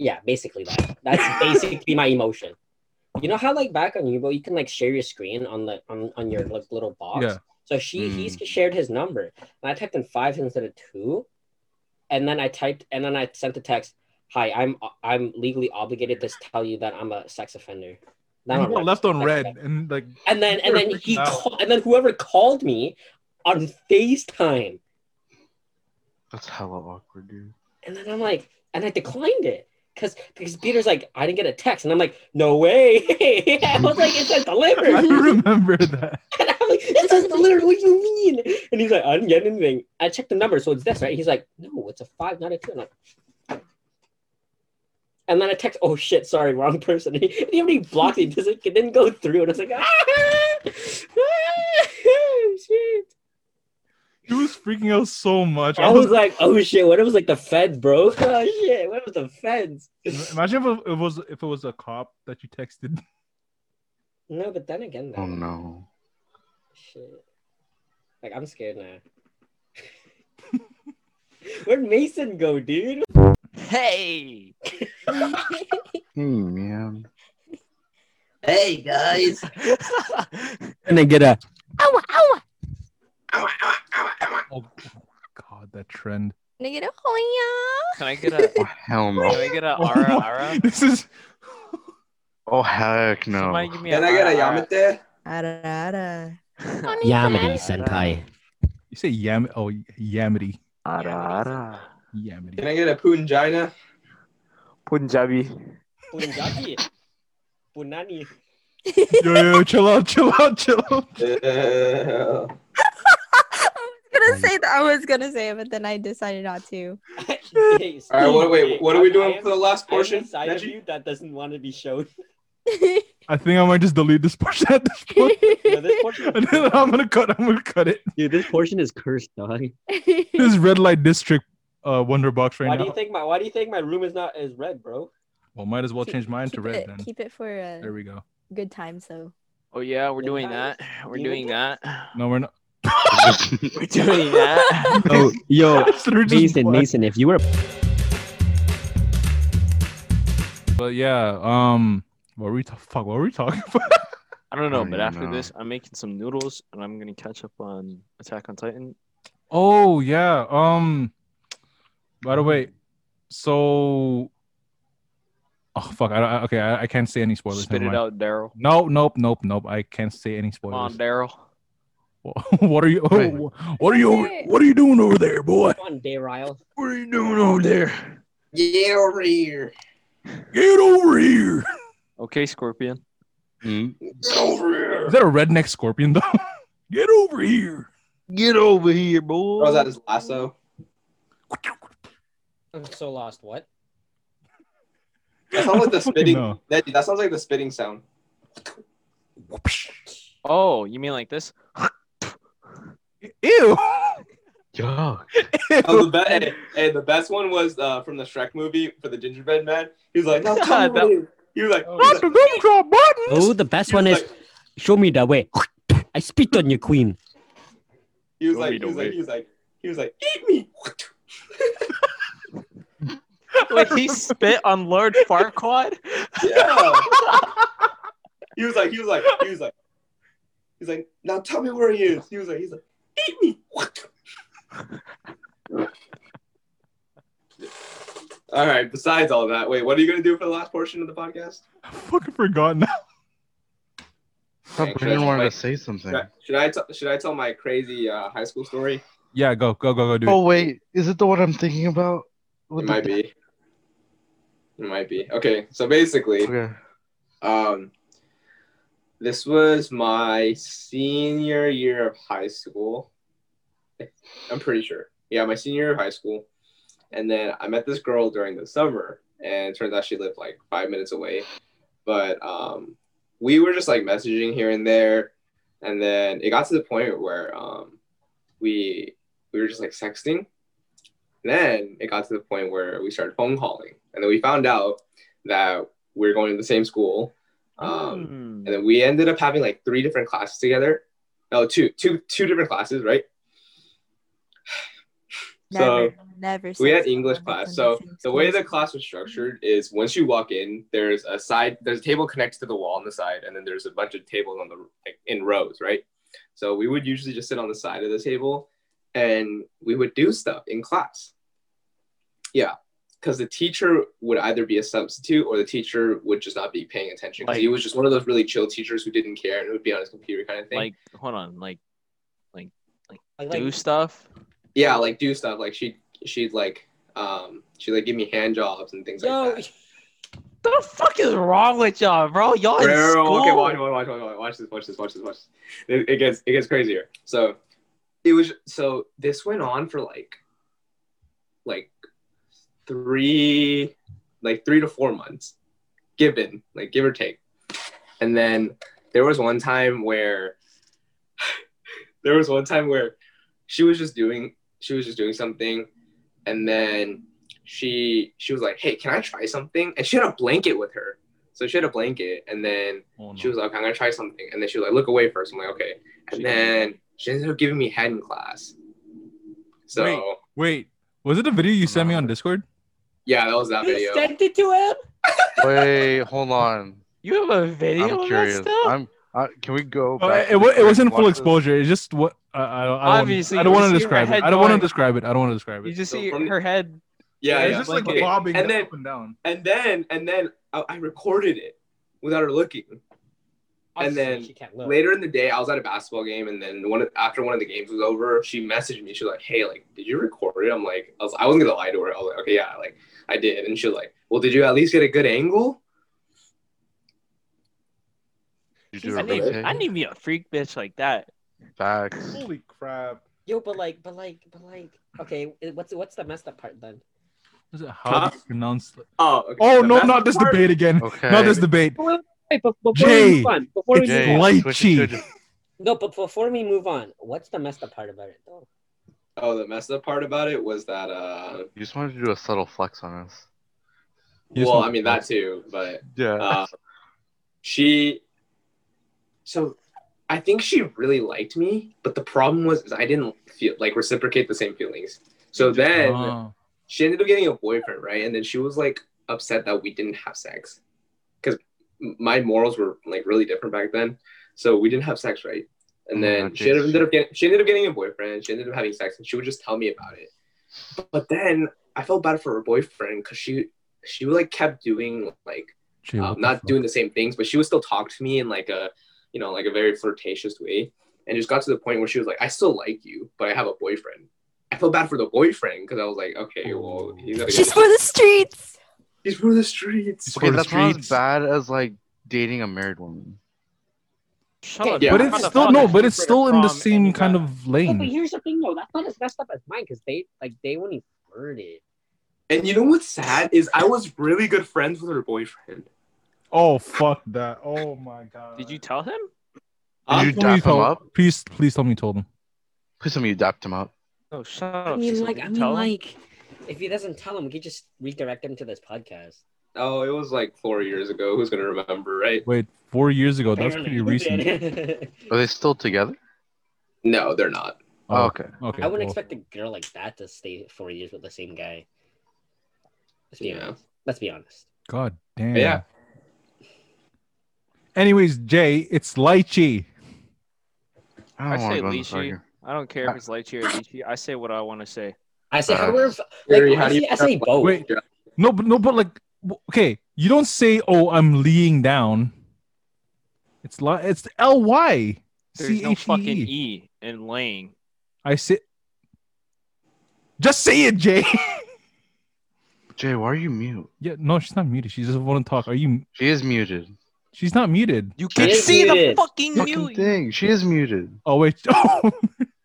[SPEAKER 7] Yeah, basically that. That's basically my emotion. You know how like back on Yubo, you can like share your screen on the on, on your like, little box.
[SPEAKER 1] Yeah. Hmm.
[SPEAKER 7] So she he's he shared his number, and I typed in five instead of two, and then I typed and then I sent the text. Hi, I'm I'm legally obligated to tell you that I'm a sex offender. Then
[SPEAKER 1] You
[SPEAKER 7] I'm
[SPEAKER 1] got
[SPEAKER 7] like,
[SPEAKER 1] left on
[SPEAKER 7] sex
[SPEAKER 1] red
[SPEAKER 7] offender.
[SPEAKER 1] and like
[SPEAKER 7] And then and
[SPEAKER 1] You're
[SPEAKER 7] then he
[SPEAKER 1] freaking out.
[SPEAKER 7] call, and then whoever called me on FaceTime.
[SPEAKER 4] That's hella awkward, dude.
[SPEAKER 7] And then I'm like, and I declined it because because Peter's like, I didn't get a text, and I'm like, no way. I was like, it says
[SPEAKER 1] I
[SPEAKER 7] delivered,
[SPEAKER 1] remember that.
[SPEAKER 7] and I'm like, it says delivered. What do you mean? And he's like, I didn't get anything. I checked the number, so it's this, right? He's like, no, it's a five, not a two. I'm like. And then I text, oh shit, sorry, wrong person. And he already blocked it because it didn't go through. And I was like, ah, ah, shit.
[SPEAKER 1] He was freaking out so much.
[SPEAKER 7] I was like, oh shit, what if it was like the feds, bro? Oh shit, what if it was the feds?
[SPEAKER 1] imagine if it was if it was a cop that you texted.
[SPEAKER 7] No, but then again, though.
[SPEAKER 4] Oh no.
[SPEAKER 7] Shit. Like I'm scared now. Where'd Mason go, dude?
[SPEAKER 2] Hey.
[SPEAKER 4] Hey man.
[SPEAKER 3] Hey guys.
[SPEAKER 7] Gonna get a.
[SPEAKER 5] Ow, ow.
[SPEAKER 1] Oh, god, that trend.
[SPEAKER 5] Nigga, oh,
[SPEAKER 2] Can I get a
[SPEAKER 4] Oh, hell
[SPEAKER 2] Can
[SPEAKER 4] no.
[SPEAKER 2] I get a
[SPEAKER 1] Oh
[SPEAKER 2] ara
[SPEAKER 1] my-
[SPEAKER 2] ara?
[SPEAKER 1] This is
[SPEAKER 4] Oh heck
[SPEAKER 2] Somebody
[SPEAKER 4] no.
[SPEAKER 2] give me
[SPEAKER 6] Can
[SPEAKER 2] a
[SPEAKER 6] I get a
[SPEAKER 2] ara,
[SPEAKER 6] yamete?
[SPEAKER 5] yeah. Ara, ara.
[SPEAKER 2] ara.
[SPEAKER 7] Yamada
[SPEAKER 2] senpai.
[SPEAKER 1] you say yam oh yamity.
[SPEAKER 2] Ara ara.
[SPEAKER 6] Can
[SPEAKER 1] Yamity.
[SPEAKER 6] I get a punjina?
[SPEAKER 2] Punjabi.
[SPEAKER 7] Punjabi. Punani.
[SPEAKER 1] Yo yo chill out, chill out, chill out.
[SPEAKER 6] Uh,
[SPEAKER 5] I was gonna say that. I was gonna say it, but then I decided not to.
[SPEAKER 7] All
[SPEAKER 6] all right, what, wait, what are we doing for the last portion?
[SPEAKER 7] side of
[SPEAKER 6] Neji?
[SPEAKER 7] you that doesn't want to be shown.
[SPEAKER 1] I think I might just delete this portion at this point.
[SPEAKER 7] No, this portion,
[SPEAKER 1] And then I'm gonna cut I'm gonna cut it.
[SPEAKER 7] dude, this portion is cursed, dog.
[SPEAKER 1] This red light district uh wonder box right
[SPEAKER 7] Why do
[SPEAKER 1] now.
[SPEAKER 7] you think my Why do you think my room is not is red, bro?
[SPEAKER 1] well might as well
[SPEAKER 5] Keep-
[SPEAKER 1] change mine to
[SPEAKER 5] keep
[SPEAKER 1] red
[SPEAKER 5] it-
[SPEAKER 1] then.
[SPEAKER 5] Keep it for uh,
[SPEAKER 1] There we go.
[SPEAKER 5] good times, though.
[SPEAKER 2] Oh yeah, we're doing that. We're
[SPEAKER 7] You
[SPEAKER 2] doing that.
[SPEAKER 1] No, we're not
[SPEAKER 2] We're doing that.
[SPEAKER 1] Oh,
[SPEAKER 7] yo,
[SPEAKER 1] They're just black.
[SPEAKER 7] if you were
[SPEAKER 1] But yeah, um what were we ta- fuck what were we talking about?
[SPEAKER 2] I don't know,
[SPEAKER 4] Oh,
[SPEAKER 2] but
[SPEAKER 4] yeah,
[SPEAKER 6] uh,
[SPEAKER 2] after
[SPEAKER 4] no.
[SPEAKER 2] this, I'm making some noodles and I'm gonna catch up on Attack on Titan.
[SPEAKER 1] Oh yeah. Um. By the way, so. Oh fuck! I, I okay. I, I can't say any spoilers.
[SPEAKER 2] Spit
[SPEAKER 1] never
[SPEAKER 2] it
[SPEAKER 1] mind.
[SPEAKER 2] out, Daryl.
[SPEAKER 1] No, nope, nope, nope. I can't say any
[SPEAKER 2] Come on,
[SPEAKER 1] spoilers.
[SPEAKER 2] Daryl.
[SPEAKER 1] what are you?
[SPEAKER 4] Wait.
[SPEAKER 1] what are you? What are you doing over there, boy?
[SPEAKER 7] on day Ryle.
[SPEAKER 1] What are you doing over there?
[SPEAKER 6] Yeah, over here.
[SPEAKER 1] Get over here!
[SPEAKER 2] Okay, Scorpion.
[SPEAKER 4] Hmm?
[SPEAKER 6] Get over here.
[SPEAKER 1] Is that a redneck scorpion though? Get over here!
[SPEAKER 4] Get over here, boy.
[SPEAKER 6] Throws out Oh, his lasso.
[SPEAKER 7] I'm so lost. What?
[SPEAKER 6] That sounds like the
[SPEAKER 1] Fucking
[SPEAKER 6] spitting.
[SPEAKER 1] no.
[SPEAKER 6] That, that sounds like the spitting sound.
[SPEAKER 2] Oh, you mean like this?
[SPEAKER 1] Ew!
[SPEAKER 4] Yuck.
[SPEAKER 6] Oh,
[SPEAKER 1] Ew.
[SPEAKER 6] the be- hey, hey, the best one was uh, from the Shrek movie for the gingerbread man. He was like, no, come over
[SPEAKER 2] That-
[SPEAKER 6] here." He was like,
[SPEAKER 1] Not the gumdrop buttons.
[SPEAKER 7] Oh, the best
[SPEAKER 6] he was like,
[SPEAKER 7] show me the way. I spit on your queen.
[SPEAKER 6] he was
[SPEAKER 2] Show me
[SPEAKER 6] like, he
[SPEAKER 2] the
[SPEAKER 6] was like,
[SPEAKER 2] way.
[SPEAKER 6] he was like, he was like, eat me.
[SPEAKER 1] Oh,
[SPEAKER 2] Wait, he spit on Lord Farquaad?
[SPEAKER 6] Yeah. he was like, he was like, he was like, he's like, now tell me where he is. He was like, he's like, eat me. all right. Besides all that, wait, what are you gonna do for the last portion of the podcast?
[SPEAKER 1] I fucking forgot now.
[SPEAKER 4] Thought
[SPEAKER 6] Thanks,
[SPEAKER 4] Brandon
[SPEAKER 6] guys.
[SPEAKER 4] wanted to
[SPEAKER 6] Wait.
[SPEAKER 4] say something.
[SPEAKER 6] Should I, should I tell should I tell my crazy uh, high school story?
[SPEAKER 1] Yeah, go, go, go, go, dude.
[SPEAKER 4] Oh wait, is it the one I'm thinking about?
[SPEAKER 6] It
[SPEAKER 4] With the
[SPEAKER 6] might be. It might be. Okay, so basically,
[SPEAKER 4] Okay.
[SPEAKER 6] um, this was my senior year of high school. I'm pretty sure. Yeah, my senior year of high school, and then I met this girl during the summer, and it turns out she lived like five minutes away. But um, we were just like messaging here and there, and then it got to the point where um, we we were just like sexting. Then it got to the point where we started phone calling, and then we found out that we were going to the same school. Um,
[SPEAKER 2] Mm.
[SPEAKER 6] and then we ended up having like three different classes together. No, two, two, two different classes, right?
[SPEAKER 5] Never,
[SPEAKER 6] So,
[SPEAKER 5] never.
[SPEAKER 6] we
[SPEAKER 5] said
[SPEAKER 6] had English
[SPEAKER 5] someone
[SPEAKER 6] class.
[SPEAKER 5] from
[SPEAKER 6] So
[SPEAKER 5] same
[SPEAKER 6] the way
[SPEAKER 5] school.
[SPEAKER 6] the class was structured is once you walk in, there's a side, there's a table connected to the wall on the side, and then there's a bunch of tables on the like, in rows, right? So we would usually just sit on the side of the table, and we would do stuff in class. Yeah, because the teacher would either be a substitute or the teacher would just not be paying attention. 'Cause he
[SPEAKER 2] Like-
[SPEAKER 6] was just one of those really chill teachers who didn't care and would be on his computer kind of thing.
[SPEAKER 2] Like, hold on, like,
[SPEAKER 7] Like,
[SPEAKER 2] do
[SPEAKER 7] like
[SPEAKER 2] stuff.
[SPEAKER 6] yeah, like do stuff. Like she, she'd like, um, she would like give me hand jobs and things like
[SPEAKER 7] yo,
[SPEAKER 6] that.
[SPEAKER 2] The fuck is wrong with y'all, bro? Y'all
[SPEAKER 6] Wait,
[SPEAKER 2] in
[SPEAKER 6] wait, wait,
[SPEAKER 2] school.
[SPEAKER 6] okay, watch, watch, watch, watch, watch, watch this, watch this, watch this, watch this. It, it gets it gets crazier. So it was so this went on for like like three like three to four months, given like give or take. And then there was one time where there was one time where she was just doing she was just doing something, and then she she was like, "Hey, can I try something?" And she had a blanket with her. So she had a blanket, and then
[SPEAKER 1] Oh, no.
[SPEAKER 6] she was like, "I'm gonna try something," and then she was like, "Look away first. I'm like, "Okay," and
[SPEAKER 2] She-
[SPEAKER 6] then she ended up giving me head in class. So
[SPEAKER 1] Wait. Wait, was it a video you sent me on Discord?
[SPEAKER 6] yeah, that was that video.
[SPEAKER 7] you sent it to him.
[SPEAKER 4] Wait, hold on.
[SPEAKER 2] You have a video
[SPEAKER 4] I'm
[SPEAKER 2] of
[SPEAKER 4] curious.
[SPEAKER 2] that stuff?
[SPEAKER 4] I'm. I, can we go?
[SPEAKER 1] Oh,
[SPEAKER 4] back
[SPEAKER 1] it, wa-
[SPEAKER 4] and
[SPEAKER 1] it wasn't
[SPEAKER 4] watch
[SPEAKER 1] full
[SPEAKER 4] this?
[SPEAKER 1] exposure. It's just what I, I, don't- I don't.
[SPEAKER 2] Obviously,
[SPEAKER 1] I don't
[SPEAKER 2] you
[SPEAKER 1] want
[SPEAKER 2] see
[SPEAKER 1] to
[SPEAKER 2] her
[SPEAKER 1] describe it.
[SPEAKER 2] head
[SPEAKER 1] I don't want to
[SPEAKER 2] going-
[SPEAKER 1] describe it. I don't want to describe
[SPEAKER 2] you
[SPEAKER 1] it.
[SPEAKER 2] just
[SPEAKER 6] So
[SPEAKER 2] see
[SPEAKER 6] from-
[SPEAKER 2] her head.
[SPEAKER 6] yeah,
[SPEAKER 1] it's
[SPEAKER 6] yeah.
[SPEAKER 1] just like
[SPEAKER 2] blanket.
[SPEAKER 1] bobbing
[SPEAKER 6] And then-
[SPEAKER 1] up and down.
[SPEAKER 6] And then and then I, I recorded it without her looking. And then
[SPEAKER 7] she can't look.
[SPEAKER 6] Later in the day, I was at a basketball game, and then one of, after one of the games was over, she messaged me. She was like, "Hey, like, did you record it?" I'm like, I was I wasn't gonna lie to her. I was like, "Okay, yeah, like, I did." And she was like, "Well, did you at least get a good angle?"
[SPEAKER 4] You
[SPEAKER 7] She's
[SPEAKER 4] do a
[SPEAKER 2] I need,
[SPEAKER 4] retake?
[SPEAKER 2] I need me a freak bitch like that.
[SPEAKER 4] Facts.
[SPEAKER 1] crap!
[SPEAKER 7] Yo, but like, but like, but like, okay, eh, what's what's the messed up part then?
[SPEAKER 1] Is it how do
[SPEAKER 6] Huh?
[SPEAKER 1] you pronounce?
[SPEAKER 6] Oh, okay.
[SPEAKER 1] Oh
[SPEAKER 6] The
[SPEAKER 1] no!
[SPEAKER 6] best
[SPEAKER 1] Not this
[SPEAKER 6] part-
[SPEAKER 1] debate again.
[SPEAKER 4] Okay.
[SPEAKER 1] Not this debate.
[SPEAKER 3] Wait, but before
[SPEAKER 1] Jay,
[SPEAKER 3] we move on, before we
[SPEAKER 1] it's
[SPEAKER 3] move
[SPEAKER 4] Jay,
[SPEAKER 3] on,
[SPEAKER 1] light
[SPEAKER 4] switch it to-
[SPEAKER 7] No, but before we move on, what's the messed up part about it though?
[SPEAKER 6] Oh, the messed up part about it was that. uh
[SPEAKER 4] You just wanted to do a subtle flex on us.
[SPEAKER 1] You just
[SPEAKER 6] Well,
[SPEAKER 1] want-
[SPEAKER 6] I mean that too, but
[SPEAKER 4] Yeah.
[SPEAKER 6] uh, she. So, I think she really liked me, but the problem was is I didn't feel like reciprocate the same feelings. So then.
[SPEAKER 1] Oh.
[SPEAKER 6] she ended up getting a boyfriend, right? And then she was like upset that we didn't have sex because my morals were like really different back then. So we didn't have sex, right? And
[SPEAKER 4] Oh,
[SPEAKER 6] then
[SPEAKER 4] that
[SPEAKER 6] she ended,
[SPEAKER 4] is-
[SPEAKER 6] ended up getting she ended up getting a boyfriend. She ended up having sex, and she would just tell me about it. But then I felt bad for her boyfriend because she she like kept doing like
[SPEAKER 1] Jay, what
[SPEAKER 6] um,
[SPEAKER 1] the
[SPEAKER 6] not
[SPEAKER 1] fuck?
[SPEAKER 6] doing the same things, but she would still talk to me in like a, you know, like a very flirtatious way. And it just got to the point where she was like, I still like you, but I have a boyfriend. I felt bad for the boyfriend because I was like, okay,
[SPEAKER 1] Oh.
[SPEAKER 6] well, he's gotta
[SPEAKER 5] She's
[SPEAKER 6] get
[SPEAKER 5] for the streets.
[SPEAKER 6] He's for the streets.
[SPEAKER 1] He's
[SPEAKER 4] okay,
[SPEAKER 1] for the
[SPEAKER 4] that's not as
[SPEAKER 1] streets.
[SPEAKER 4] bad as like dating a married woman.
[SPEAKER 2] Shut up.
[SPEAKER 7] Yeah.
[SPEAKER 1] But
[SPEAKER 2] you're
[SPEAKER 1] it's
[SPEAKER 2] not the
[SPEAKER 1] still no.
[SPEAKER 2] father.
[SPEAKER 1] But it's
[SPEAKER 2] You're
[SPEAKER 1] still in the
[SPEAKER 2] prom and
[SPEAKER 1] same
[SPEAKER 2] you
[SPEAKER 1] kind
[SPEAKER 2] got-
[SPEAKER 1] of
[SPEAKER 7] No, but
[SPEAKER 1] lane.
[SPEAKER 7] here's the thing though, that's not as messed up as mine because they like they wouldn't flirt it.
[SPEAKER 6] And you know what's sad is I was really good friends with her boyfriend.
[SPEAKER 1] Oh fuck that! Oh my god!
[SPEAKER 2] Did you tell him?
[SPEAKER 4] Did
[SPEAKER 6] Huh?
[SPEAKER 4] you
[SPEAKER 1] Tell me
[SPEAKER 4] dap him
[SPEAKER 1] told-
[SPEAKER 4] up?
[SPEAKER 1] Please, please tell me you told him.
[SPEAKER 4] Please tell me you dapped him up.
[SPEAKER 2] Oh, shut
[SPEAKER 7] I
[SPEAKER 2] up.
[SPEAKER 7] mean,
[SPEAKER 2] Cecil.
[SPEAKER 7] like,
[SPEAKER 2] You
[SPEAKER 7] I mean,
[SPEAKER 2] tell him?
[SPEAKER 7] like, if he doesn't tell him, we could just redirect him to this podcast.
[SPEAKER 6] Oh, it was like four years ago. Who's gonna remember, right?
[SPEAKER 1] Wait, four years ago. That's pretty recent.
[SPEAKER 4] Are they still together?
[SPEAKER 6] No, they're not.
[SPEAKER 1] Oh,
[SPEAKER 4] Oh, okay.
[SPEAKER 1] okay.
[SPEAKER 7] I wouldn't
[SPEAKER 1] well,
[SPEAKER 7] expect a girl like that to stay four years with the same guy. Let's be
[SPEAKER 6] Yeah.
[SPEAKER 7] honest. Let's be honest.
[SPEAKER 1] God damn.
[SPEAKER 6] Yeah.
[SPEAKER 1] Anyways, Jay, it's lychee.
[SPEAKER 4] I
[SPEAKER 2] I
[SPEAKER 4] don't want
[SPEAKER 2] say
[SPEAKER 4] to go in this
[SPEAKER 2] lychee.
[SPEAKER 4] argument.
[SPEAKER 2] I don't care if it's lychee or lychee. I say what I want to say.
[SPEAKER 7] I say,
[SPEAKER 4] Uh,
[SPEAKER 1] Uh-huh.
[SPEAKER 7] however, if-
[SPEAKER 6] Gary,
[SPEAKER 7] like,
[SPEAKER 6] how do
[SPEAKER 7] honestly,
[SPEAKER 6] you-
[SPEAKER 7] I say both.
[SPEAKER 1] Wait. No, but no, but like, w- okay, you don't say, "Oh, I'm leeing down." It's li- it's L Y
[SPEAKER 2] There's
[SPEAKER 1] C
[SPEAKER 2] no
[SPEAKER 1] H
[SPEAKER 2] fucking
[SPEAKER 1] E. E.
[SPEAKER 2] E in laying.
[SPEAKER 1] I say, just say it, Jay.
[SPEAKER 4] Jay, why are you mute?
[SPEAKER 1] yeah, no, she's not muted. She doesn't want to talk. Are you?
[SPEAKER 4] She is muted.
[SPEAKER 1] She's not muted.
[SPEAKER 2] You
[SPEAKER 7] It
[SPEAKER 2] can
[SPEAKER 7] is
[SPEAKER 2] see the
[SPEAKER 7] muted.
[SPEAKER 2] fucking
[SPEAKER 4] Fucking
[SPEAKER 2] mute.
[SPEAKER 4] thing. She is muted.
[SPEAKER 1] Oh wait.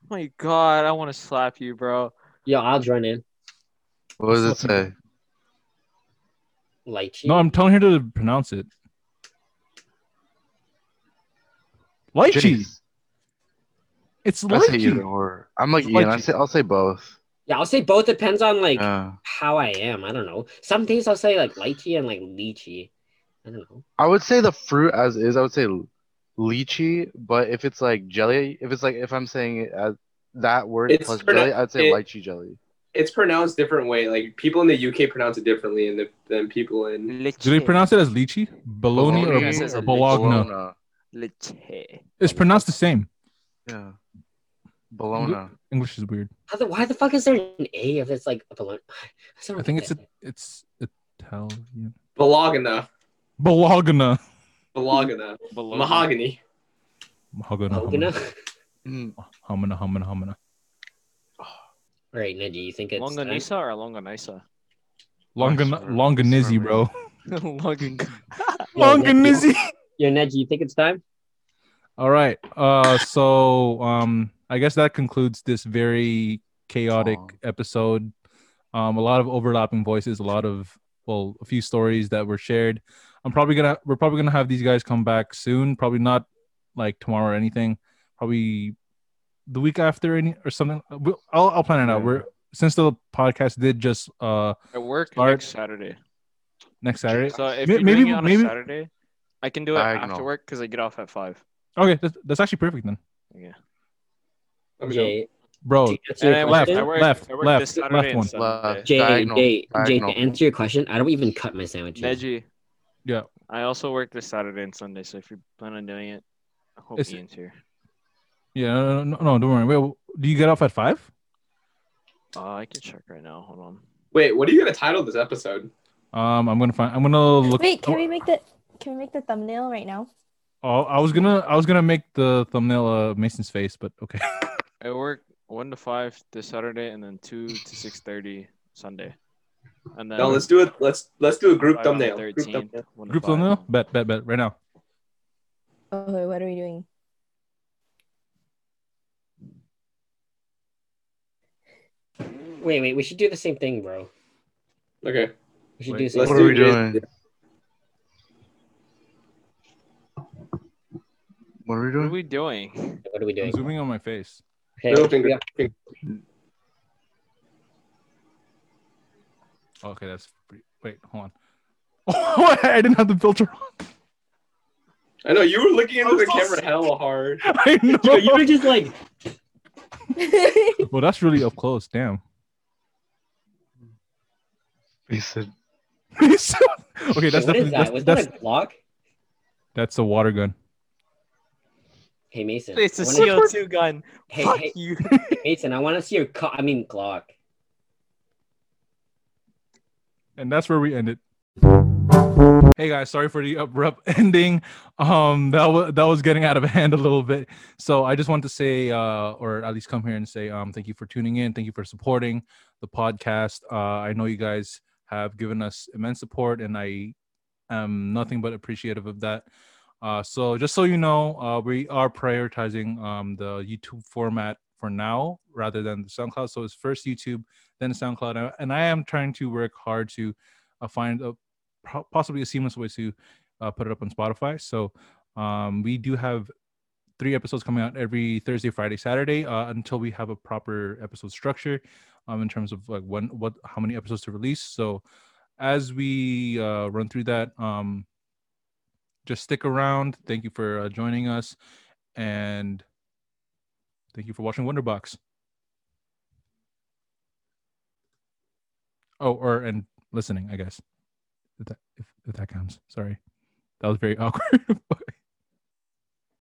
[SPEAKER 2] Oh my god, I want to slap you, bro.
[SPEAKER 7] Yo, I'll join in.
[SPEAKER 4] What does it say?
[SPEAKER 7] Lychee.
[SPEAKER 1] No, I'm telling her to pronounce it. Lychee.
[SPEAKER 4] Jeez.
[SPEAKER 1] It's
[SPEAKER 4] I say either
[SPEAKER 1] lychee.
[SPEAKER 4] or. I'm like
[SPEAKER 1] It's
[SPEAKER 4] Ian. I
[SPEAKER 1] lychee.
[SPEAKER 4] say I'll say both.
[SPEAKER 7] yeah, I'll say both. Depends on like
[SPEAKER 4] Uh,
[SPEAKER 7] how I am. I don't know. Some days I'll say like lychee and like lychee. I don't know.
[SPEAKER 4] I would say the fruit as is. I would say l- lychee, but if it's like jelly, if it's like if I'm saying it as that word
[SPEAKER 6] It's
[SPEAKER 4] plus
[SPEAKER 6] pronou-
[SPEAKER 4] jelly, I'd say
[SPEAKER 6] it-
[SPEAKER 4] lychee jelly.
[SPEAKER 6] It's pronounced different way. Like people in the UK pronounce it differently, and the, than people in
[SPEAKER 1] Do they pronounce it as lychee, bologna,
[SPEAKER 4] Bologna
[SPEAKER 2] Yeah, it says
[SPEAKER 1] or, or
[SPEAKER 2] lychee.
[SPEAKER 1] bologna?
[SPEAKER 4] Bologna.
[SPEAKER 2] Leche.
[SPEAKER 1] It's pronounced the same.
[SPEAKER 4] Yeah. Bologna.
[SPEAKER 1] English is weird.
[SPEAKER 7] How the, why the fuck is there an A if it's like a balloon?
[SPEAKER 1] I think it's a, it's Italian.
[SPEAKER 6] Bologna,
[SPEAKER 1] Bologna.
[SPEAKER 6] Bologna,
[SPEAKER 2] Bologna.
[SPEAKER 6] mahogany.
[SPEAKER 1] Mahogany,
[SPEAKER 7] All
[SPEAKER 1] Humana,
[SPEAKER 4] Mm.
[SPEAKER 1] humana, humana, humana.
[SPEAKER 7] right, Neji, you think it's
[SPEAKER 2] Longanisa or Longanisa?
[SPEAKER 1] Longana-
[SPEAKER 4] sorry.
[SPEAKER 1] Longanizzi,
[SPEAKER 4] Sorry.
[SPEAKER 1] bro.
[SPEAKER 2] Longan.
[SPEAKER 1] Longanizzi.
[SPEAKER 7] Your Neji, you think it's time?
[SPEAKER 1] All right. Uh, so um, I guess that concludes this very chaotic
[SPEAKER 4] Song.
[SPEAKER 1] episode. Um, a lot of overlapping voices, a lot of well, a few stories that were shared. I'm probably gonna we're probably gonna have these guys come back soon. Probably not like tomorrow or anything. Probably the week after any or something. We'll, I'll I'll plan it out.
[SPEAKER 4] Yeah.
[SPEAKER 1] We're since the podcast did just uh
[SPEAKER 2] I work
[SPEAKER 1] Start.
[SPEAKER 2] next Saturday.
[SPEAKER 1] next Saturday.
[SPEAKER 2] So if
[SPEAKER 1] May-
[SPEAKER 2] you're
[SPEAKER 1] maybe-
[SPEAKER 2] doing it on
[SPEAKER 1] maybe-
[SPEAKER 2] a Saturday, I can do it
[SPEAKER 4] Diagonal.
[SPEAKER 2] after work because I get off at five.
[SPEAKER 1] Okay, that's, that's actually perfect then,
[SPEAKER 2] Yeah.
[SPEAKER 6] I'm joking.
[SPEAKER 7] Jay,
[SPEAKER 1] bro.
[SPEAKER 7] to answer
[SPEAKER 2] And I
[SPEAKER 7] your
[SPEAKER 2] work,
[SPEAKER 1] left, left,
[SPEAKER 2] I work, I
[SPEAKER 7] question,
[SPEAKER 2] work
[SPEAKER 1] left,
[SPEAKER 2] this Saturday
[SPEAKER 1] left one.
[SPEAKER 2] and Sunday.
[SPEAKER 4] Left.
[SPEAKER 7] Jay,
[SPEAKER 4] Diagonal,
[SPEAKER 7] Jay, Jay, to
[SPEAKER 4] diagonal.
[SPEAKER 7] answer your question, I don't even cut my sandwiches.
[SPEAKER 2] Neji.
[SPEAKER 1] Yeah.
[SPEAKER 2] I also work this Saturday and Sunday, so if you plan on doing it, I hope
[SPEAKER 1] It's-
[SPEAKER 2] Ian's here.
[SPEAKER 1] Yeah, no, no, no, don't worry. Wait, do you get off at five?
[SPEAKER 2] Uh, I can check right now. Hold on.
[SPEAKER 6] Wait, what are you gonna title this episode?
[SPEAKER 1] Um, I'm gonna find. I'm gonna look.
[SPEAKER 5] Wait, can we make the can we make the thumbnail right now?
[SPEAKER 1] Oh, I was gonna. I was gonna make the thumbnail uh, Mason's face, but okay.
[SPEAKER 2] I work one to five this Saturday, and then two to six thirty Sunday. And then
[SPEAKER 6] No, let's do it. Let's let's do a group
[SPEAKER 2] five on the
[SPEAKER 6] thumbnail. Group
[SPEAKER 2] 13th,
[SPEAKER 6] thumbnail.
[SPEAKER 2] one to
[SPEAKER 1] Group
[SPEAKER 2] five.
[SPEAKER 1] thumbnail. Bet, bet, bet. Right now.
[SPEAKER 5] Okay, Oh, what are we doing?
[SPEAKER 7] Wait, wait, we should do the same thing, bro.
[SPEAKER 6] Okay,
[SPEAKER 7] We should
[SPEAKER 2] Wait,
[SPEAKER 7] do the same
[SPEAKER 6] let's
[SPEAKER 4] What
[SPEAKER 7] thing.
[SPEAKER 4] are we
[SPEAKER 6] do this.
[SPEAKER 4] doing?
[SPEAKER 2] What
[SPEAKER 4] What are we
[SPEAKER 2] are
[SPEAKER 4] doing?
[SPEAKER 2] we doing?
[SPEAKER 7] What are we
[SPEAKER 1] I'm
[SPEAKER 7] doing?
[SPEAKER 1] zooming on my face.
[SPEAKER 7] Okay,
[SPEAKER 6] Middle finger.
[SPEAKER 7] yeah.
[SPEAKER 6] finger.
[SPEAKER 1] Oh, Okay, that's. Pretty... Wait, hold on. Oh, I didn't have the filter on.
[SPEAKER 6] I know you were looking into
[SPEAKER 1] I'm
[SPEAKER 6] the
[SPEAKER 1] so
[SPEAKER 6] camera
[SPEAKER 1] sick.
[SPEAKER 6] hella hard.
[SPEAKER 1] I
[SPEAKER 7] Yo, you were
[SPEAKER 1] know.
[SPEAKER 7] just like,
[SPEAKER 1] well, that's really up close. Damn.
[SPEAKER 4] He said,
[SPEAKER 1] okay, that's
[SPEAKER 7] what
[SPEAKER 1] definitely
[SPEAKER 7] is that?
[SPEAKER 1] that's,
[SPEAKER 7] Was
[SPEAKER 1] that's,
[SPEAKER 7] that a Glock?
[SPEAKER 1] that's a water gun.
[SPEAKER 7] Hey, Mason.
[SPEAKER 2] It's
[SPEAKER 7] I
[SPEAKER 2] a
[SPEAKER 7] wanna-
[SPEAKER 2] CO2 gun.
[SPEAKER 7] Hey,
[SPEAKER 2] Fuck
[SPEAKER 7] hey,
[SPEAKER 2] you.
[SPEAKER 7] Mason, I want to see your co- I mean, Glock.
[SPEAKER 1] and that's where we end it. Hey guys, sorry for the abrupt ending. Um, that was that was getting out of hand a little bit. So I just want to say, uh, or at least come here and say, um, thank you for tuning in. Thank you for supporting the podcast. Uh, I know you guys have given us immense support, and I am nothing but appreciative of that. Uh, so just so you know, uh, we are prioritizing um, the YouTube format for now rather than the SoundCloud. So it's first YouTube, then SoundCloud, and I- and I am trying to work hard to uh, find a pro- possibly a seamless way to uh, put it up on Spotify. So um, we do have three episodes coming out every Thursday, Friday, Saturday uh, until we have a proper episode structure um, in terms of like when, what, how many episodes to release. So as we uh, run through that, um, just stick around. Thank you for uh, joining us, and thank you for watching Wonderbox. Oh, or and listening, I guess. If that if, if that counts. Sorry, that was very awkward. but-